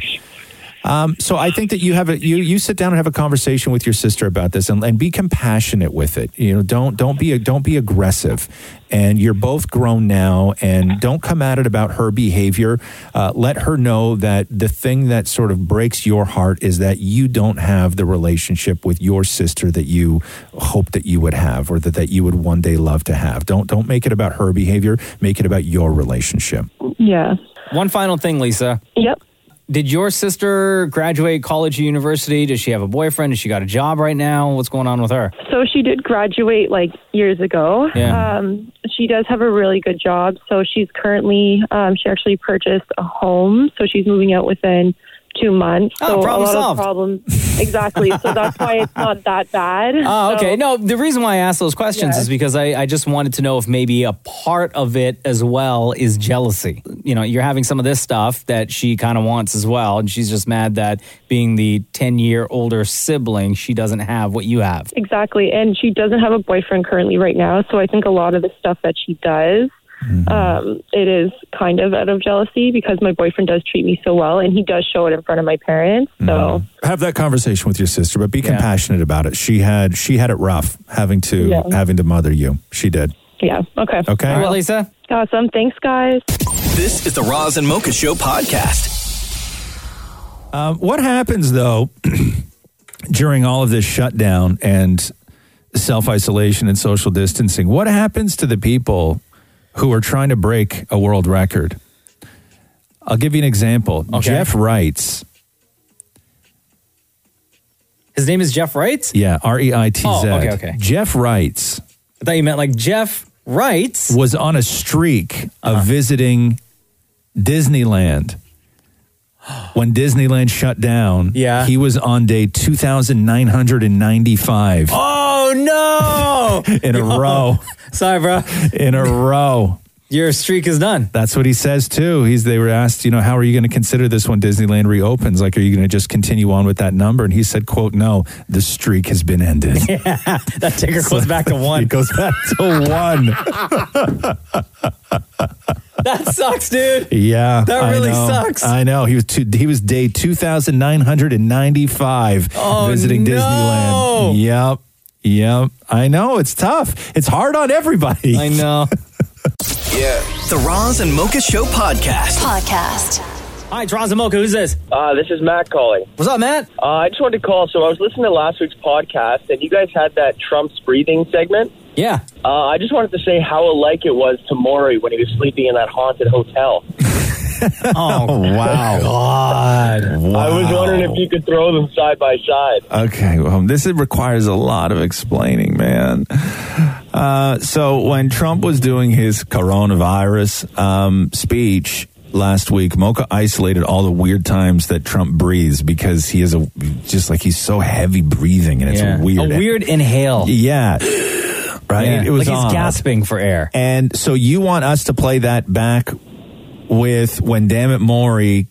Um, so I think that you have a you you sit down and have a conversation with your sister about this and, and be compassionate with it. You know, don't don't be don't be aggressive. And you're both grown now, and don't come at it about her behavior. Uh, let her know that the thing that sort of breaks your heart is that you don't have the relationship with your sister that you hope that you would have, or that, that you would one day love to have. Don't don't make it about her behavior. Make it about your relationship.
Yeah.
One final thing, Lisa.
Yep.
Did your sister graduate college or university? Does she have a boyfriend? Does she got a job right now? What's going on with her?
So she did graduate like years ago.
Yeah.
Um, she does have a really good job. So she's currently, um, she actually purchased a home. So she's moving out within two months.
Oh,
so
problem
a lot
solved.
of problems. exactly.
*laughs*
So that's why it's
*laughs*
not that bad.
Oh,
So-
okay. No, the reason why I asked those questions is because I, I just wanted to know if maybe a part of it as well is jealousy. You know, you're having some of this stuff that she kind of wants as well, and she's just mad that being the 10 year older sibling, she doesn't have what you have.
Exactly. And she doesn't have a boyfriend currently right now. So I think a lot of the stuff that she does,
Mm-hmm.
um, it is kind of out of jealousy because my boyfriend does treat me so well and he does show it in front of my parents. So.
have that conversation with your sister but be compassionate about it she had she had it rough having to
Yeah.
having to mother you she did
Yeah. Okay.
Okay. All right,
Lisa.
Awesome. Thanks, guys.
This is the Roz and Mocha Show podcast.
um, what happens though *clears throat* during all of this shutdown and self-isolation and social distancing what happens to the people who are trying to break a world record i'll give you an example jeff writes
His name is Jeff Wright?
yeah E r-e-i-t-z
Oh, okay, okay.
jeff writes
I thought you meant like Jeff Uh-huh. Wright.
was on a streak of visiting
*gasps*
Disneyland. When Disneyland shut down, yeah. he was on day 2,995
Oh, no.
*laughs* in a row.
Sorry, bro.
In a row.
Your streak is done.
That's what he says too. He's they were asked, you know, how are you going to consider this when Disneyland reopens? Like, are you going to just continue on with that number? And he said, "quote No, the streak has been ended."
*laughs* Yeah, that ticker goes *laughs* back to one.
It goes back to one.
*laughs* *laughs* that sucks, dude.
Yeah,
That
I
really
know.
sucks.
I know. He was two, he was day two thousand nine hundred and ninety five
Oh,
visiting
no.
Disneyland. *laughs* Yep, yep. I know it's tough. It's hard on everybody. I
know.
Yeah. The Roz and Mocha Show podcast.
Podcast.
Hi, it's Roz and Mocha. Who's this?
Uh, this is Matt calling.
What's up, Matt?
Uh, I just wanted to call. So I was listening to last week's podcast, and you guys had that Trump's breathing segment.
Yeah.
Uh, I just wanted to say how alike it was to Maury when he was sleeping in that haunted hotel.
*laughs* Oh,
wow.
God.
I was wondering if you could throw them side by side.
Okay, well, this is- requires a lot of explaining, man. Uh, so when Trump was doing his coronavirus um, speech last week, Mocha isolated all the weird times that Trump breathes because he is a just like he's so heavy breathing and it's
Yeah.
weird.
A weird inhale.
Yeah. Right?
Yeah.
It was
like he's
odd.
gasping for air.
And so you want us to play that back with when Dammit Maury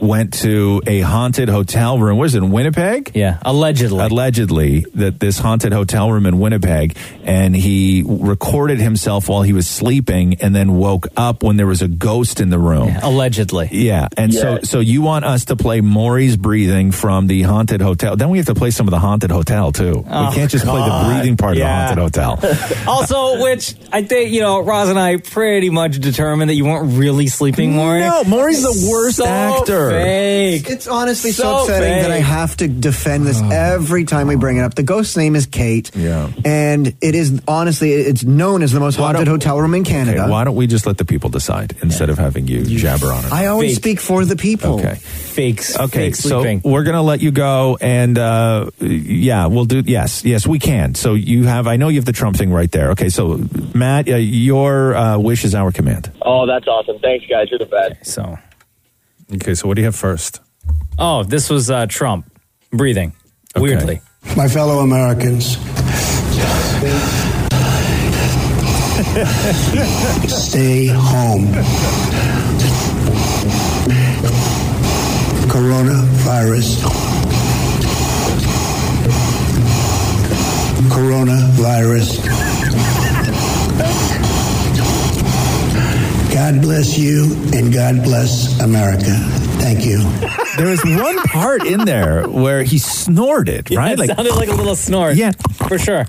went to a haunted hotel room. Was it in Winnipeg?
Yeah, allegedly.
Allegedly, that this haunted hotel room in Winnipeg, and he recorded himself while he was sleeping, and then woke up when there was a ghost in the room.
Allegedly.
Yeah, and so
Yes.
so you want us to play Maury's breathing from the haunted hotel. Then we have to play some of the haunted hotel too.
Oh,
we can't just play
God.
the breathing part
Yeah.
of the haunted
*laughs*
hotel.
also, which I think, you know, Roz and I pretty much determined that you weren't really sleeping, Maury.
No, Oh, Maury's the worst
So
actor.
Fake.
It's honestly so, upsetting that I
fake.
have to defend this
Ah.
every time we bring it up. The ghost's name is Kate. Yeah. And it is honestly, it's known as the most haunted hotel room in Canada.
Okay, why don't we just let the people decide instead of having you, jabber on it?
I always speak for the people.
Okay.
Fakes.
Okay,
fake
so
sleeping.
we're gonna let you go, and uh, yeah, we'll do. Yes, yes, we can. So you have, I know you have the Trump thing right there. Okay, so Matt, uh, your uh, wish is our command.
Oh, that's awesome. Thanks, guys. You're the best.
So,
okay, so what do you have first?
Oh, this was uh, Trump breathing weirdly.
My fellow Americans, stay home. Coronavirus. Coronavirus. God bless you and God bless America. Thank you.
There was one part in there where he snorted,
*laughs* Yeah,
right?
it sounded like a *laughs* little snort. Yeah, for sure.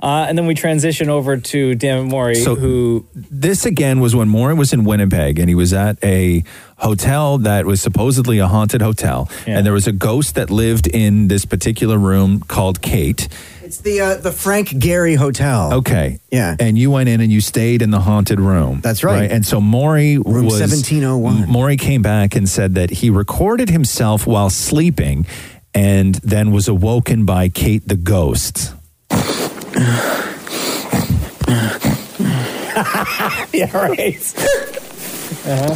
Uh, and then we transition over to Dan Mori,
So-
who
this again was when Morin was in Winnipeg and he was at a hotel that was supposedly a haunted hotel, and there was a ghost that lived in this particular room called Kate.
It's the uh, the Frank Gehry Hotel.
Okay.
Yeah.
And you went in and you stayed in the haunted room. That's
right.
And so Maury
Room
was
1701.
Maury came back and said that he recorded himself while sleeping and then was awoken by Kate the
*sighs*
ghost.
*laughs*
*sighs*
yeah, right. uh-huh.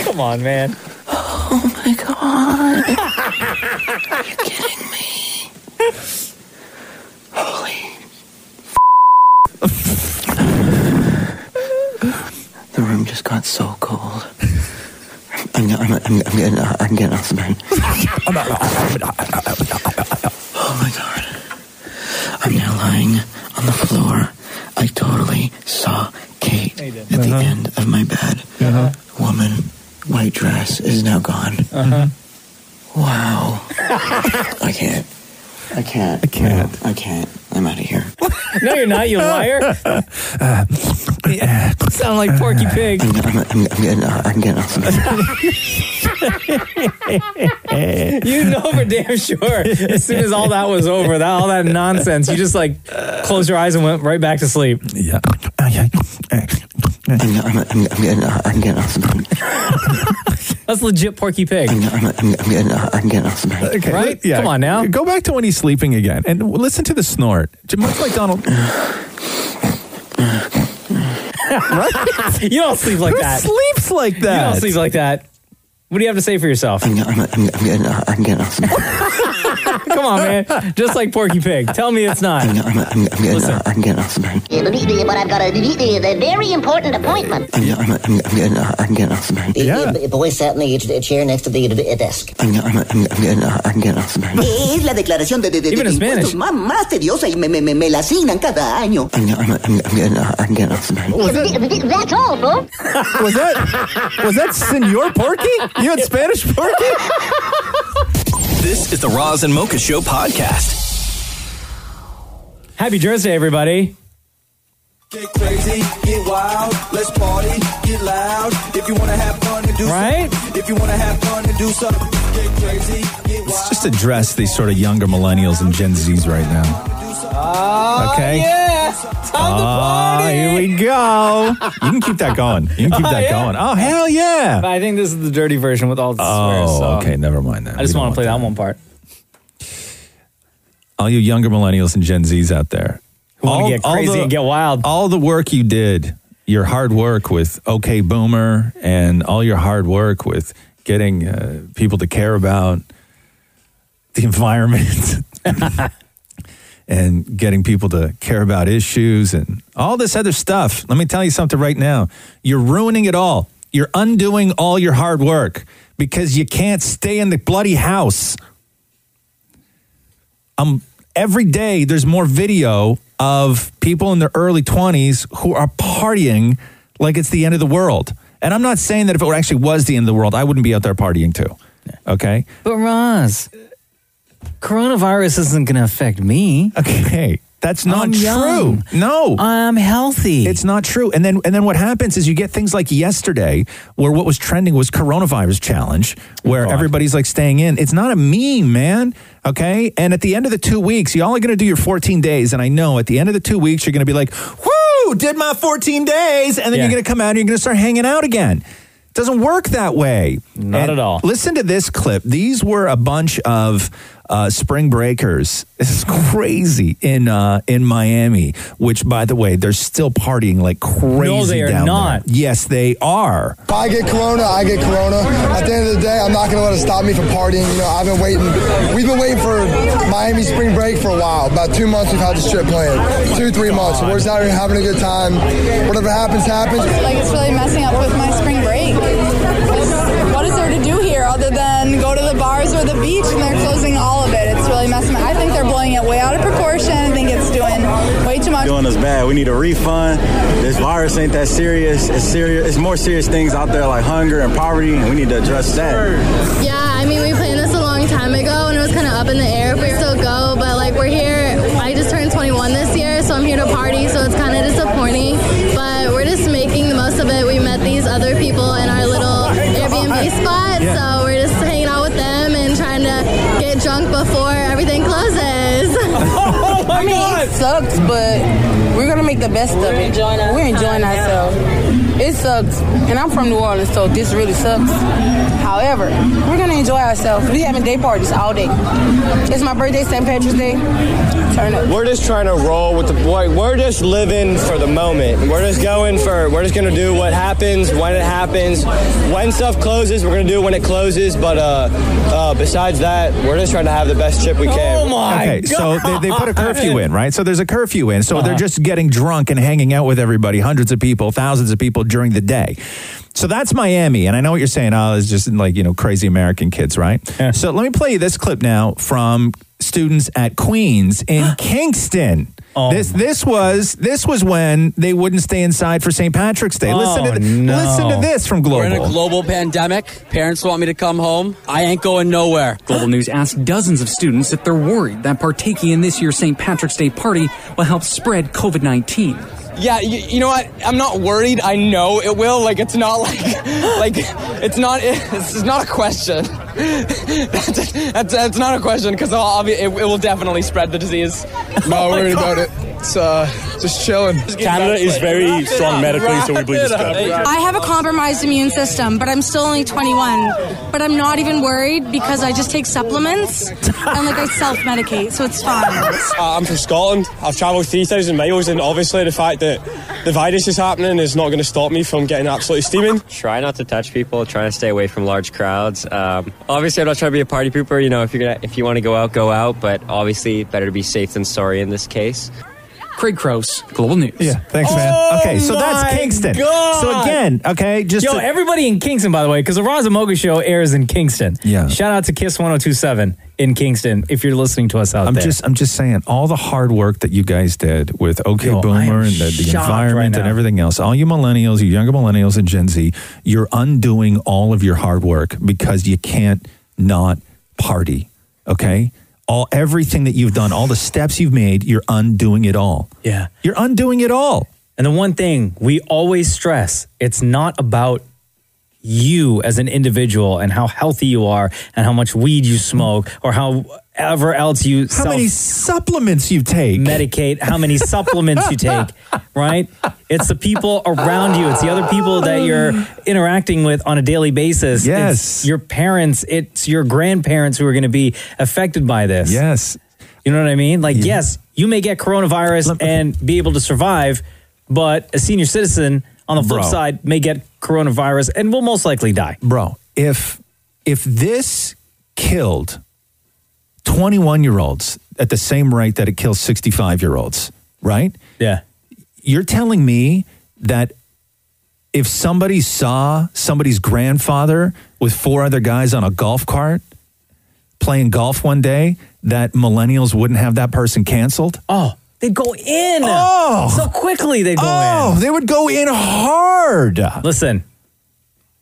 Come on, *laughs* man.
Oh my god. You're kidding me.
The room just got so cold. I'm, I'm, I'm, I'm getting, I'm getting off the bed. oh my god. I'm now lying on the floor. I totally saw Kate at the end of my bed. Woman, white dress is now gone.
Uh-huh.
Wow. *laughs* I can't. I can't. I can't. I can't. I'm out of here.
No, you're not, you
*laughs*
liar. Sound like Porky Pig.
I'm, I'm, I'm, I'm getting, I'm getting off the bed.
*laughs*
*laughs*
you know for damn sure. As soon as all that was over, that all that nonsense, you just like closed your eyes and went right back to sleep.
Yeah.
I'm, I'm, I'm, I'm getting, I'm getting off the bed.
That's legit Porky Pig.
I'm, I'm, I'm, I'm getting, I'm getting off the bed.
*laughs* Okay,
Right?
let- yeah.
Come on now.
Go back to when he's sleeping again and w- listen to the snort. J- Much like Donald.
Right? *laughs* you don't sleep like
Who
that.
sleeps like that?
You don't sleep like that. What do you have to say for yourself?
I'm, I'm, I'm, I'm getting, I'm getting off the bed.
*laughs* Come on, man. Just like Porky Pig. Tell me it's not.
I'm, I'm, I'm getting, I'm getting off the bed.
Let me see, but I've got a, a very important appointment.
I'm, I'm, I'm, I'm getting, I'm getting off the bed.
The boy sat in the uh, chair next to the uh, desk.
I'm, I'm, I'm, I'm getting, I'm getting off the bed.
Es la declaración de,
Even in Spanish.
más, más tediosa y me, me, me, me la asignan cada año.
I'm, I'm, I'm, I'm getting, I'm getting off the bed.
That's
*laughs*
all, folks.
was that was that Senor Porky? You had Spanish Porky?
This is the Roz and Mocha Show podcast.
Happy Thursday, everybody.
Get crazy, get wild, let's party, get loud. If you wanna have fun and do
right?
if you wanna have fun and do something, get crazy, get wild.
Let's just address these sort of younger millennials and Gen Zs right now. okay.
Yeah. Oh, Time
Ah, to party. Here we go. You can keep that going. You can keep that going. Oh hell yeah!
But I think this is the dirty version with all the swears.
Oh,
so-
okay. Never mind that.
I just want to play that one part.
all you younger millennials and Gen Zs out there.
Who wanna get crazy and
get wild. All the work you did, your hard work with OK Boomer and all your hard work with getting uh, people to care about the environment *laughs* and getting people to care about issues and all this other stuff. Let me tell you something right now. You're ruining it all. You're undoing all your hard work because you can't stay in the bloody house. Um, every day there's more video of people in their early 20s who are partying like it's the end of the world. And I'm not saying that if it were- actually was the end of the world, I wouldn't be out there partying too. Okay?
But Roz, coronavirus isn't going to affect me.
Okay, that's not true. No.
I'm healthy.
It's not true. And then and then what happens is you get things like yesterday where what was trending was coronavirus challenge where everybody's like staying in. It's not a meme, man. Okay? And at the end of the 2 weeks, y'all are going to do your 14 days and I know at the end of the 2 weeks you're going to be like, "Woo, did my 14 days." And then you're going to come out and you're going to start hanging out again. Doesn't work that way. Not at all. Listen to this clip. These were a bunch of uh, spring breakers. *laughs* This is crazy in uh, in Miami. Which, by the way, they're still partying like crazy.
they are
down
not.
There. Yes, they are.
If I get corona, I get corona. At the end of the day, I'm not gonna let it stop me from partying. You know, I've been waiting. We've been waiting for Miami spring break for a while. About two months we've had this trip planned. Two, three months. We're just out here having a good time. Whatever happens, happens.
Like it's really messing up with my spring break. It's- What is there to do here other than go to the bars or the beach and they're closing all of it? It's really messing. I think they're blowing it way out of proportion. I think it's doing way too much.
doing us bad. We need a refund. This virus ain't that serious. It's serious. It's more serious things out there like hunger and poverty, and we need to address that.
Yeah, I mean, we planned this a long time ago and it was kind of up in the air if we still go, but like we're here. I just turned 21 this year, so I'm here to party, so it's kind of disappointing, but we're just making the most of it. We met these other people in our little Airbnb spot,
Yeah.
so we're just hanging out with them and trying to get drunk before everything closes.
I mean, it sucks, but we're gonna make the best of it. we're enjoying ourselves. It sucks, and I'm from New Orleans, so this really sucks. However, we're gonna enjoy ourselves. We having day parties all day. It's my birthday, St. Patrick's Day. Turn up.
We're just trying to roll with the boy. We're just living for the moment. We're just going for. We're just gonna do what happens when it happens. When stuff closes, we're gonna do it when it closes. But uh, uh, besides that, we're just trying to have the best trip we can.
Oh
Oh okay, so they, they put a curfew in, right? So there's a curfew in. So
Uh-huh.
they're just getting drunk and hanging out with everybody, hundreds of people, thousands of people during the day. So that's Miami. And I know what you're saying. Oh, it's just like, you know, crazy American kids, right? So let me play you this clip now from students at Queens
*gasps*
in Kingston.
Oh
this this was this was when they wouldn't stay inside for St. Patrick's Day. listen to
Oh,
th-
no.
listen to this from Global.
We're in a global pandemic. Parents want me to come home. I ain't going nowhere.
Global News asked dozens of students if they're worried that partaking in this year's St. Patrick's Day party will help spread COVID 19.
Yeah, you, you know what? I'm not worried. I know it will. Like it's not like *laughs* like it's not *laughs* it's, it's not a question. *laughs* that's, that's that's not a question because it, it will definitely spread the disease. *laughs* Oh
Not worried about
God.
it. It's uh, just chilling.
Canada is very strong medically, so we believe it's good.
I have a compromised immune system, but I'm still only 21. But I'm not even worried because I just take supplements and like I self medicate, so it's fine.
Uh, I'm from Scotland. I've travelled 3,000 miles, and obviously the fact that the virus is happening is not going to stop me from getting absolutely steaming.
Try not to touch people. Try to stay away from large crowds. Um, obviously, I'm not trying to be a party pooper. You know, if you're gonna, if you want to go out, go out. But obviously, better to be safe than sorry in this case. Oh
Craig Krause, Global News.
Yeah, thanks, man. Okay, so that's
Oh my
Kingston.
God.
So again, okay, just
Yo,
to-
everybody in Kingston, by the way, because the Roz and Mocha show airs in Kingston.
Yeah.
Shout out to Kiss 1027 in Kingston if you're listening to us out
I'm
there.
just I'm just saying all the hard work that you guys did with OK
Yo, I am
Boomer and the, the
shocked
environment
right
and
now.
everything else. All you millennials, you younger millennials and Gen Z, you're undoing all of your hard work because you can't not party. Okay. All everything that you've done, all the steps you've made, you're undoing it all.
Yeah.
You're undoing it all.
And the one thing we always stress it's not about you as an individual and how healthy you are and how much weed you smoke or however else you
How many supplements you take
medicate how many supplements you take
*laughs*
right it's the people around you it's the other people that you're interacting with on a daily basis
Yes.
it's your parents it's your grandparents who are going to be affected by this
yes
you know what i mean like yes you may get coronavirus and be able to survive but a senior citizen on the flip
Bro.
side may get coronavirus and will most likely die
bro if if this killed 21 year olds at the same rate that it kills 65 year olds right
yeah
you're telling me that if somebody saw somebody's grandfather with four other guys on a golf cart playing golf one day that millennials wouldn't have that person canceled
oh They'd go in
Oh.
so quickly. They'd go
Oh,
in.
they would go in hard.
Listen,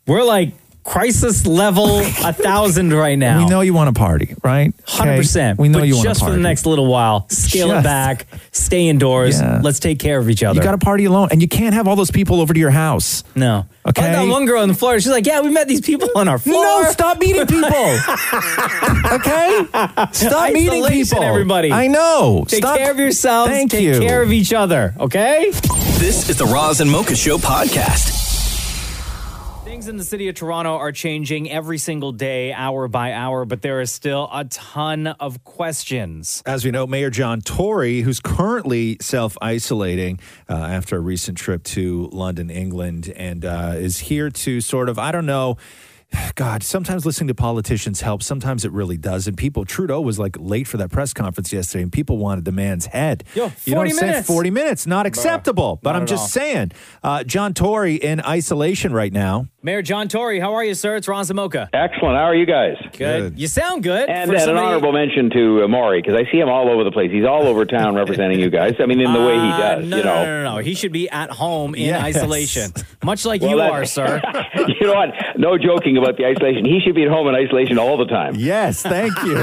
we're like crisis
*laughs*
level a thousand right now.
we know you want to party right
Hundred percent.
Okay? we know
but
you
just
want to
for
party
the next little while. Scale it
Just-
back. Stay indoors.
Yeah.
Let's take care of each other.
you
*laughs*
got to party alone and you can't have all those people over to your house
no okay. I got one girl in Florida. She's like, "Yeah, we met these people on our floor."
No, stop meeting people. okay, stop meeting
Isolation,
people.
Everybody,
I know.
Take
Stop-
care of yourselves.
Thank
take
you.
care of each other. Okay.
This is the Roz and Mocha Show podcast.
Things in the city of Toronto are changing every single day, hour by hour, but there is still a ton of questions.
As we know, Mayor John Tory, who's currently self isolating uh, after a recent trip to London, England, and uh, is here to sort of, I don't know, *sighs* God, sometimes listening to politicians helps, sometimes it really does. And people, Trudeau was like late for that press conference yesterday, and people wanted the man's head.
Yo,
you know what
40
I'm saying?
minutes.
40 minutes, not acceptable. but
not
I'm
at
just
all.
saying, uh, John Tory in isolation right
*laughs*
now.
Mayor John Tory, how are you, sir? It's Ron Zamoka.
Excellent. How are you guys?
Good. You sound good.
And
for
uh, an
somebody-
honorable mention to uh, Maury because I see him all over the place. He's all over town representing you guys. I mean, in the way he
Uh,
does,
no,
you
no,
know.
no, no, no. He should be at home in
Yes.
isolation, much like you
Well,
are,
that's-
sir.
*laughs* you know what? No joking about the isolation. He should be at home in isolation all the time.
Yes, thank
*laughs*
you.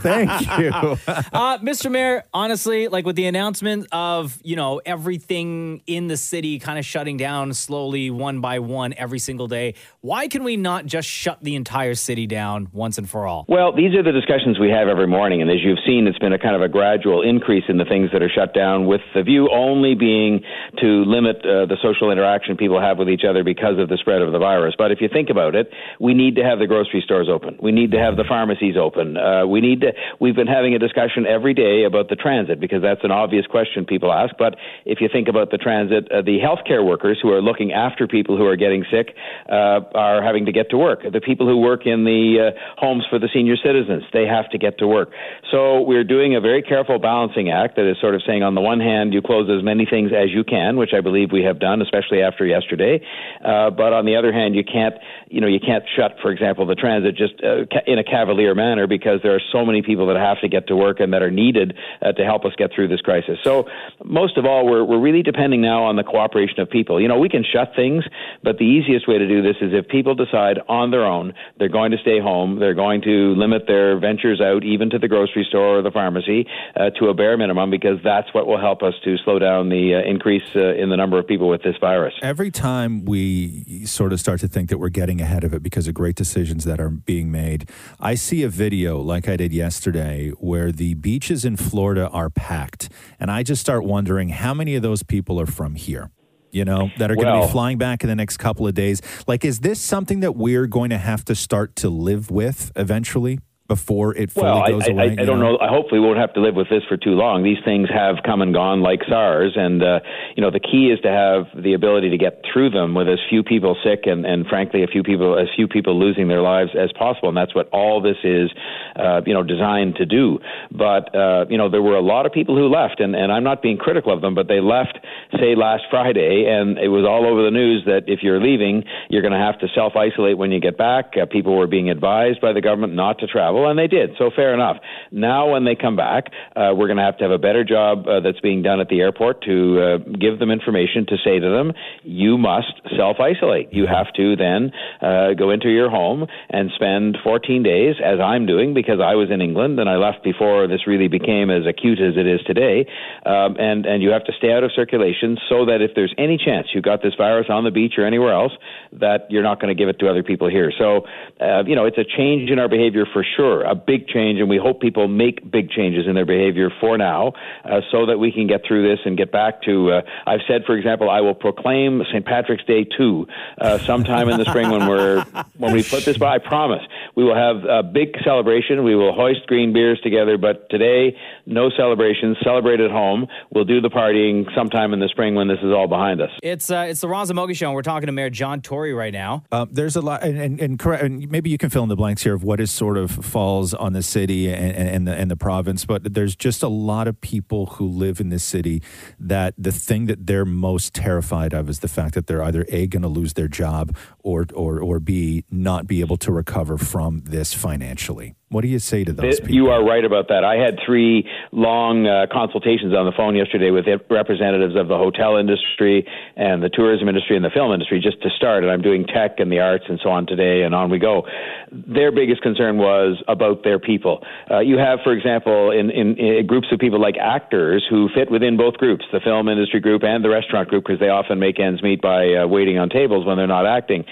thank you.
uh, Mr. Mayor, honestly, like with the announcement of, you know, everything in the city kind of shutting down slowly one by one every single day, why can we not just shut the entire city down once and for all?
Well, these are the discussions we have every morning, and as you've seen, it's been a kind of a gradual increase in the things that are shut down, with the view only being to limit uh, the social interaction people have with each other because of the spread of the virus. But if you think about it, we need to have the grocery stores open, we need to have the pharmacies open, uh, we need to. We've been having a discussion every day about the transit because that's an obvious question people ask. But if you think about the transit, uh, the healthcare workers who are looking after people who are getting sick uh, are having to get to work. The people who work in the uh, homes for the senior citizens, they have to get to work. So we're doing a very careful balancing act that is sort of saying, on the one hand, you close as many things as you can, which I believe we have done, especially after yesterday. Uh, but on the other hand, you can't, you know, you can't shut, for example, the transit just uh, ca- in a cavalier manner because there are so many people that have to get to work and that are needed uh, to help us get through this crisis. So most of all, we're we're really depending now on the cooperation of people. You know, we can shut things, but the easiest way to do this is if people decide on their own they're going to stay home, they're going to limit their ventures out, even to the grocery store or the pharmacy, uh, to a bare minimum because that's what will help us to slow down the uh, increase uh, in the number of people with this virus.
Every time we sort of start to think that we're getting ahead of it because of great decisions that are being made, I see a video like I did yesterday where the beaches in Florida are packed. And I just start wondering how many of those people are from here, you know, that are going to
Well-
be flying back in the next couple of days. Like, is this something that we're going to have to start to live with eventually before it fully
Well, I,
goes
I,
away?
I, I
you
don't know. I hopefully won't have to live with this for too long. These things have come and gone like SARS, and uh, you know the key is to have the ability to get through them with as few people sick and, and frankly, a few people as few people losing their lives as possible. And that's what all this is, uh, you know, designed to do. But uh, you know, there were a lot of people who left, and, and I'm not being critical of them, but they left say last Friday, and it was all over the news that if you're leaving, you're going to have to self isolate when you get back. Uh, people were being advised by the government not to travel. travel, and they did. So fair enough. Now, when they come back, uh, we're going to have to have a better job uh, that's being done at the airport to uh, give them information to say to them, you must self isolate. You have to then uh, go into your home and spend 14 days, as I'm doing, because I was in England and I left before this really became as acute as it is today. Um, and and you have to stay out of circulation so that if there's any chance you got this virus on the beach or anywhere else, that you're not going to give it to other people here. So, uh, you know, it's a change in our behavior for sure, a big change, and we hope people make big changes in their behavior for now, uh, so that we can get through this and get back to. Uh, I've said, for example, I will proclaim St. Patrick's Day two uh, sometime in the spring when we're when we put this by. I promise we will have a big celebration. We will hoist green beers together, but today no celebrations. Celebrate at home. We'll do the partying sometime in the spring when this is all behind us.
It's uh, it's the Ron Zamogi show, and we're talking to Mayor John Tory right now. *laughs*
Uh, there's a lot, and, and, and, correct, and maybe you can fill in the blanks here of what is sort of falls on the city and, and, and, the, and the province, but there's just a lot of people who live in this city that the thing that they're most terrified of is the fact that they're either A, going to lose their job, or, or, or B, not be able to recover from this financially. What do you say to those
Th- You are right about that. I had three long uh, consultations on the phone yesterday with rep- representatives of the hotel industry and the tourism industry and the film industry just to start. And I'm doing tech and the arts and so on today, and on we go. Their biggest concern was about their people. Uh, you have, for example, in, in, in groups of people like actors who fit within both groups, the film industry group and the restaurant group, because they often make ends meet by uh, waiting on tables when they're not acting.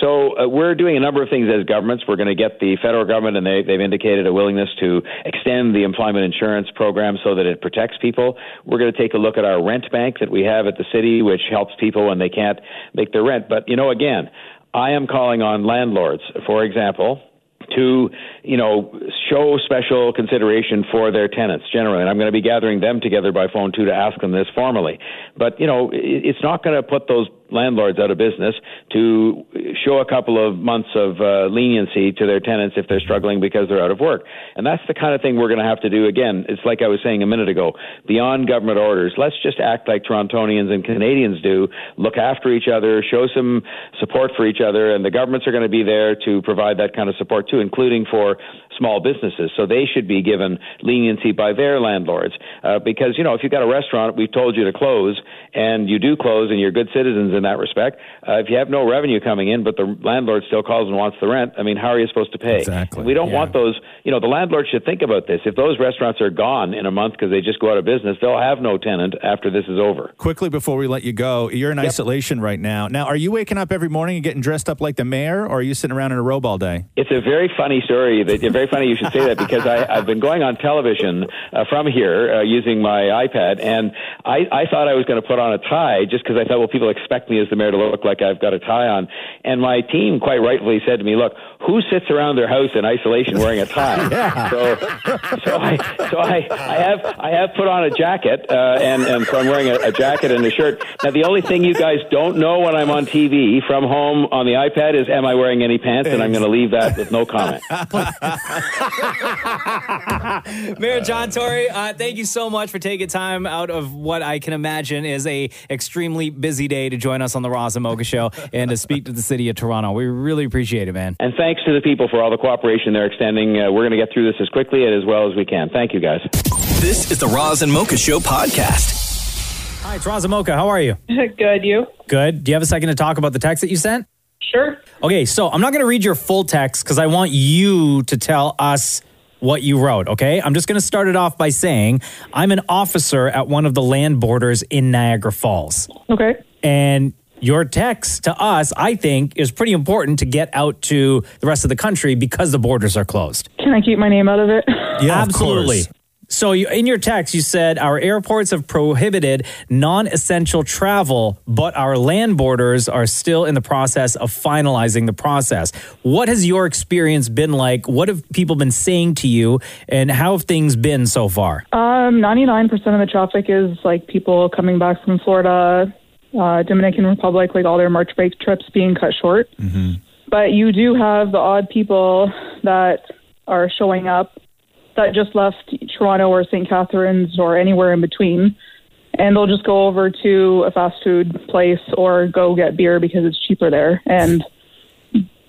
So uh, we're doing a number of things as governments. We're going to get the federal government, and they, they've indicated a willingness to extend the employment insurance program so that it protects people. We're going to take a look at our rent bank that we have at the city, which helps people when they can't make their rent. But you know, again, I am calling on landlords, for example, to you know show special consideration for their tenants generally and i'm going to be gathering them together by phone too to ask them this formally but you know it- it's not going to put those landlords out of business to show a couple of months of uh, leniency to their tenants if they're struggling because they're out of work and that's the kind of thing we're going to have to do again it's like i was saying a minute ago beyond government orders let's just act like torontonians and canadians do look after each other show some support for each other and the governments are going to be there to provide that kind of support too including for small businesses. So they should be given leniency by their landlords. Uh, because, you know, if you've got a restaurant, we've told you to close, and you do close, and you're good citizens in that respect. Uh, if you have no revenue coming in, but the landlord still calls and wants the rent, I mean, how are you supposed to pay?
Exactly.
We don't want those, you know, the landlord should think about this. If those restaurants are gone in a month because they just go out of business, they'll have no tenant after this is over.
Quickly before we let you go, you're in isolation right now. Now, are you waking up every morning and getting dressed up like the mayor, or are you sitting around in a robe all day?
It's a very funny story. That, very funny you should say that because I, I've been going on television uh, from here uh, using my iPad, and I, I thought I was going to put on a tie just because I thought, well, people expect me as the mayor to look like I've got a tie on. And my team quite rightfully said to me, look, who sits around their house in isolation wearing a tie? So, so I, so I, I have, I have put on a jacket, uh, and, and so I'm wearing a, a jacket and a shirt. Now, the only thing you guys don't know when I'm on TV from home on the iPad is, am I wearing any pants? And I'm going to leave that with no comment.
Mayor John Tory, uh, thank you so much for taking time out of what I can imagine is a extremely busy day to join us on the Ross and Mocha Show and to speak to the city of Toronto. We really appreciate it, man.
And thanks to the people for all the cooperation they're extending. Uh, we're going to get through this as quickly and as well as we can. Thank you, guys.
This is the Roz and Mocha Show podcast.
Hi, it's Roz and Mocha. How are you?
*laughs* Good, you?
Good. Do you have a second to talk about the text that you sent?
Sure.
Okay, so I'm not going to read your full text because I want you to tell us what you wrote, okay? I'm just going to start it off by saying I'm an officer at one of the land borders in Niagara Falls.
Okay.
And your text to us, I think, is pretty important to get out to the rest of the country because the borders are closed.
Can I keep my name out of it?
Yeah, absolutely. So you, in your text, you said our airports have prohibited non-essential travel, but our land borders are still in the process of finalizing the process. What has your experience been like? What have people been saying to you, and how have things been so far?
Um, 99% of the traffic is like people coming back from Florida, uh, Dominican Republic, like all their March break trips being cut short.
Mm-hmm.
But you do have the odd people that are showing up that just left Toronto or St. Catharines or anywhere in between. And they'll just go over to a fast food place or go get beer because it's cheaper there. And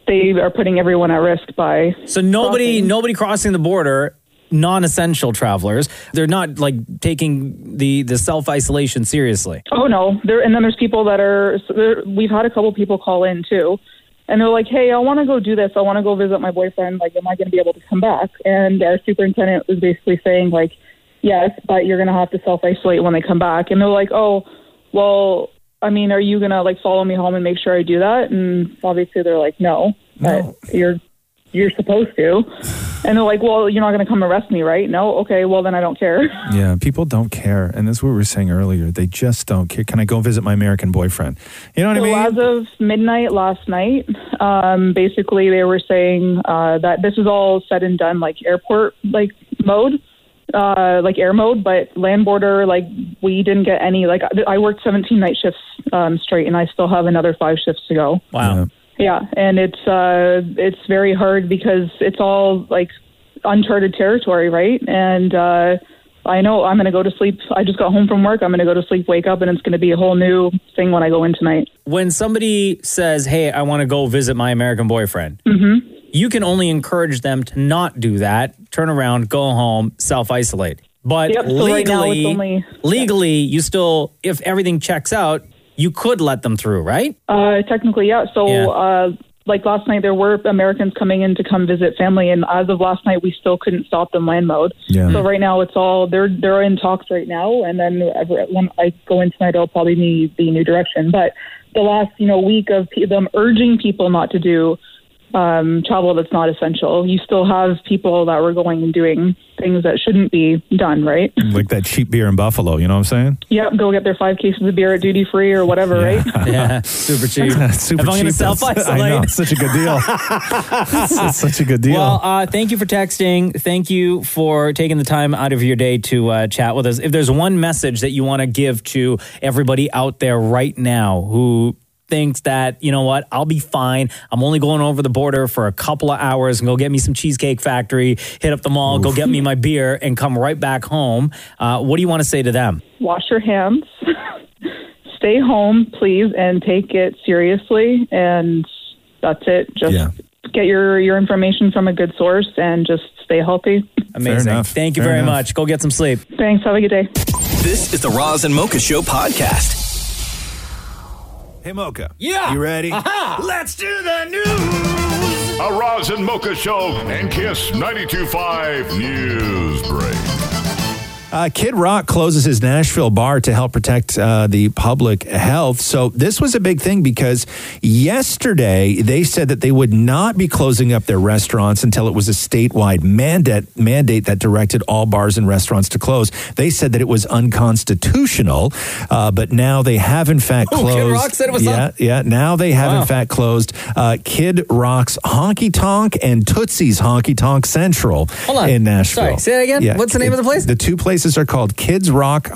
they are putting everyone at risk by
So nobody, nobody crossing the border, non-essential travelers. They're not like taking the the self isolation seriously.
Oh no, there and then there's people that are. So there, we've had a couple people call in too, and they're like, "Hey, I want to go do this. I want to go visit my boyfriend. Like, am I going to be able to come back?" And our superintendent was basically saying like, "Yes, but you're going to have to self isolate when they come back." And they're like, "Oh, well, I mean, are you going to like follow me home and make sure I do that?" And obviously, they're like, "No, but you're." You're supposed to. And they're like, well, you're not going to come arrest me, right? No? Okay, well, then I don't care. *laughs*
Yeah, people don't care. And that's what we were saying earlier. They just don't care. Can I go visit my American boyfriend? You know what I mean?
so as of midnight last night, um, basically they were saying uh, that this is all said and done like airport like mode, uh, like air mode, but land border like we didn't get any. Like I- I worked 17 night shifts um, straight, and I still have another five shifts to go.
Wow.
Yeah, and it's uh, it's very hard because it's all like uncharted territory, right? And uh, I know I'm going to go to sleep. I just got home from work. I'm going to go to sleep, wake up, and it's going to be a whole new thing when I go in tonight.
When somebody says, "Hey, I want to go visit my American boyfriend,"
Mm-hmm.
Mm-hmm. you can only encourage them to not do that. Turn around, go home, self isolate. But
Yep, so right now it's
legally,
only-
legally, you still, if everything checks out, you could let them through, right?
Uh, technically, yeah. So,
Yeah.
Uh, like last night, there were Americans coming in to come visit family, and as of last night, we still couldn't stop them land mode.
Yeah.
So right now, it's all they're they're in talks right now, and then every, when I go in tonight, I'll probably need the new direction. But the last you know week of pe- them urging people not to do um, travel that's not essential, you still have people that were going and doing things that shouldn't be done, right?
like that cheap beer in Buffalo. You know what I'm saying?
Yep, go get their five cases of beer at duty free or whatever, right?
*laughs*
Yeah, super cheap.
Super
if I'm
cheap.
to self
I know,
isolate,
it's such a good deal. It's- it's such a good deal.
Well, uh, thank you for texting. Thank you for taking the time out of your day to uh, chat with us. If there's one message that you want to give to everybody out there right now who thinks that, you know what, I'll be fine. I'm only going over the border for a couple of hours and go get me some Cheesecake Factory, hit up the mall, go get me my beer, and come right back home. Uh, what do you want to say to them?
wash your hands, *laughs* stay home, please, and take it seriously. And that's it. Just get your, your information from a good source and just stay healthy. *laughs*
Amazing. Thank you
Fair
very
enough.
much. Go get some sleep.
Thanks. Have a good day.
This is the Roz and Mocha
*laughs*
Show podcast.
Hey, Mocha.
Yeah.
You ready?
Let's do the news. A Roz and Mocha Show and Kiss 92.5 News Break.
Uh, Kid Rock closes his Nashville bar to help protect uh, the public health. So this was a big thing because yesterday they said that they would not be closing up their restaurants until it was a statewide mandate mandate that directed all bars and restaurants to close. They said that it was unconstitutional, uh, but now they have in fact
Oh, Kid
closed.
Rock said it was
yeah,
un-
yeah. Now they have
Wow.
in fact closed uh, Kid Rock's Honky Tonk and Tootsie's Honky Tonk Central
Hold on.
in Nashville.
Sorry, say that again? What's the name of the place?
The two places are called Kids Rock,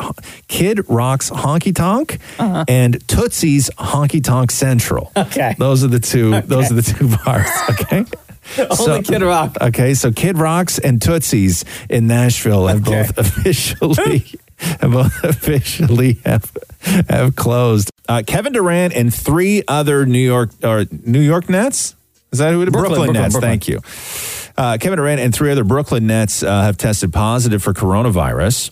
Kid Rock's Honky Tonk,
Uh-huh.
and Tootsie's Honky Tonk Central. Okay, those are the two.
*laughs*
Those are the two bars. Okay.
Only Kid Rock.
Okay, so Kid Rocks and Tootsie's in Nashville have
*laughs*
both officially have both *laughs* officially have, have closed. Uh, Kevin Durant and three other New York or New York Nets. Is that who it is? Brooklyn,
Brooklyn, Brooklyn,
Nets.
Brooklyn.
Thank you. Uh, Kevin Durant and three other Brooklyn Nets uh, have tested positive for coronavirus.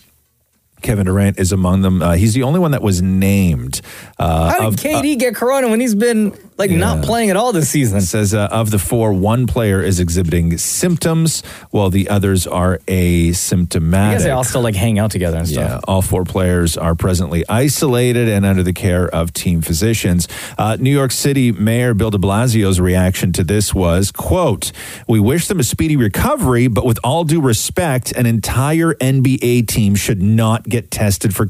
Kevin Durant is among them. Uh, he's the only one that was named. Uh,
How
of-
did KD get corona when he's been like not playing at all this season?
It says uh, of the four, one player is exhibiting symptoms, while the others are asymptomatic.
I guess they all still like hang out together and stuff.
Yeah, all four players are presently isolated and under the care of team physicians. Uh, New York City Mayor Bill de Blasio's reaction to this was, quote, we wish them a speedy recovery, but with all due respect, an entire NBA team should not get tested for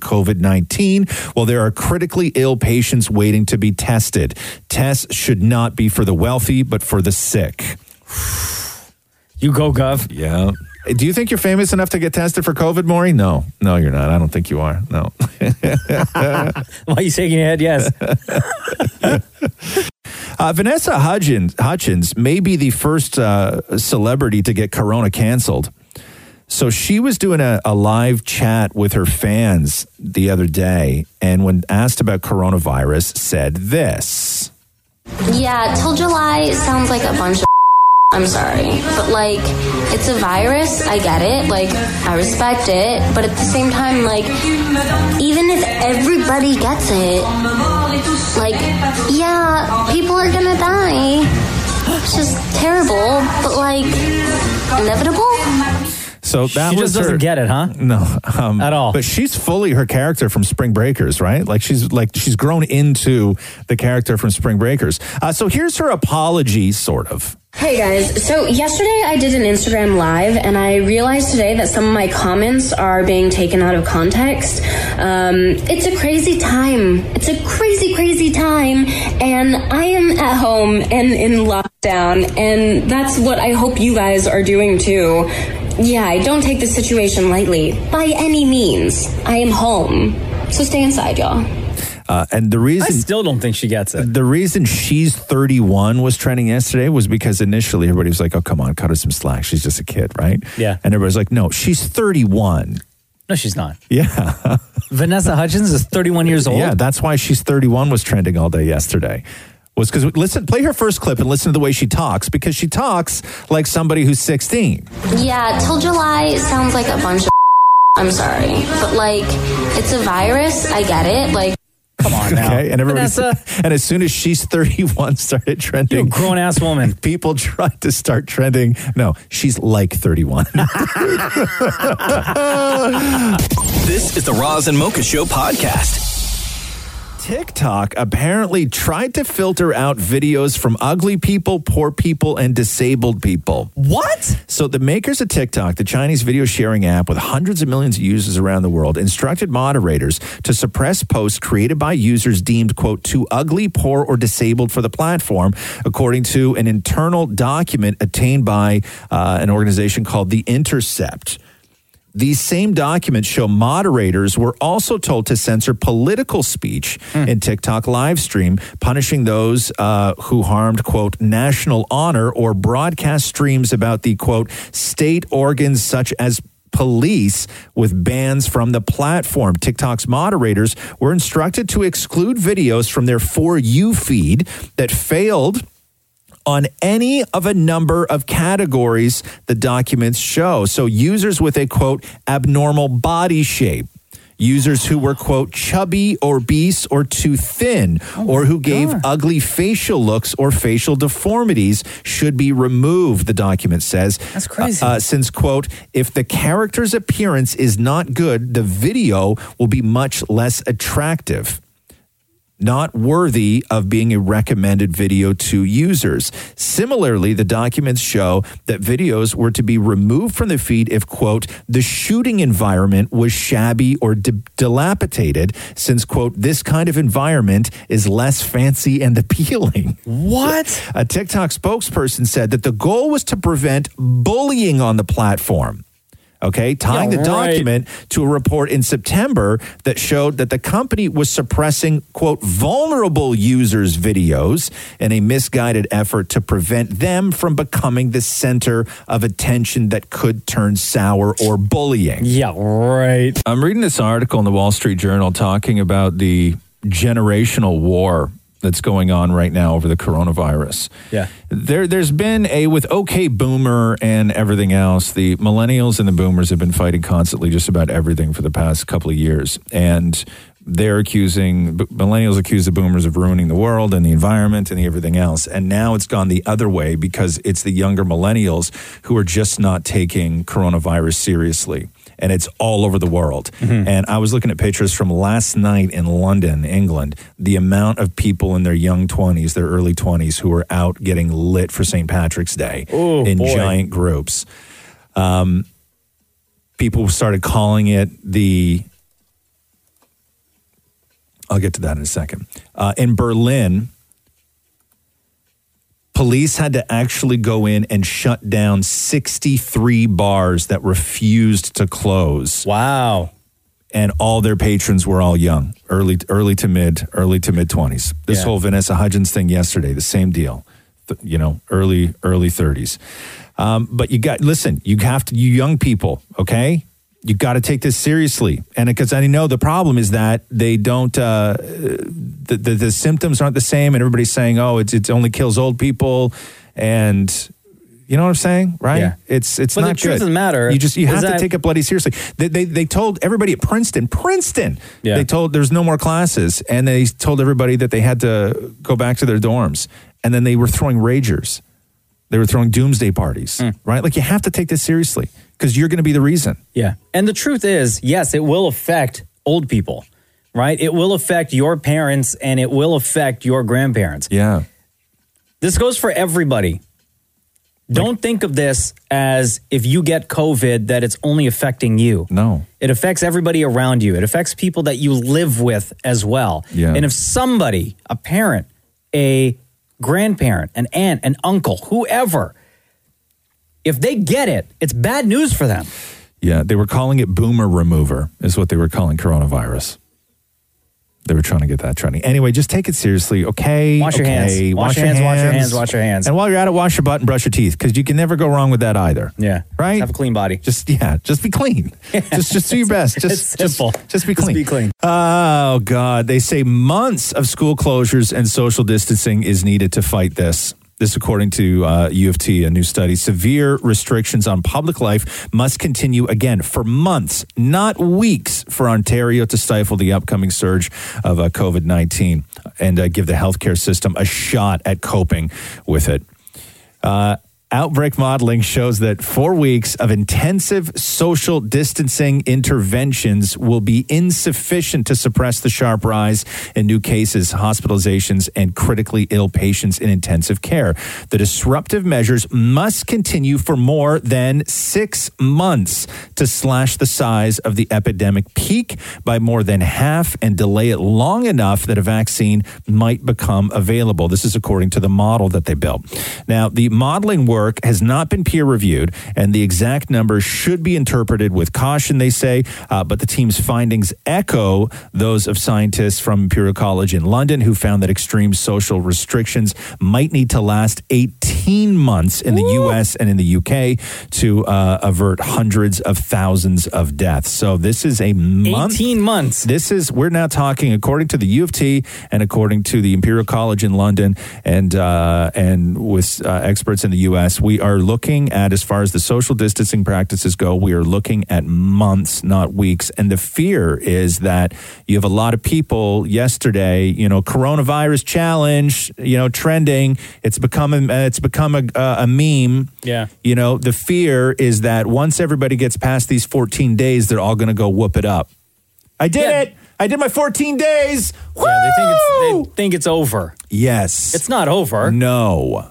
COVID-19 while there are critically ill patients waiting to be tested. Tests should not be for the wealthy, but for the sick.
You go, Gov.
Yeah. Do you think you're famous enough to get tested for COVID, Maury? No, no, you're not. I don't think you are. No.
*laughs* Why are you shaking your head? Yes.
*laughs* Uh, Vanessa Hudgens, Hutchins may be the first uh, celebrity to get Corona canceled. So she was doing a, a live chat with her fans the other day, and when asked about coronavirus, said this.
Yeah, till July sounds like a bunch of. *laughs* I'm sorry, but like, it's a virus. I get it. Like, I respect it, but at the same time, like,
Even if everybody gets it, like, yeah, people are gonna die. It's just terrible, but like, inevitable?
So that
She
was
just doesn't
her-
get it, huh?
No, um, at all. But she's fully her character from Spring Breakers, right? Like she's like she's grown into the character from Spring Breakers. Uh, so here's her apology, sort of.
Hey guys, so yesterday I did an Instagram live and I realized today that some of my comments are being taken out of context. Um, it's a crazy time. It's a crazy, crazy time. And I am at home and in lockdown, and that's what I hope you guys are doing too. Yeah, I don't take this situation lightly by any means. I am home. So stay inside, y'all.
Uh, and the reason I
still don't think she gets it.
The reason she's 31 was trending yesterday was because initially everybody was like, "Oh, come on, cut her some slack. She's just a kid, right?"
Yeah.
And everybody's like, "No, she's 31."
No, she's not.
Yeah. *laughs*
Vanessa Hudgens is 31 years old.
Yeah, that's why she's 31 was trending all day yesterday. Was because listen, play her first clip and listen to the way she talks because she talks like somebody who's 16.
Yeah, till July sounds like a bunch of. I'm sorry, but like, it's a virus. I get it. Like,
Come on now.
Okay, and everybody.
Vanessa.
*laughs* And as soon as she's 31 started trending,
grown ass woman.
*laughs* People tried to start trending. No, she's like *laughs* 31.
This is the Roz and Mocha Show podcast.
TikTok apparently tried to filter out videos from ugly people, poor people, and disabled people.
What?
So, the makers of TikTok, the Chinese video sharing app with hundreds of millions of users around the world, instructed moderators to suppress posts created by users deemed, quote, too ugly, poor, or disabled for the platform, according to an internal document attained by uh, an organization called The Intercept. These same documents show moderators were also told to censor political speech in TikTok live stream, punishing those uh, who harmed quote national honor or broadcast streams about the quote state organs such as police with bans from the platform. TikTok's moderators were instructed to exclude videos from their for you feed that failed on any of a number of categories the documents show. So users with a quote abnormal body shape. Users who were, quote, chubby, obese, or too thin, or who gave ugly facial looks or facial deformities should be removed, the document says. That's crazy. Uh, since, quote, if the character's appearance is not good, the video will be much less attractive not worthy of being a recommended video to users. Similarly, the documents show that videos were to be removed from the feed if, quote, the shooting environment was shabby or di- dilapidated, since, quote, this kind of environment is less fancy and appealing.
What?
A TikTok spokesperson said that the goal was to prevent bullying on the platform. Okay, tying
Yeah,
the
right.
document to a report in September that showed that the company was suppressing, quote, vulnerable users' videos in a misguided effort to prevent them from becoming the center of attention that could turn sour or bullying.
Yeah, right.
I'm reading this article in the Wall Street Journal talking about the generational war that's going on right now over the coronavirus
Yeah.
there there's been a with okay boomer and everything else the millennials and the boomers have been fighting constantly just about everything for the past couple of years and they're accusing b- millennials accuse the boomers of ruining the world and the environment and the everything else and now it's gone the other way because it's the younger millennials who are just not taking coronavirus seriously and it's all over the world.
Mm-hmm.
And I was looking at pictures from last night in London, England, the amount of people in their young 20s, their early 20s, who are out getting lit for St. Patrick's Day
Oh,
in
boy.
giant groups. Um, people started calling it the. I'll get to that in a second. Uh, in Berlin, police had to actually go in and shut down 63 bars that refused to close.
Wow.
And all their patrons were all young, early early to mid, early to mid 20s. This
Yeah.
whole Vanessa Hudgens thing yesterday, the same deal. Th- you know, early early 30s. Um, but you got listen, you have to you young people, okay? you got to take this seriously. And because I know the problem is that they don't, uh, the, the, the symptoms aren't the same. And everybody's saying, oh, it's, it only kills old people. And you know what I'm saying? Right.
Yeah.
It's, it's
But the
not
truth
good.
of the matter
You just, you
is
have to
that-
take it bloody seriously. They, they, they told everybody at Princeton, Princeton,
Yeah.
they told there's no more classes. And they told everybody that they had to go back to their dorms. And then they were throwing ragers. They were throwing doomsday parties,
Hmm.
right? Like you have to take this seriously because you're going to be the reason.
Yeah. And the truth is, yes, it will affect old people, right? It will affect your parents and it will affect your grandparents.
Yeah.
This goes for everybody. Don't think of this as if you get COVID that it's only affecting you.
No.
It affects everybody around you. It affects people that you live with as well.
Yeah.
And if somebody, a parent, a grandparent, an aunt, an uncle, whoever, if they get it, it's bad news for them.
Yeah, they were calling it boomer remover, is what they were calling coronavirus. They were trying to get that trending. Anyway, just take it seriously, okay?
Wash your hands.
Okay,
Wash your hands, wash your hands, wash your hands.
And while you're at it, wash your butt and brush your teeth because you can never go wrong with that either.
Yeah.
Right? Have
a clean body.
Just, yeah, just be clean. just, just do your best. Just,
It's simple.
Just, just be clean. be clean. Oh, God. They say months of school closures and social distancing is needed to fight this. This, according to uh, U of T, a new study, severe restrictions on public life must continue again for months, not weeks, for Ontario to stifle the upcoming surge of uh, COVID 19 and uh, give the healthcare system a shot at coping with it. Uh, outbreak modeling shows that four weeks of intensive social distancing interventions will be insufficient to suppress the sharp rise in new cases, hospitalizations, and critically ill patients in intensive care. The disruptive measures must continue for more than six months to slash the size of the epidemic peak by more than half and delay it long enough that a vaccine might become available. This is according to the model that they built. Now, the modeling work has not been peer reviewed, and the exact numbers should be interpreted with caution, they say. Uh, but the team's findings echo those of scientists from Imperial College in London, who found that extreme social restrictions might need to last 18 months in the US and in the UK to uh, avert hundreds of thousands of deaths. So this is a month.
18 months.
This is, we're now talking according to the U of T and according to the Imperial College in London and, uh, and with uh, experts in the US, we are looking at, as far as the social distancing practices go, we are looking at months, not weeks. And the fear is that you have a lot of people yesterday, you know, coronavirus challenge, you know, trending. It's become, a, it's become a, uh, a meme.
Yeah.
You know, the fear is that once everybody gets past these 14 days, they're all going to go whoop it up. I did it. I did my 14 days.
Yeah, they think it's they think it's over.
Yes.
It's not over.
No.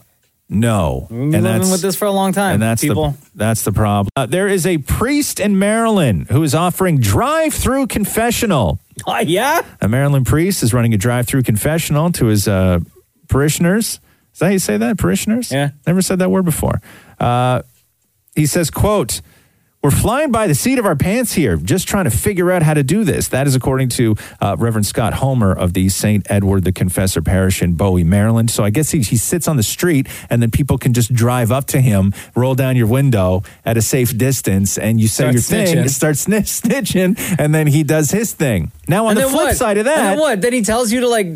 No.
We've been living with this for a long time.
and that's
people.
the that's the problem. Uh, there is a priest in Maryland who is offering drive-through confessional.
Oh, yeah,
a Maryland priest is running a drive-through confessional to his uh, parishioners. Is that how you say that? Parishioners? Yeah. Never said that word before. Uh, he says, "quote We're flying by the seat of our pants here, just trying to figure out how to do this." That is according to uh, Reverend Scott Homer of the Saint Edward the Confessor Parish in Bowie, Maryland. So I guess he, he sits on the street, and then people can just drive up to him, roll down your window at a safe distance, and you say
Start
your thing, *laughs*
snitching.
start snitch, snitching, and then he does his thing. Now on
Oh, And
the
then
flip
what?
side of that,
and then what? Then he tells you to like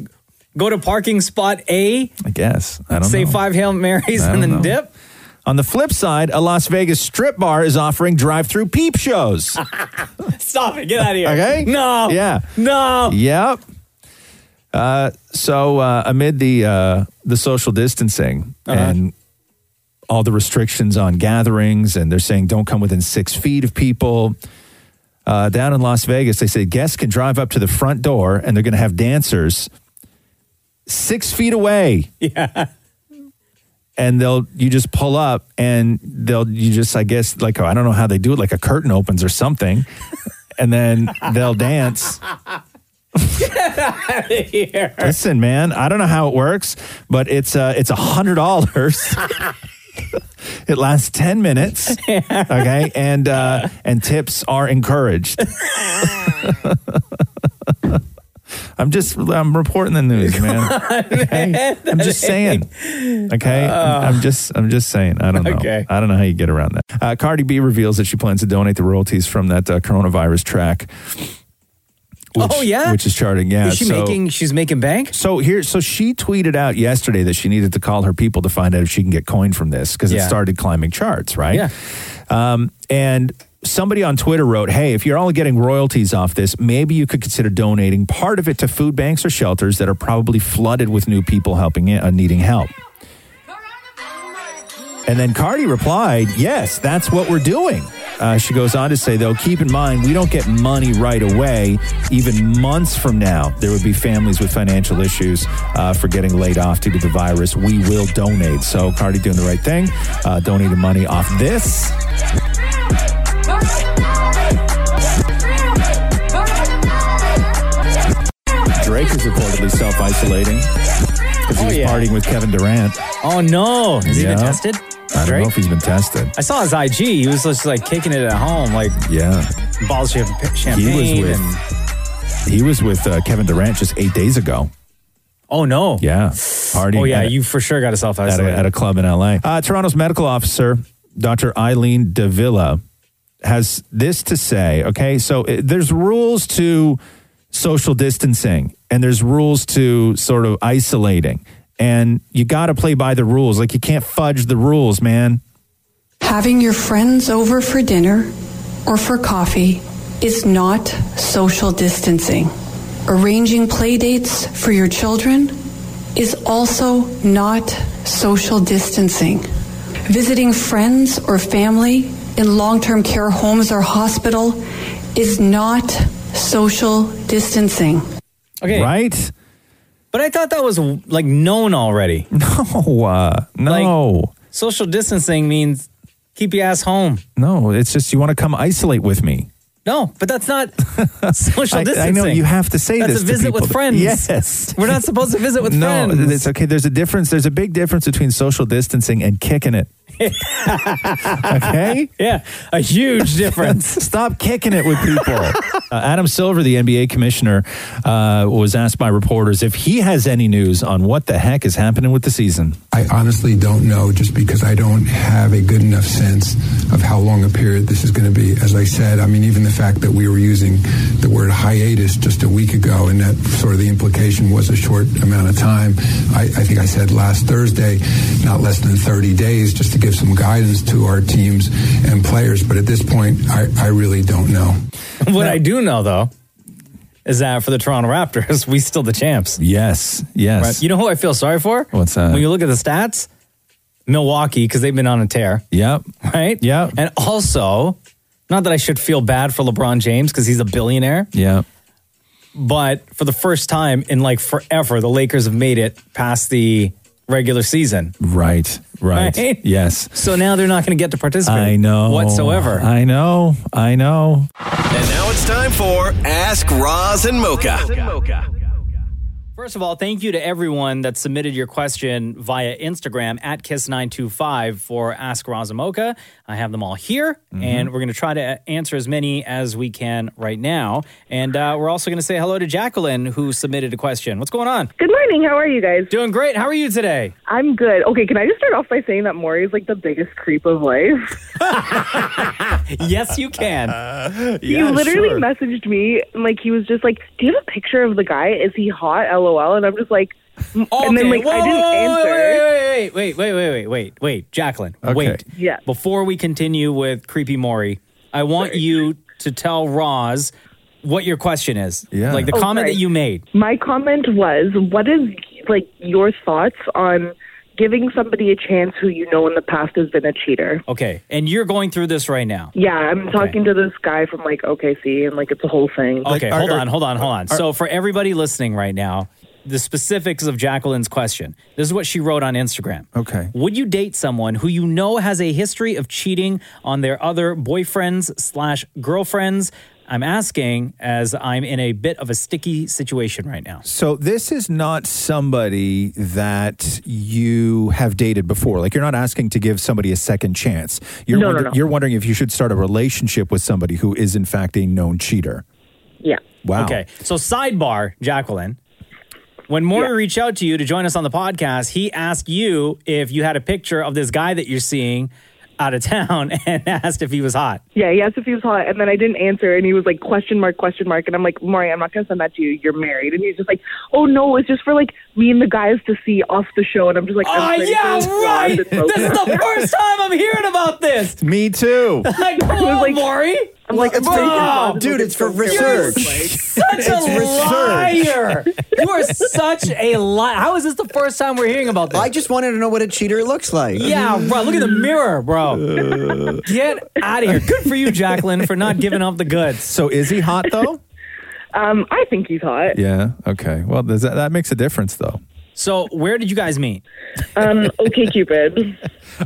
go to parking spot A,
I guess. I don't
say
know.
five Hail Marys,
I don't
and then
know.
dip.
On the flip side, a Las Vegas strip bar is offering drive-through peep
*laughs*
shows.
Stop it! Get out of here.
Okay.
No.
Yeah.
No.
Yep. Uh, so uh, amid the uh, the social distancing
Uh-huh.
and all the restrictions on gatherings, and they're saying don't come within six feet of people. Uh, down in Las Vegas, they say guests can drive up to the front door, and they're going to have dancers six feet away.
*laughs* Yeah.
And they'll you just pull up, and they'll you just I guess like I don't know how they do it, like a curtain opens or something, and then they'll dance.
*laughs* Get out of here.
Listen, man, I don't know how it works, but it's uh, it's a hundred dollars. *laughs* it lasts ten
*laughs*
minutes, okay, and uh,
*laughs*
and tips are encouraged. I *laughs* I'm just I'm reporting the news, man.
*laughs*
Okay? I'm just saying. Okay,
Uh,
I'm I'm just I'm just saying. I don't know.
Okay.
I don't know how you get around that. Uh, Cardi B reveals that she plans to donate the royalties from that uh, coronavirus track. Which,
Oh, yeah?
which is charting. Yeah,
Is she making-
She's making bank. So here, so she tweeted out yesterday that she needed to call her people to find out if she can get coin from this because it
Yeah.
started climbing charts, right? Yeah. Um, and somebody on Twitter wrote, "Hey, if you're all getting royalties off this, maybe you could consider donating part of it to food banks or shelters that are probably flooded with new people helping uh, needing help." And then Cardi replied, Yes, that's what we're doing. Uh, she goes on to say, though, keep in mind, we don't get money right away. Even months from now, there would be families with financial issues uh, for getting laid off due to the virus. We will donate. So, Cardi doing the right thing, uh, donating money off this. Drake is reportedly self isolating because he was partying with Kevin Durant.
Oh no! Oh, Has he
Yeah.
been tested?
I don't
Drake?
know if he's been tested.
I saw his IG. He was just like kicking it at home, like
yeah,
bottles of champagne.
with-
and,
He was with uh, Kevin Durant just eight days ago.
oh no!
Yeah, partying.
Oh yeah,
at a-
you for sure got yourself
at a,
isolated.
at a club in LA. Uh, Toronto's medical officer, Dr. Eileen Davila, has this to say. Okay, so uh, there's rules to social distancing, and there's rules to sort of isolating, and you got to play by the rules. Like you can't fudge the rules, man.
Having your friends over for dinner or for coffee is not social distancing. Arranging play dates for your children is also not social distancing. Visiting friends or family in long term care homes or hospital is not social distancing.
Okay.
Right?
But I thought that was like known already.
*laughs* No, uh, no.
social distancing means keep your ass home.
No, it's just you want to come isolate with me.
No, but
*laughs*
that's not social
I- I know,
distancing.
you have to say
that's
this
a
to
visit
people.
with friends.
Yes.
We're not supposed to visit
*laughs*
with
no,
friends.
it's okay. There's a difference. There's a big difference between social distancing and kicking it. *laughs* okay?
Yeah, a *laughs* huge difference.
*laughs* Stop kicking it with
*laughs*
people. Uh, Adam Silver, the NBA commissioner, uh, was asked by reporters if he has any news on what the heck is happening with the season.
I honestly don't know just because I don't have a good enough sense of how long a period this is going to be. As I said, I mean, even the fact that we were using the word hiatus just a week ago and that sort of the implication was a short amount of time. I, I think I said last Thursday, not less than 30 days, just to give some guidance to our teams and players. But at this point, I, I really don't know.
what I do know though is that for the Toronto Raptors, *laughs* we still the champs.
Yes, yes.
You know who I feel sorry for?
What's uh, that?
When you look at the stats, Milwaukee because they've been on a tear.
Yep.
Right. Yep. And also, not that I should feel bad for LeBron James because he's a billionaire.
Yeah.
But for the first time in like forever, the Lakers have made it past the regular season.
Right. Right.
Right?
Yes.
So now they're not going to get to participate.
I know.
Whatsoever.
I know. I know.
And now it's time for Ask Roz and Mocha.
First of all, thank you to everyone that submitted your question via Instagram at Kiss925 for Ask Razamoka. I have them all here,
Mm-hmm.
and we're going to try to answer as many as we can right now. And uh, we're also going to say hello to Jacqueline, who submitted a question. What's going on?
Good morning. How are you guys?
Doing great. How are
*laughs*
you today?
I'm good. Okay, can I just start off by saying that Maury is like the biggest creep
*laughs*
of life?
yes,
*laughs*
you can.
he literally messaged me and like he was just like, "Do you have a picture of the guy? Is he hot?" LOL. And I'm just like, and then like
whoa,
I didn't
whoa,
answer.
Wait, wait, wait, wait, wait, wait, wait, wait, Jacqueline. Wait.
Yeah.
Before we continue with Creepy Maury, I want you to tell Roz what your question is. Yeah. Like the
Oh,
comment
sorry.
that you made.
My comment was, "What is like your thoughts on giving somebody a chance who you know in the past has been a cheater?"
Okay. And you're going through this right now.
Yeah, I'm talking to this guy from like OKC, and like it's a whole thing.
Okay, hold on, hold on, hold on. so for everybody listening right now, the specifics of Jacqueline's question. This is what she wrote on Instagram.
Okay.
Would you date someone who you know has a history of cheating on their other boyfriends slash girlfriends? I'm asking as I'm in a bit of a sticky situation right now.
So this is not somebody that you have dated before. Like you're not asking to give somebody a second chance. You're
No, no,
wonder-
no.
you're wondering if you should start a relationship with somebody who is in fact a known cheater.
Yeah.
Wow.
Okay. So, sidebar, Jacqueline. When Maury reached out to you to join us on the podcast, he asked you if you had a picture of this guy that you're seeing out of town *laughs* and asked if he was hot.
Yeah, he asked if he was hot, and then I didn't answer, and he was like, question mark, question mark. And I'm like, Maury, I'm not going to send that to you. You're married. And he's just like, oh, no, it's just for like me and the guys to see off the show. And I'm just like,
Oh,
I'm pretty
yeah,
sure
right.
it's
This is the first time I'm hearing about this.
Me too.
Like, *laughs* come on, Maury.
I'm like,
it's
fake.
Dude, it's for
You're
research.
such a
It's
liar. You are such a liar. How is this the first time we're hearing about this?
I just wanted to know what a cheater looks like.
Yeah, bro. Look at the
*laughs*
mirror, bro. Get out of here. Good for you, Jacqueline, for not giving up the goods.
So is he hot though?
um, I think he's hot.
Yeah. Okay. Well, does that, that makes a difference though.
So where did you guys meet?
Um, okay,
*laughs*
Cupid.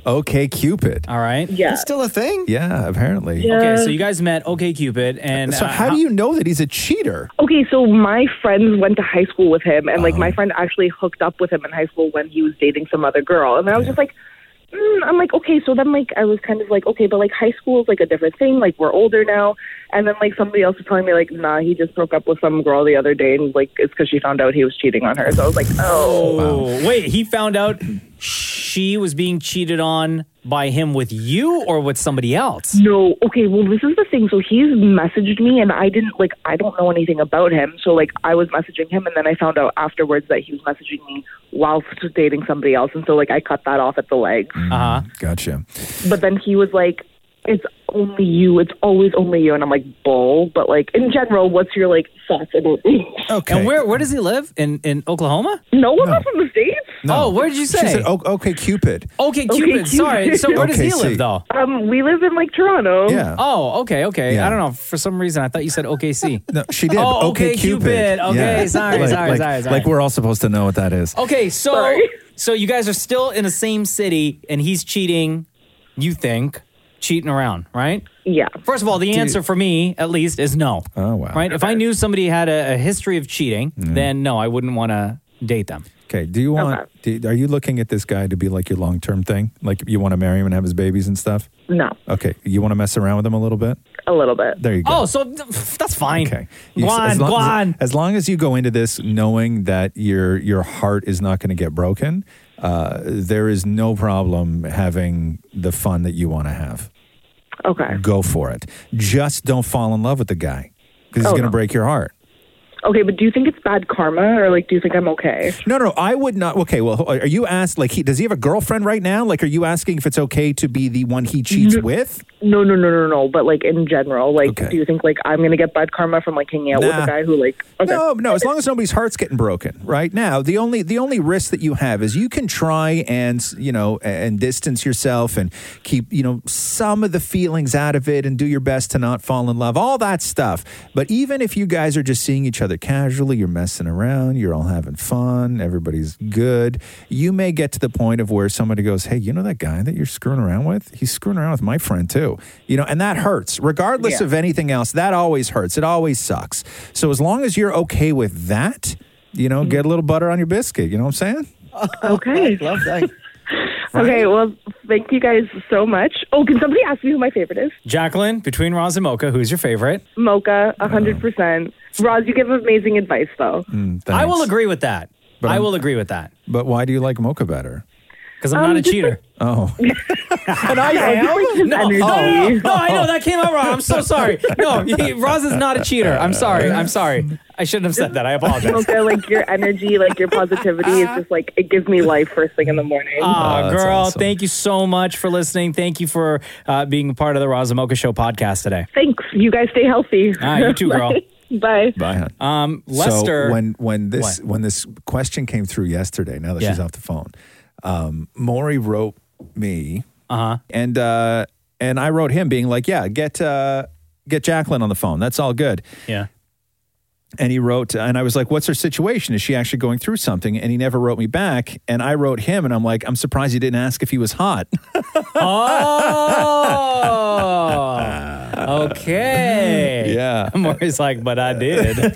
Okay, Cupid.
All right.
Yeah.
It's still a thing.
Yeah, apparently.
Okay, so you guys met OK Cupid, and
So
uh,
how do you know that he's a cheater?
Okay, so my friends went to high school with him, and like my friend actually hooked up with him in high school when he was dating some other girl, and I was just like, mm, I'm like, okay, so then like I was kind of like, okay, but like high school is like a different thing, like we're older now, and then like somebody else was telling me like, nah, he just broke up with some girl the other day, and like it's because she found out he was cheating on her, so I was like, oh,
Oh, wait, he found out she was being cheated on by him with you or with somebody else?
No, okay, well, this is the thing. So he's messaged me, and I didn't, like, I don't know anything about him. So, like, I was messaging him, and then I found out afterwards that he was messaging me whilst dating somebody else. And so, like, I cut that off at the legs.
Uh huh.
Uh-huh. Gotcha.
But then he was like, it's only you. It's always only you. And I'm like, bull. But, like, in general, what's your, like, thoughts about me?
And where where does he live? In in Oklahoma?
No, we're not from the States.
Oh, where did you say?
She said, "O- okay, Cupid.
Okay,
*laughs*
Cupid. Sorry. So where does he
OKC.
live though?
Um, we live in, like, Toronto.
Oh, okay, okay.
Yeah.
I don't know. For some reason, I thought you said OKC.
No, she did.
Oh,
okay, Cupid.
Okay,
Yeah.
sorry,
Like-
sorry,
like,
sorry, sorry. Oh.
Like we're all supposed to know what that is.
okay, so
*laughs*
so you guys are still in the same city, and he's cheating. You think cheating around, right?
Yeah.
First of all, the
Dude.
answer for me, at least, is no.
Oh wow.
Right? If I knew somebody had a, a history of cheating, then no, I wouldn't want to date them.
Okay. Do you want? Do, are you looking at this guy to be like your long term thing? Like you want to marry him and have his babies and stuff?
No,
Okay. You want to mess around with him a little bit?
a little bit.
There you go.
Oh, so that's fine. Okay.
You-
Go on,
as long,
go on.
As long as you go into this knowing that your your heart is not going to get broken, uh, there is no problem having the fun that you want to have.
Okay.
Go for it. Just don't fall in love with the guy because he's
Oh,
going to
no.
break your heart.
Okay, but do you think it's bad karma, or, like, do you think I'm okay?
No, no, I would not. Okay, well, are you asked like he does he have a girlfriend right now? Like, are you asking if it's okay to be the one he cheats with?
No, no, no, no, no. But like in general, like, do you think like I'm gonna get bad karma from like hanging out with
Nah.
a guy who like? Okay.
No, no. As long as nobody's heart's getting broken, right now, the only the only risk that you have is you can try and you know and distance yourself and keep you know some of the feelings out of it and do your best to not fall in love, all that stuff. But even if you guys are just seeing each other casually, you're messing around, you're all having fun, everybody's good. You may get to the point of where somebody goes, "Hey, you know that guy that you're screwing around with? He's screwing around with my friend too." You know, and that hurts, regardless
Yeah.
of anything else. That always hurts. It always sucks. So as long as you're okay with that, you
Mm-hmm.
know, get a little butter on your biscuit. You know what I'm saying?
*laughs*
*laughs*
Okay.
Love that.
*laughs* Okay. Well, thank you guys so much. Oh, can somebody ask me who my favorite is?
Jacqueline, between Roz and Mocha, who's your favorite?
Mocha, a
Uh,
hundred percent. Roz, you give amazing advice though.
I will agree with that.
Mm, But
I
I'm-
will agree with that.
But why do you like mocha better?
Because I'm
Um,
not a
just
cheater.
Oh, *laughs*
and I
am?
No, no, no, no, no, I know that came out wrong. I'm *laughs* so sorry. No, he- Roz is not a cheater. I'm sorry. I'm sorry. I shouldn't have said that. I apologize.
Mocha, like your energy, like your positivity is just like it gives me life first thing in the morning.
Oh, girl, thank you so much for listening. Thank you for uh, being a part of the Roz and Mocha Show podcast today.
Thanks. You guys stay healthy.
All right, Ah, you too, girl.
*laughs* Bye.
Bye.
Um, Lester.
So when when this
What?
when this question came through yesterday, now that she's
Yeah.
off the phone, um, Maury wrote me,
uh-huh.
and uh, and I wrote him, being like, "Yeah, get uh, get Jacqueline on the phone. That's all good."
*laughs*
Yeah.
And he wrote, and I was like, "What's her situation? Is she actually going through something?" And he never wrote me back. And I wrote him, and I'm like, "I'm surprised you didn't ask if he was hot." *laughs*
Oh, okay.
*laughs* Yeah.
*laughs* Maury's like, but
*laughs*
I did.
All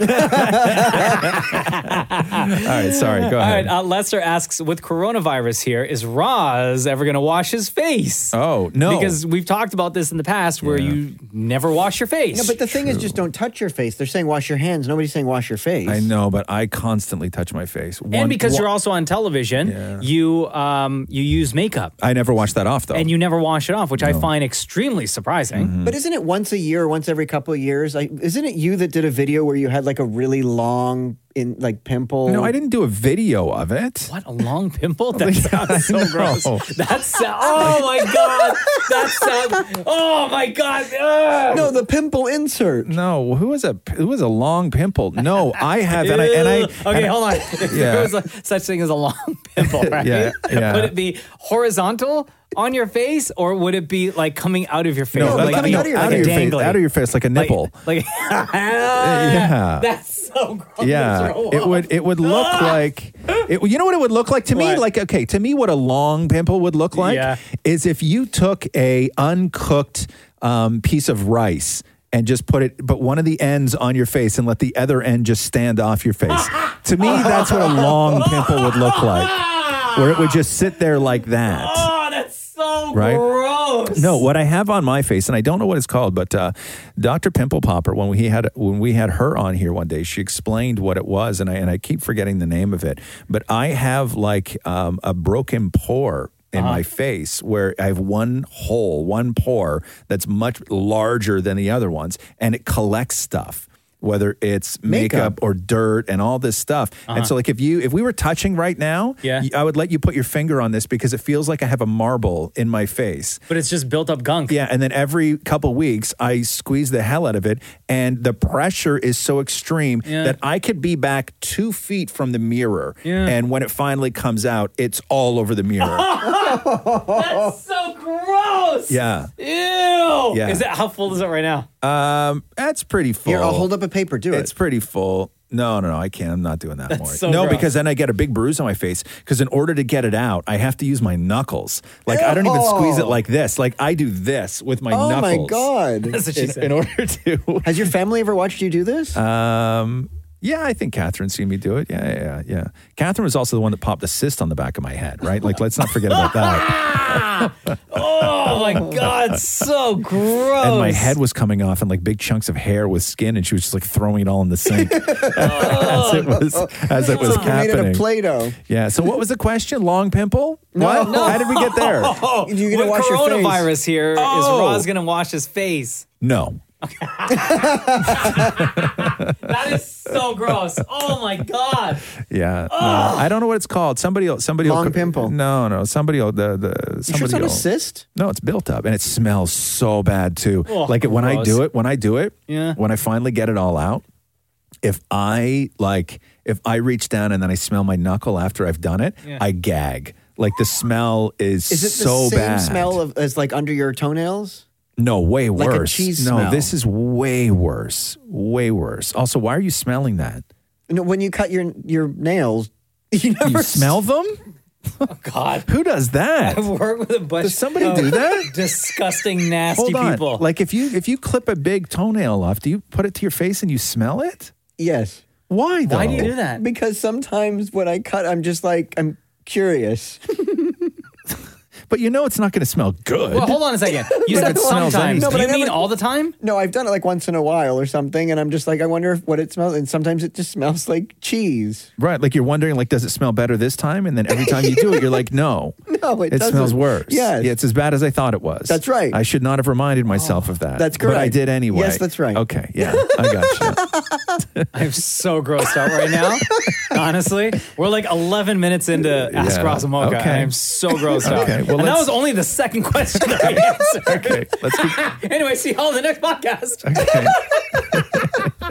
right, sorry. Go ahead.
All right, uh, Lester asks, with coronavirus here, is Roz ever going to wash his face?
Oh, no.
Because we've talked about this in the past where you never wash your face.
No, but the thing is, just don't touch your face. They're saying wash your hands. Nobody's saying wash your face.
I know, but I constantly touch my face.
and because you're also on television, you um, you use makeup
I never wash that off though.
and you never wash it off, which I find extremely surprising.
Mm-hmm.
But isn't it once a year, once every couple of years? Like, isn't it you that did a video where you had like a really long in like pimple?
no, I didn't do a video of it.
What a long pimple! *laughs* That sounds
*laughs*
so
I know.
gross. That's oh my god! That sounds oh my god! Ugh.
No, the pimple insert.
No, who was a who was a long pimple? No, I have and I and I
Ew. *laughs* okay,
and I-
hold on. If
*laughs*
there *laughs*
Yeah.
was a, such thing as a long *laughs* pimple, right?
Yeah, yeah.
Would it be horizontal on your face, or would it be like coming out of your face,
No,
like
like coming
be-
out of your,
like
out of your face,
dangling?
out of your face like a nipple.
like *laughs*
yeah.
that's so gross.
yeah,
Throw
it
up.
would it would look like it, you know what it would look like to me. Like okay, to me, what a long pimple would look like
Yeah.
is if you took a uncooked um, piece of rice and just put it, but one of the ends on your face and let the other end just stand off your face. to me, that's what a long pimple would look like, where it would just sit there like that.
Oh, that's so
Right?
gross.
No, what I have on my face, and I don't know what it's called, but uh, Dr. Pimple Popper, when we had when we had her on here one day, she explained what it was, and I and I keep forgetting the name of it. But I have like um, a broken pore in my face where I have one hole, one pore that's much larger than the other ones, and it collects stuff. Whether it's makeup,
Makeup.
or dirt and all this stuff,
Uh-huh.
and so like if you if we were touching right now,
Yeah.
I would let you put your finger on this because it feels like I have a marble in my face.
But it's just built up gunk.
Yeah, and then every couple weeks I squeeze the hell out of it, and the pressure is so extreme
Yeah.
that I could be back two feet from the mirror,
Yeah.
and when it finally comes out, it's all over the
*laughs*
mirror.
*laughs* that's so gross.
yeah,
Ew.
Yeah.
Is that how full is it right now?
um, that's pretty full.
Here, I'll hold up a paper. Do
it's
it.
pretty full. No, no, no, I can't. I'm not doing that more.
so
no,
gross.
because then I get a big bruise on my face. Because in order to get it out, I have to use my knuckles. Like I don't even squeeze it
Ew.
like this. Like I do this with my
oh
knuckles.
my
*laughs*
god!
in, in order to. *laughs*
Has your family ever watched you do this?
Um, yeah, I think Catherine's seen me do it. Yeah, yeah, yeah, yeah. Catherine was also the one that popped a cyst on the back of my head, right? Like, let's not forget about that.
*laughs* Oh my
*laughs*
god, so gross.
And my head was coming off, and like big chunks of hair with skin, and she was just like throwing it all in the sink *laughs* as it was as it was
It's like Oh. you made it
happening.
of Play-Doh.
yeah. So, what was the question? Long pimple? What? How did we get
*laughs*
there?
*laughs* You're gonna
With
wash your face.
coronavirus here, is
Oh.
Roz going to wash
*laughs*
his face?
No.
*laughs* That is so gross. *laughs* Oh my god.
Yeah. no. I don't know what it's called. Somebody, will- somebody. Long pimple. No, no. Somebody. will- The the.
You sure it's
Somebody.
not a
will-
cyst?
No, it's built up and it smells so bad too.
Ugh,
like it, when I
gross.
do it, when I do it,
Yeah.
when I finally get it all out, if I like if I reach down and then I smell my knuckle after I've done it,
Yeah.
I gag. Like the smell is,
Is it the
so
same
bad.
smell of, as like under your toenails?
no, way
Like
worse.
a cheese
no,
smell.
this is way worse. Way worse. Also, why are you smelling that?
No, when you cut your your nails, *laughs* you never
smell them.
God.
Who does that?
I've worked with a bunch Does
somebody do that?
*laughs* Disgusting, nasty
Hold on.
people.
Like if you if you clip a big toenail off, do you put it to your face and you smell it?
Yes.
Why though?
that?
Because sometimes when I cut, I'm just like I'm curious. *laughs*
But you know it's not going to smell good.
well, hold on
*laughs*
a
*laughs*
second. You
If
said
it smells
sometimes.
anything.
Do you
I
mean
never-
all the time?
No, I've done it like once in a while or something, and I'm just like I wonder if what it smells. And sometimes it just smells like cheese.
Right, like you're wondering, like, does it smell better this time? And then every time you do it, you're like,
*laughs*
no,
*laughs* No, it,
it
doesn't.
smells worse.
Yes.
yeah, it's as bad as I thought it was.
That's right.
I should not have reminded
Oh.
myself of that.
That's
But I
correct.
did anyway.
Yes, that's right.
Okay, yeah, I got you.
I'm so grossed out right now. Honestly, we're like 11 minutes into Ask
Yeah.
Roz and Mocha.
Okay.
I'm so grossed out.
Okay, well,
and that
let's-
was only the second question
*laughs*
that I answered.
Okay, let's
anyway, see y'all in the next podcast.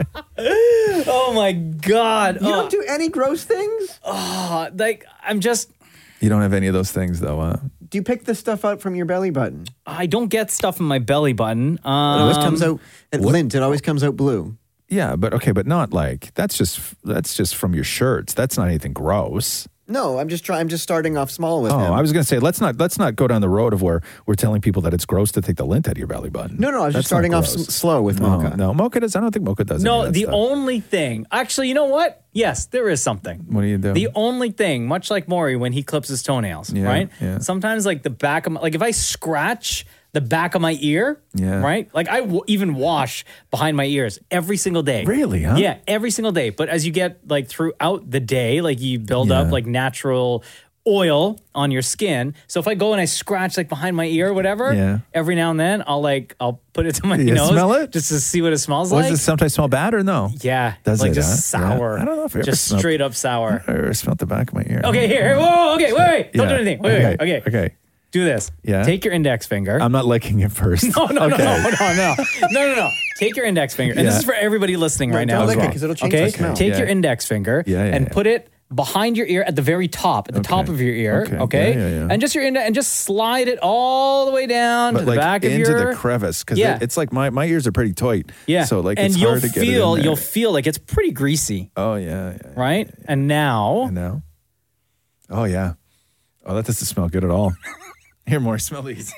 *laughs* oh my god!
You
Oh,
don't do any gross things.
oh, like I'm just
You don't have any of those things though, huh?
Do you pick the stuff out from your belly button?
I don't get stuff in my belly button. Um,
it always comes out at lint. It always comes out blue.
Yeah, but okay, but not like that's just that's just from your shirts. That's not anything gross.
No, I'm just trying. I'm just starting off small with
Oh,
him.
I was going to say let's not let's not go down the road of where we're telling people that it's gross to take the lint out of your belly button.
No, no, I was just
That's not
starting off
gross.
s- slow with
No,
Mocha.
No, Mocha does. I don't think Mocha does. any
No,
of that
the
stuff.
only thing. Actually, you know what? Yes, there is something.
What do you do?
The only thing, much like Maury when he clips his toenails,
Yeah,
right?
yeah.
Sometimes, like the back of my, like if I scratch the back of my ear,
Yeah.
right? Like I w- even wash behind my ears every single day.
Really, huh?
Yeah, every single day. But as you get like throughout the day, like you build up like natural oil on your skin. So if I go and I scratch like behind my ear or whatever,
Yeah.
every now and then I'll like I'll put it to my
You
nose
smell it?
just to see what it smells
What
like.
does it sometimes smell bad or no?
Yeah,
Does
like
it,
just
huh? Yeah.
sour.
I don't know if I ever
just
smelled-
straight up sour.
I ever smelled the back of my ear.
Okay, here. Whoa, okay, wait, wait. Don't
Yeah.
do anything. Wait, wait, okay. okay.
Okay.
Do this.
Yeah.
Take your index finger. *laughs*
I'm not licking it first.
No, no,
okay.
no, no, no, no, no, no, no. Take your index finger, and this
Yeah.
is for everybody listening
No,
right
don't
now.
lick it 'cause it'll change
okay,
the smell.
take your
Yeah.
index finger
Yeah, yeah,
and
yeah.
put it behind your ear at the very top, at the top of your ear. Okay,
Okay. Yeah, yeah, yeah.
and just your index, and just slide it
*laughs*
all the way down to
But
the
like
back of
into
your
the crevice because
Yeah.
it's like my, my ears are pretty tight.
Yeah.
So like
and
it's
you'll
hard to get it in
feel
there.
you'll feel like it's pretty greasy.
Oh yeah. yeah
right. And now.
now. Oh yeah. Oh, that doesn't smell good at all. *laughs* Here, more smell *laughs* these.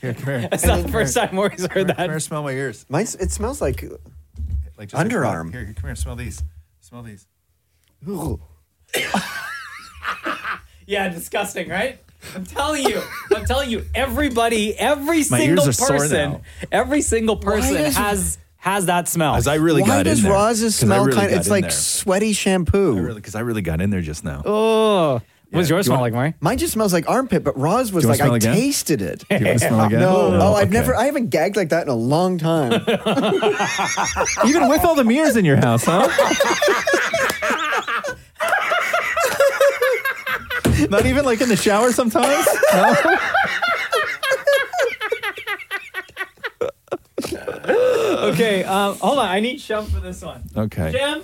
Here, come here.
That's not the first time Maury's heard that.
smell my ears.
Mine's, it smells like
Like just like-
underarm.
here, come here. Smell these. Smell these.
*laughs* Yeah, disgusting, right? I'm telling you, I'm telling you, everybody, every
My ears
single
are sore
person,
now.
every single person
does-
has has that smell.
As I really
Why
got
does
in there.
Roz's
'Cause I
smell
really
kind?
got
It's
in
like
there.
sweaty shampoo.
Because I really got in there just now.
Oh, what does yours smell like, Maury?
Mine just smells like armpit, but Roz was
Do you
like,
wanna
I
smell again?
tasted it.
Do you wanna
*laughs*
smell again?
No.
No,
Oh, I've
okay.
never, I haven't gagged like that in a long time.
*laughs* Even with all the mirrors in your house, *laughs* huh? Not even like in the shower sometimes? No?
okay, um, hold on, I need Shem for this one.
*laughs* Okay.
Shem,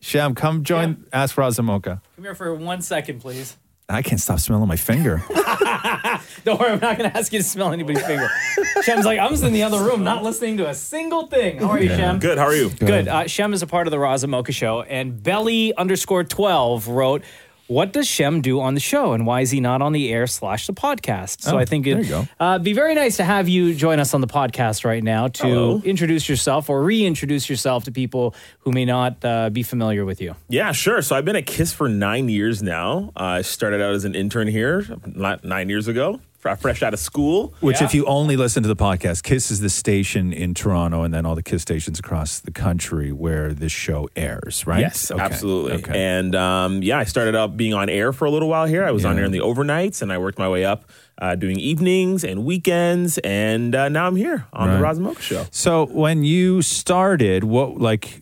Sham, come join Ask Razamoka.
come here for one second, please.
I can't stop smelling my finger.
Don't worry, I'm not going to ask you to smell anybody's finger. Shem's like, I'm just in the other room, not listening to a single thing. How are you,
Yeah.
Shem?
Good, how are you?
Good. Uh, Shem is a part of the Raza Mocha Show, and Belly underscore 12 wrote, what does Shem do on the show, and why is he not on the air slash the podcast? So
Oh,
I think it,
there you go.
Uh, it'd be very nice to have you join us on the podcast right now to
Hello.
introduce yourself or reintroduce yourself to people who may not uh, be familiar with you.
Yeah, sure. So I've been at Kiss for nine years now. Uh, I started out as an intern here not nine years ago, fr- fresh out of school.
Which,
Yeah.
if you only listen to the podcast, Kiss is the station in Toronto and then all the Kiss stations across the country where this show airs, right?
Yes,
Okay.
absolutely. And um, yeah, I started out being on air for a little while here. I was on air in the overnights, and I worked my way up uh, doing evenings and weekends, and uh, now I'm here on the
Right.
Roz and Mocha Show.
So when you started, what like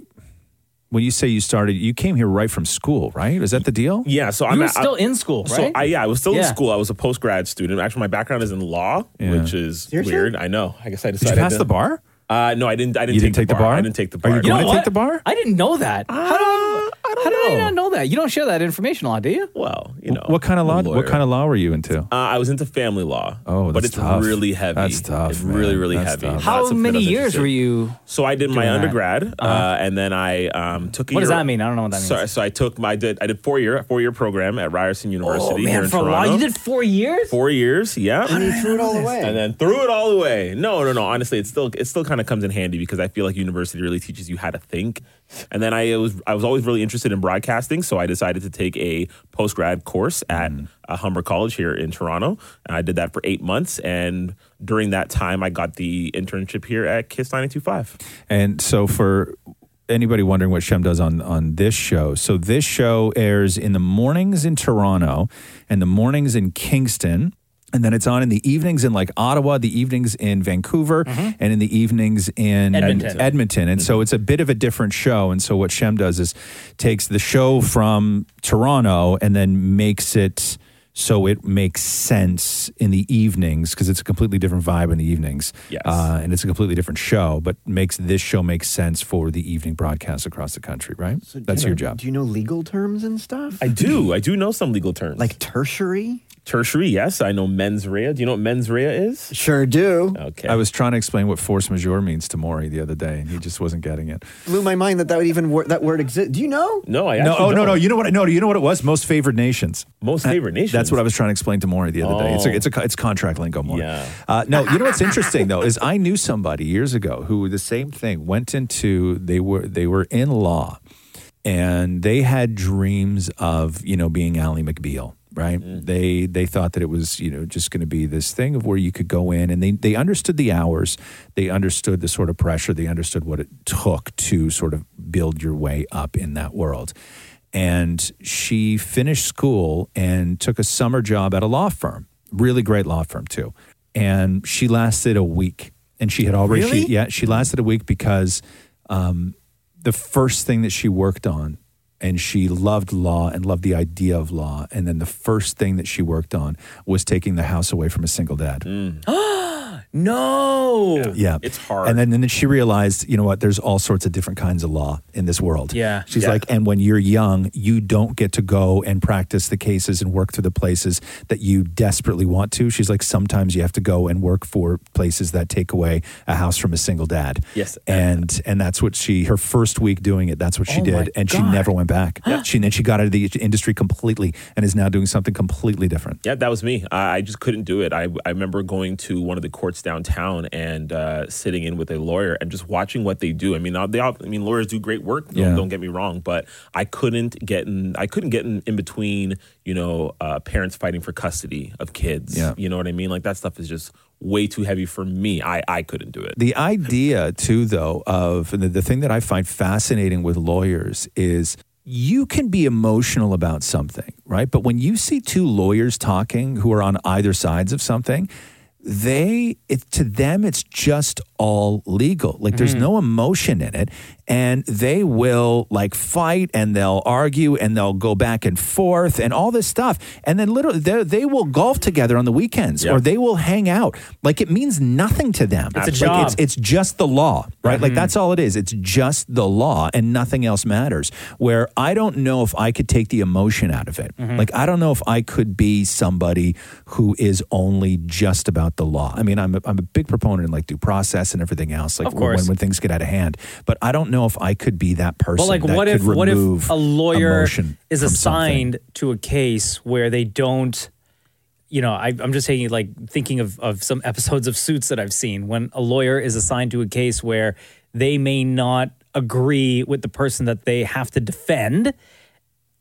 when you say you started, you came here right from school, right? Is that the deal?
Yeah, so I'm at- I- So I, yeah, I was still in
Yeah.
school. I was a post grad student. Actually, my background is in law, which is
Seriously?
weird. I know. I guess I
you
decided.
pass
to-
the bar?
Uh, no, I didn't. I didn't,
You
take, the bar. I didn't take the bar.
Are you
no.
going to take the bar?
I didn't know that. how do I, how did I not know that? You don't share that information a lot, do you?
Well,
you know, what kind of law?
lawyer.
What kind of law were you into?
Uh, I was into family law.
Oh,
but
that's
it's
tough.
really heavy.
That's tough,
It's
man.
really, really
That's
heavy.
tough.
Not
How
something
many
that's
years
interested.
were
you
So I did my
doing that?
undergrad, uh
Uh-huh.
and then I um, took. A
What
year,
does that mean? I don't know what that
so,
means.
So I took my I did I did four year four year program at
Oh,
Ryerson University here in
Oh, for
Toronto.
law, you did four years.
Four years, yeah.
How did you throw it all away?
And then threw it all away. No, no, no. Honestly, it still it still kind of comes in handy because I feel like university really teaches you how to think. And then I was I was always really interested in broadcasting, so I decided to take a post grad course at
Mm.
uh, Humber College here in Toronto. And I did that for eight months, and during that time, I got the internship here at Kiss 925.
And so for anybody wondering what Shem does on on this show, so this show airs in the mornings in Toronto and the mornings in Kingston. And then it's on in the evenings in like Ottawa, the evenings in Vancouver, and in the evenings in
Edmonton.
Edmonton. And
Mm-hmm.
so it's a bit of a different show. And so what Shem does is takes the show from Toronto and then makes it so it makes sense in the evenings because it's a completely different vibe in the evenings.
Yes.
Uh, and it's a completely different show, but makes this show make sense for the evening broadcast across the country, right? *laughs* That's your job.
Do you know legal terms and stuff?
I do. I do know some legal terms.
Like tertiary?
Tertiary, yes. I know mens rea. Do you know what mens rea is?
Sure do.
Okay.
I was trying to explain what force majeure means to Maury the other day, and he just wasn't getting it.
Blew my mind that that would even wor- that word exist. Do you know?
No, I
no, oh no, no. You know what? I- No, you know what it was? Most favored nations.
Most
favored nations. That's what I was trying to explain to Maury the other day. It's a,
Oh.
it's a co- it's contract lingo, Maury.
Yeah.
Uh, no, you know what's interesting though is I knew somebody years ago who the same thing went into they were they were in law, and they had dreams of you know being Ally McBeal. Right, they they thought that it was you know just going to be this thing of where you could go in, and they they understood the hours, they understood the sort of pressure, they understood what it took to sort of build your way up in that world and she finished school and took a summer job at a law firm, really great law firm too. And she lasted a week, and she had already she-
Really?
yeah she lasted a week because um, the first thing that she worked on, and she loved law and loved the idea of law, and then the first thing that she worked on was taking the house away from a single dad.
Mm. *gasps* no.
Yeah.
It's hard.
And then, and then she realized, you know what, there's all sorts of different kinds of law in this world.
Yeah.
She's
Yeah.
like, and when you're young, you don't get to go and practice the cases and work through the places that you desperately want to. She's like, sometimes you have to go and work for places that take away a house from a single dad.
Yes.
And and that's what she her first week doing it, that's what she
Oh my
did. And she
God.
never went back. She and then she got out of the industry completely and is now doing something completely different.
Yeah, that was me. I, I just couldn't do it. I, I remember going to one of the courts downtown and uh, sitting in with a lawyer and just watching what they do. I mean, uh, they all, I mean, lawyers do great work. Don't,
Yeah.
don't get me wrong, but I couldn't get in. I couldn't get in, in between. You know, uh, parents fighting for custody of kids.
Yeah.
You know what I mean? Like that stuff is just way too heavy for me. I I couldn't do it.
The idea, too, though, of the, the thing that I find fascinating with lawyers is you can be emotional about something, right? But when you see two lawyers talking who are on either sides of something, they it, to them it's just all legal like there's no emotion in it and they will like fight and they'll argue and they'll go back and forth and all this stuff and then literally they they will golf together on the weekends or they will hang out like it means nothing to them
It's a
Like,
job. Mm-hmm.
it's- it's just the law, right? Like that's all it is. It's just the law and nothing else matters. Where I don't know if I could take the emotion out of it.
Mm-hmm.
Mhm.
Like I don't know if I could be somebody who is only just about the law. I mean, I'm a, I'm a big proponent in like due process and everything else. Like
Of course.
when when things get out of hand, but I don't know if I could be that person.
But like,
that
what
could
if what if
remove
a lawyer
emotion
is
from
assigned to a case where they don't? You know, I, I'm just taking like thinking of of some episodes of Suits that I've seen when a lawyer is assigned to a case where they may not agree with the person that they have to defend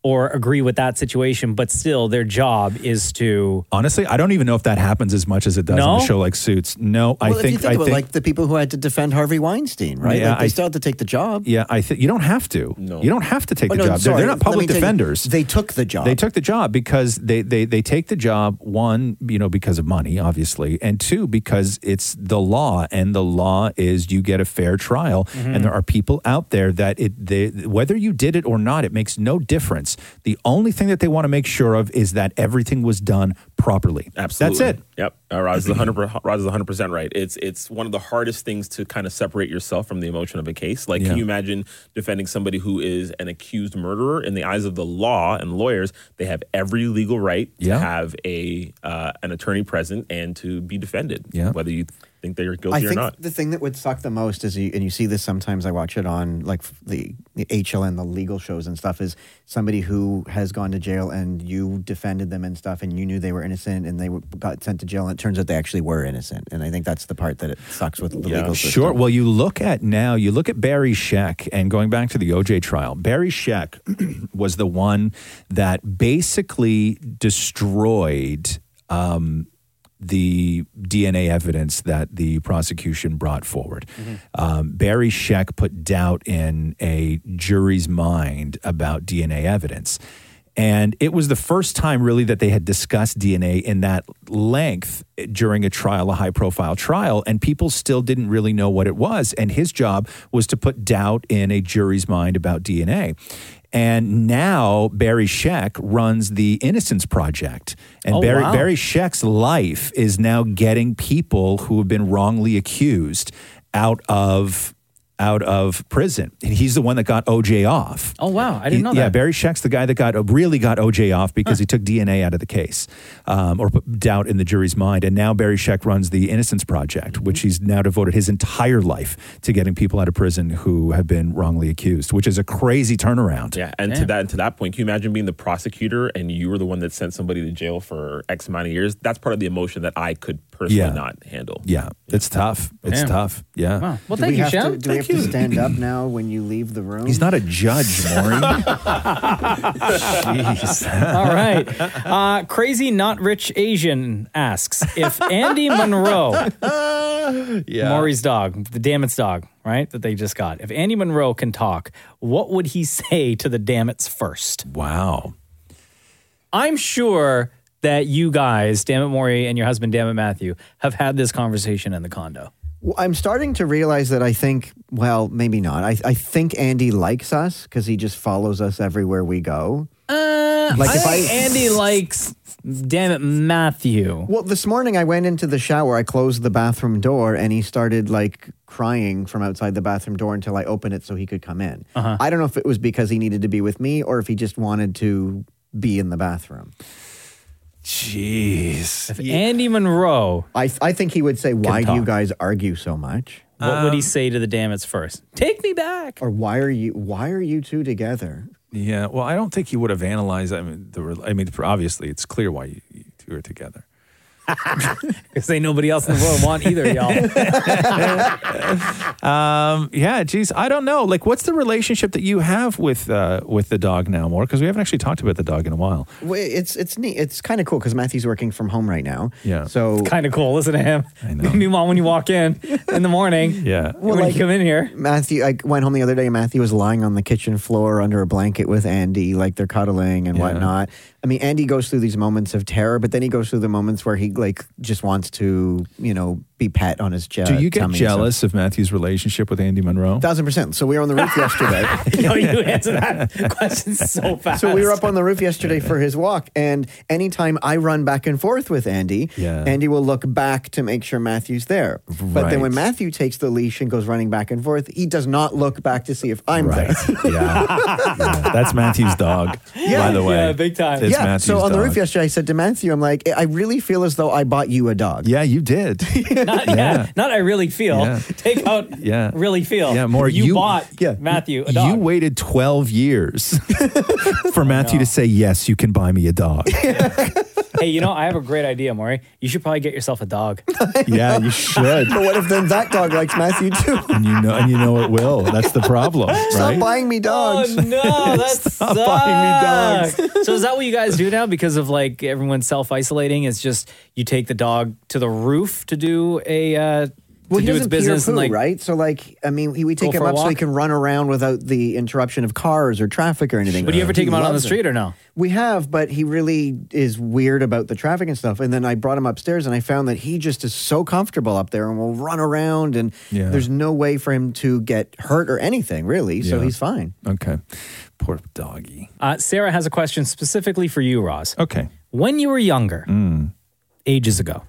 or agree with that situation, but still their job is to
Honestly, I don't even know if that happens as much as it does in
No?
a show like Suits. No, I
well, if
think
you think
I
about
think
like the people who had to defend Harvey Weinstein, right?
Yeah,
like, they
I-
still had to take the job.
Yeah, I think you don't have to. No. You don't have to take
Oh,
the
no,
job. They're-
sorry,
They're not
let me
public
tell you,
defenders.
They took the job.
They took the job because they, they they take the job one, you know, because of money, obviously, and two, because it's the law, and the law is you get a fair trial,
Mm-hmm.
and there are people out there that it they, whether you did it or not, it makes no difference. The only thing that they want to make sure of is that everything was done properly.
Absolutely.
That's it.
Yep. Uh, Roz is 100 Roz is 100% right. It's it's one of the hardest things to kind of separate yourself from the emotion of a case. Like
Yeah.
can you imagine defending somebody who is an accused murderer in the eyes of the law and lawyers, they have every legal right to
Yeah.
have a uh, an attorney present and to be defended
Yeah.
whether you think they're guilty
I
or
think
not.
the thing that would suck the most is, you, and you see this sometimes. I watch it on like f- the, the HLN, the legal shows and stuff. Is somebody who has gone to jail and you defended them and stuff, and you knew they were innocent, and they were, got sent to jail, and it turns out they actually were innocent. And I think that's the part that it sucks with the legal system.
Sure. Well, you look at now, you look at Barry Sheck and going back to the OJ trial, Barry Sheck *clears throat* was the one that basically destroyed um, the DNA evidence that the prosecution brought forward.
Mm-hmm.
Um, Barry Sheck put doubt in a jury's mind about DNA evidence. And it was the first time, really, that they had discussed DNA in that length during a trial, a high profile trial, and people still didn't really know what it was. And his job was to put doubt in a jury's mind about DNA. And now Barry Sheck runs the Innocence Project. And
Oh,
Barry,
wow.
Barry Sheck's life is now getting people who have been wrongly accused out of out of prison. And he's the one that got OJ off.
Oh wow, I didn't know
He- Yeah,
*laughs* that.
Barry Scheck's the guy that got really got OJ off because he took DNA out of the case um, or put doubt in the jury's mind. And now Barry Scheck runs the Innocence Project,
Mm-hmm.
which he's now devoted his entire life to getting people out of prison who have been wrongly accused, which is a crazy turnaround.
Yeah, and to that and to that point, can you imagine being the prosecutor and you were the one that sent somebody to jail for X amount of years? That's part of the emotion that I could personally
Yeah.
not handle.
Yeah, it's tough. It's
Damn.
tough. Yeah.
Wow.
Do we have to- do we have to stand up now when you leave the room?
He's not a judge, Maureen. *laughs* Jeez. *laughs*
All right. Uh, Crazy Not Rich Asian asks if Andy
*laughs*
Monroe,
yeah.
Maury's dog, the Dammit's dog, right, that they just got, if Andy Monroe can talk, what would he *laughs* say to the Dammit's first?
Wow.
I'm sure that you guys, Dammit Maury and your husband, Dammit Matthew, have had this conversation in the condo.
*laughs* Well, I'm starting to realize that I think, well, maybe not. I, I think Andy likes us because he just follows us everywhere we go.
Uh,
Like
I
if
think
I-
Andy likes, damn it, Matthew.
Well, this morning I went into the shower, I closed the bathroom door, and he started like crying from outside the bathroom door until I opened it so he could come in.
Uh-huh.
I don't know if it was because he needed to be with me or if he just wanted to be in the bathroom.
Jeez.
If Andy Monroe.
I, I think he would say, Why do you
talk.
guys argue so much?
What would he say to the Dammit's first? Take me back.
Or why are you why are you two together?
Yeah. Well, I don't think he would have analyzed. I mean, the, rel- I mean, for- obviously, it's clear why you, you two are
*laughs*
together.
Because ain't nobody else in the world want either, *laughs* y'all.
Um, yeah. Geez, I don't know. Like, what's the relationship that you have with uh, with the dog now, more? Because we haven't actually talked about the dog in a while.
Well, It's it's neat. It's kind of cool because Matthew's working from home right now.
Yeah.
So
kind of cool. Listen to him. I know. *laughs* Meanwhile, when you walk in in the morning,
Yeah.
Well, when you come in here,
Matthew, I went home the other day. and Matthew was lying on the kitchen floor under a blanket with Andy, like they're cuddling and whatnot. I mean, Andy goes through these moments of terror, but then he goes through the moments where he like just wants to, you know, be pet on his chest.
Do you get jealous of Matthew's relationship with Andy Monroe?
Thousand percent. So we were on
*laughs*
the roof *laughs* yesterday.
Yo, *laughs*
*laughs*
you answer that
*laughs*
question so fast.
So we were up on the roof yesterday for his walk, and anytime I run back and forth with Andy,
Yeah.
Andy will look back to make sure Matthew's there. But
Right.
then when Matthew takes the leash and goes running back and forth, he does not look back to see if I'm there.
That's Matthew's dog. By the way, It's
Uh, yeah.
Matthew's
so on the
dog.
roof yesterday, I said to Matthew, "I'm like, I really feel as though I bought you a dog."
Yeah, you did. *laughs*
not, yeah. *laughs* not I really feel. *laughs* Take out
Yeah.
really feel.
*laughs* Yeah, more
you,
you-
bought Matthew a
You
dog.
waited 12 years *laughs* for Matthew to say, Yes, you can buy me a dog.
hey, you know I have a great idea, Maury. You should probably get yourself a dog.
*laughs* *laughs* yeah, you
*laughs*
should.
But what if then that dog likes Matthew too?
*laughs* And you know, and you know it will. That's the problem,
*laughs*
right?
Stop *laughs* buying me dogs.
*laughs* Oh
*laughs*
no, that's
Stop buying me dogs.
so is that what you guys do now because of like everyone self isolating? It's just you take the dog to the roof to do a uh,
Well,
to
he
do its
doesn't
business and
poo,
like
right? So, like, I mean, he- we
Go
take him
for a
up so he
walk?
can run around without the interruption of cars or traffic or anything.
Would you ever take him out on the
loves it.
street or no?
We have, but he really is weird about the traffic and stuff. And then I brought him upstairs, and I found that he just is so comfortable up there, and will run around, and
Yeah.
there's no way for him to get hurt or anything really. So
Yeah.
he's fine.
Okay. Poor doggy.
Uh, Sarah has a question specifically for you, Roz.
Okay. Hmm.
When you were younger, ages ago.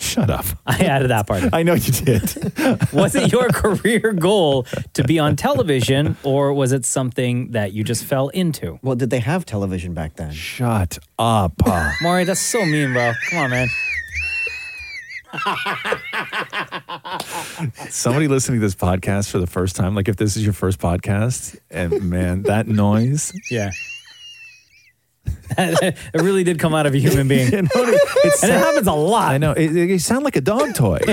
Shut up.
*laughs* I added that part.
I know you did.
was it your career goal to be on television or was it something that you just fell into?
Well, did they have television back then?
Shut up.
Maury, that's so mean, bro. Come on, man.
*laughs* Somebody listening to this podcast for the first time, like if this is your first podcast, and man, that noise. *laughs*
Yeah. it really did come out of a human being.
*laughs* You know what I mean?
and it happens a lot.
I know. It, it, you sound like a dog toy.
*laughs*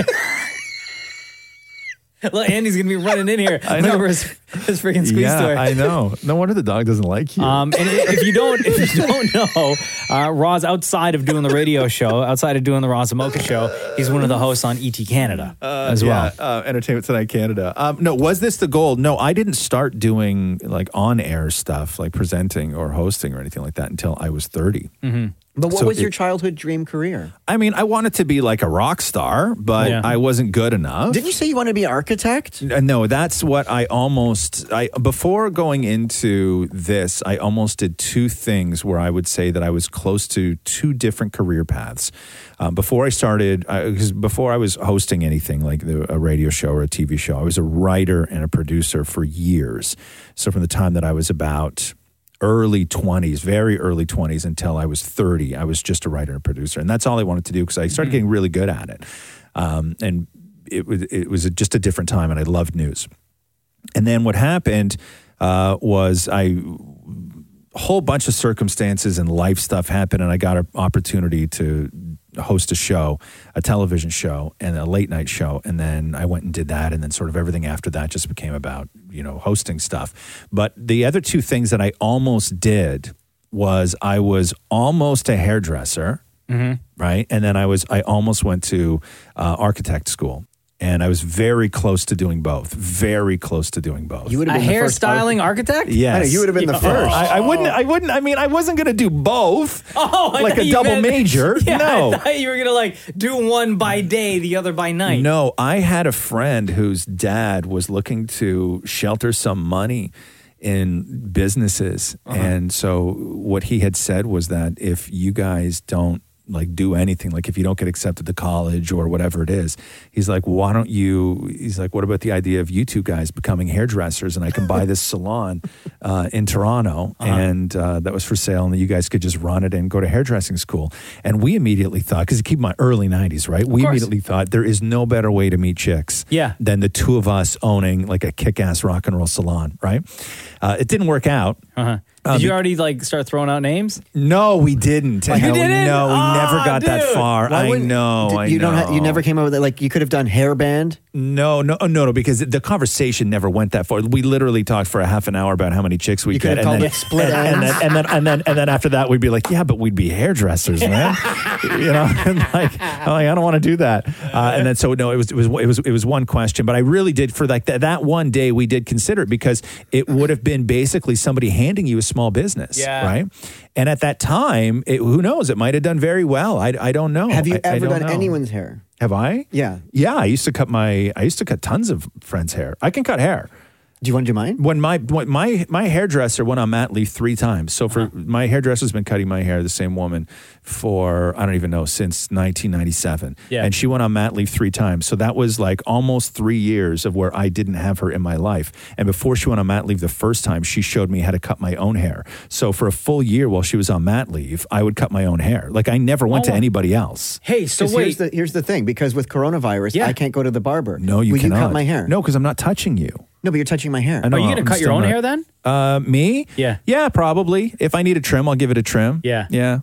Look, Andy's going to be running in here.
*laughs* I
I
know.
know. His, his freaking squeeze
yeah,
toy.
I know. No wonder the dog doesn't like you.
Um, and i- if you don't, if
*laughs*
you don't know, uh, Roz, outside of doing the radio show, outside of doing the Roz and Mocha show, he's one of the hosts on ET Canada
Uh,
as well.
yeah, uh, Entertainment Tonight Canada. Um, no, was this the goal? No, I didn't start doing like on air stuff, like presenting or hosting or anything like that until I was 30.
Mhm.
Mm-hmm. But what
So
was your
it-
childhood dream career?
I mean, I wanted to be like a rock star, but
Yeah.
I wasn't good enough.
Didn't you say you wanted to be an architect?
Uh, No, that's what I almost I before going into this, I almost did two things where I would say that I was close to two different career paths. Um, before I started, because before I was hosting anything like the, a radio show or a TV show, I was a writer and a producer for years. So from the time that I was about early 20s, very early 20s until I was 30. I was just a writer and producer. And that's all I wanted to do because I started getting really good at it. Um, and it was, it was just a different time and I loved news. And then what happened uh, was I whole bunch of circumstances and life stuff happened and I got an opportunity to host a show, a television show and a late night show and then I went and did that and then sort of everything after that just became about, you know, hosting stuff. But the other two things that I almost did was I was almost a hairdresser
Mm-hmm.
right? And then I was I almost went to uh, architect school, and I was very close to doing both. Very close to doing both.
a hairstyling architect?
Yes,
Yeah.
I, I wouldn't. I wouldn't. I mean, I wasn't going to do both.
Oh, I
like
thought
a
you
double
meant-
major.
*laughs* Yeah,
no,
I thought you were gonna like do one by day, the other by night.
No, I had a friend whose dad was looking to shelter some money in businesses.
Uh-huh.
And so what he had said was that if you guys don't like do anything, like if you don't get accepted to college or whatever it is, he's like, why don't you? He's like, what about the idea of you two guys becoming hairdressers and I can buy this
*laughs*
salon uh, in Toronto
Uh-huh.
and uh, that was for sale and you guys could just run it and go to hairdressing school. And we immediately thought, because keep in mind, early 90s, right? we
course.
immediately thought there is no better way to meet chicks
Yeah.
than the two of us owning like a kick-ass rock and roll salon, right? Uh, it didn't work out.
Uh-huh. Did
Um,
you already like start throwing out names? Oh,
No, we didn't.
you
Hell,
didn't?
No, we never
Ah,
got that
dude.
far.
Why
I
wouldn't-
know.
Did-
I
you
know.
don't. Ha- you never came up with it. Like you could have done hairband.
No, no, oh, no, no, because the conversation never went that far. We literally talked for a half an hour about how many chicks we
You could
get,
have called it split
and, and
ends.
then, and then and then and then after that, we'd be like, yeah, but we'd be hairdressers, man. *laughs* you know, and like, I'm like, I don't want to do that. Uh, and then so no, it was it was it was it was one question, but I really did for like that that one day we did consider it because it would have been basically somebody handing you a small business,
Yeah.
right? And at that time, it, who knows? It might have done very well. I, I don't know.
Have you
I- I
ever
don't
done
know.
anyone's hair?
Have I?
Yeah.
Yeah, I used to cut my I used to cut tons of friends' hair. I can cut hair.
Do you want to do mine?
When my when my my hairdresser went on mat leave three times. So
Uh-huh.
for my hairdresser's been cutting my hair, the same woman, for I don't even know since 1997.
Yeah.
and she went on mat leave three times. So that was like almost three years of where I didn't have her in my life. And before she went on mat leave the first time, she showed me how to cut my own hair. So for a full year while she was on mat leave, I would cut my own hair. Like I never went
Oh,
to
wow.
anybody else.
Hey,
Because Here's the, here's the thing. Because with coronavirus, I can't go to the barber.
No, you
Will
cannot.
You cut my hair.
No, because I'm not touching you.
No, but you're touching my hair.
I know, I'm still not- Uh, me? Yeah. Yeah, probably. If I need a trim, I'll give it a trim.
Yeah.
Yeah.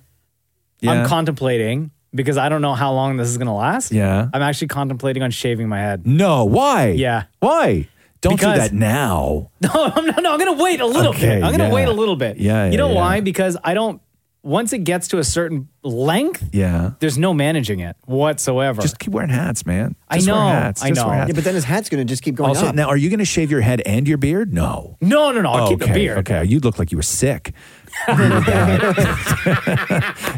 I'm
Yeah.
contemplating because I don't know how long this is gonna last.
Yeah.
I'm actually contemplating on shaving my head. *laughs*
no. Why?
Yeah.
Why? Don't
Because-
do that now.
No, I'm not, no, I'm gonna wait a little
Okay,
bit. I'm gonna
yeah.
wait a little bit.
Yeah, yeah,
you know
yeah.
why? Because I don't. Once it gets to a certain length,
Yeah.
there's no managing it whatsoever.
Just keep wearing hats, man.
I
Just wear
know,
hats.
I
Just
know.
wear hats.
Yeah,
But then his hat's going to just keep going
also,
up.
now, are you going to shave your head and your beard? No.
No, no, no. I'll keep
okay,
the beard.
Okay. You look like you were sick. *laughs*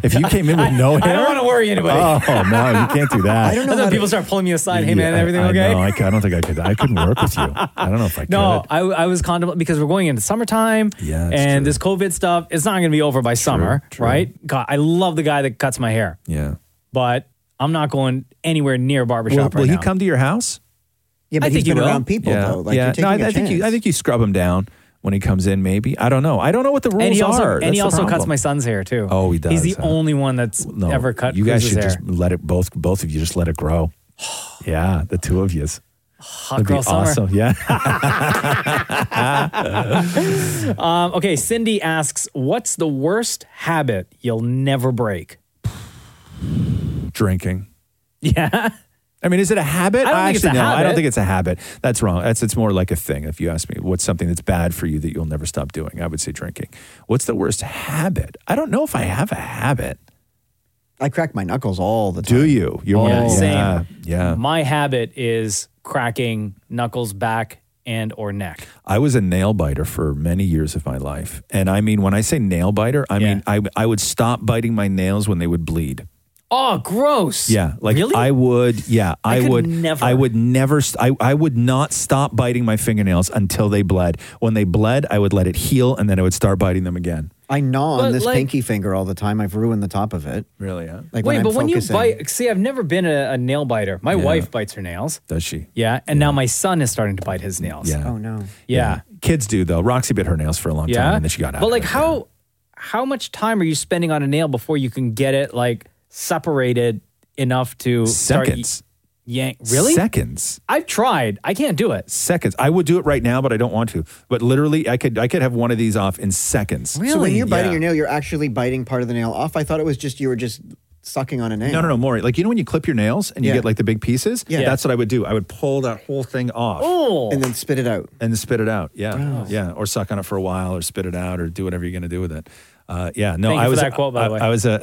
if you came in with no
I
hair.
don't want to worry anybody.
Oh, no, you can't do that.
I don't know. people start pulling me aside. Hey, man,
Yeah,
everything
I
okay?
know. I, ca- I don't think I could. I couldn't work with
*laughs*
you. I don't know if I could.
no, I, I was contemplating because we're going into summertime. Yeah, and this COVID stuff, it's not going to be over by summer, right? God, I love the guy that cuts my hair,
Yeah.
but I'm not going anywhere near a barbershop
Will,
right
will he
now.
come to your house?
Yeah, but
I
he's
think you
been
will.
around people
yeah.
though. Like
yeah.
you're taking
no, I,
a
I think you. I
chance.
think you scrub him down when he comes in. Maybe I don't know. I don't know what the rules
and he also,
are.
And he
That's the
also cuts
problem.
my son's hair too.
Oh, he does.
He's the
huh?
only one that's
No,
ever cut.
You guys
Cruz's
should
hair.
just let it. Both both of you just let it
*sighs*
grow. yeah, the two of yous.
hot
That'd
girl
be
summer.
awesome.
*laughs*
Yeah. *laughs*
*laughs* Um, okay, Cindy asks, "What's the worst habit you'll never break?" *laughs*
Drinking.
Yeah.
I mean, is it a habit?
I don't think it's
actually
a
no. I
habit.
don't think it's a habit. That's wrong. That's it's more like a thing. If you ask me, what's something that's bad for you that you'll never stop doing? I would say drinking. What's the worst habit? I don't know if I have a habit.
I crack my knuckles all the
time. Do you? You're
Oh,
one of-
same.
yeah, yeah.
My habit is cracking knuckles back and or neck.
I was a nail biter for many years of my life. And I mean, when I say nail biter, I mean, I, I would stop biting my nails when they would bleed.
Oh, gross.
Yeah. Like
really?
I would, yeah,
I
I,
could
would
never.
I would never, st- I, I would not stop biting my fingernails until they bled. When they bled, I would let it heal and then I would start biting them again.
I gnaw
But,
on this
like-
pinky finger all the time. I've ruined the top of it.
Really? Yeah.
Like
Wait,
when
but
I'm
when you
focusing-
bite, see, I've never been a, a nail biter. My
Yeah.
wife bites her nails.
Does she?
Yeah, and now my son is starting to bite his nails.
Yeah. Oh,
no.
Yeah.
Kids do though. Roxy bit her nails for a long
Yeah.
time and then she got out.
But like, how how much time are you spending on a nail before you can get it like separated enough to start
Seconds.
y- yank? Really?
Seconds.
I've tried. I can't do it.
Seconds. I would do it right now, but I don't want to. But literally, I could I could have one of these off in seconds.
So when you're biting
Yeah.
your nail, you're actually biting part of the nail off. I thought it was just you were just sucking on a nail.
No, no, no, more. Like you know when you clip your nails and you
Yeah.
get like the big pieces.
Yeah.
that's what I would do. I would pull that whole thing off.
Oh.
And
then spit it out.
And then spit it out. Yeah, yeah. Or suck on it for a while, or spit it out, or do whatever you're going to do with it. Uh, yeah. No,
Thank you
I
for
was
that quote, by
I,
the way.
I was a.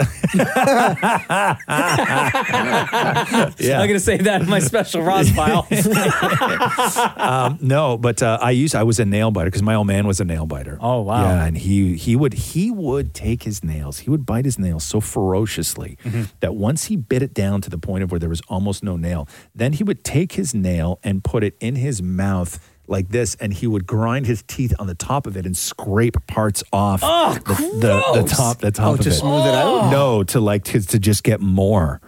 *laughs* Yeah.
*laughs* I'm gonna say that
*laughs*
in my special Ross file.
um, no, but uh, I used I was a nail biter because my old man was a nail biter.
Oh, wow.
Yeah, and he he would he would take his nails. He would bite his nails so ferociously that once he bit it down to the point of where there was almost no nail, then he would take his nail and put it in his mouth like this, and he would grind his teeth on the top of it and scrape parts off
Oh,
the, the, the
gross.
top the top
Oh,
of
to
it.
smooth it out?
No, to like to, to just get more.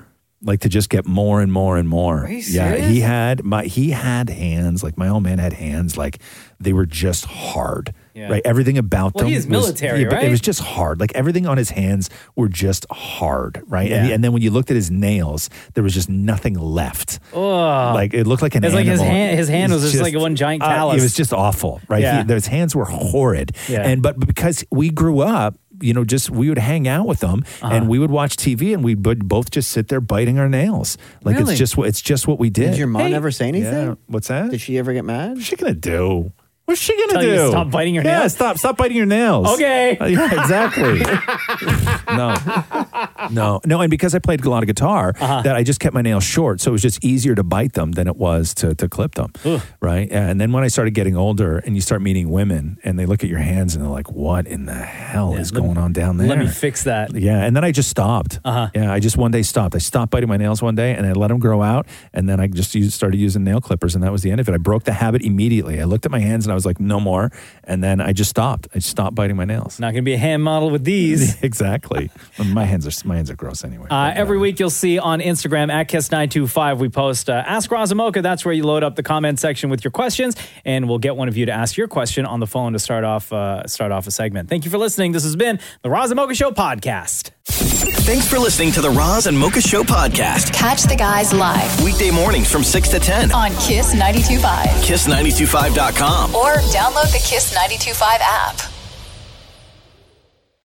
Like to just get more and more and more.
Are you
Yeah,
serious?
he had my he had hands like my old man had hands like they were just hard.
Yeah.
Right, everything about
Well,
them.
he is
was-
military,
but It
right?
was just hard. Like everything on his hands were just hard. Right, and,
Yeah.
and then when you looked at his nails, there was just nothing left.
Oh.
Like it looked like an
It's like
animal.
his hand. His hand was just, like one giant
uh,
callus.
it was just awful, right?
Yeah.
He, his hands were horrid.
Yeah.
And but because we grew up, you know, just we would hang out with them
Uh-huh.
and we would watch TV and we would both just sit there biting our nails. Like
Really?
it's just what it's just what we did.
Did your mom ever say anything?
Yeah. What's that? Did
she ever get mad?
What's she gonna do? What's she gonna
Tell
do?
you to stop biting your
yeah,
nails?
stop stop biting your nails.
Okay.
Uh, yeah,
*laughs*
exactly. no. No. No, and because I played a lot of guitar,
Uh-huh.
that I just kept my nails short, so it was just easier to bite them than it was to to clip them. Right? Yeah, And then when I started getting older and you start meeting women and they look at your hands and they're like, "What in the hell is going on down there?"
Let me fix that.
Yeah, and then I just stopped. Uh-huh. Yeah, I just one day stopped. I stopped biting my nails one day, and I let them grow out. And then I just used, started using nail clippers, and that was the end of it. I broke the habit immediately. I looked at my hands, and I was like, "No more." And then I just stopped. I stopped biting my nails. *laughs*
Not gonna be a hand model with these.
exactly. my hands are my hands are gross anyway.
Uh, every week you'll see on Instagram at Kiss925, we post uh, Ask Razamoka. That's where you load up the comment section with your questions, and we'll get one of you to ask your question on the phone to start off uh, start off a segment. Thank you for listening. This has been the Razamoka Show podcast.
Thanks for listening to the Roz and Mocha Show podcast.
Catch the guys live
Weekday mornings from 6 to 10.
on Kiss 92.5
Kiss925.com.
or download the Kiss 92.5 app.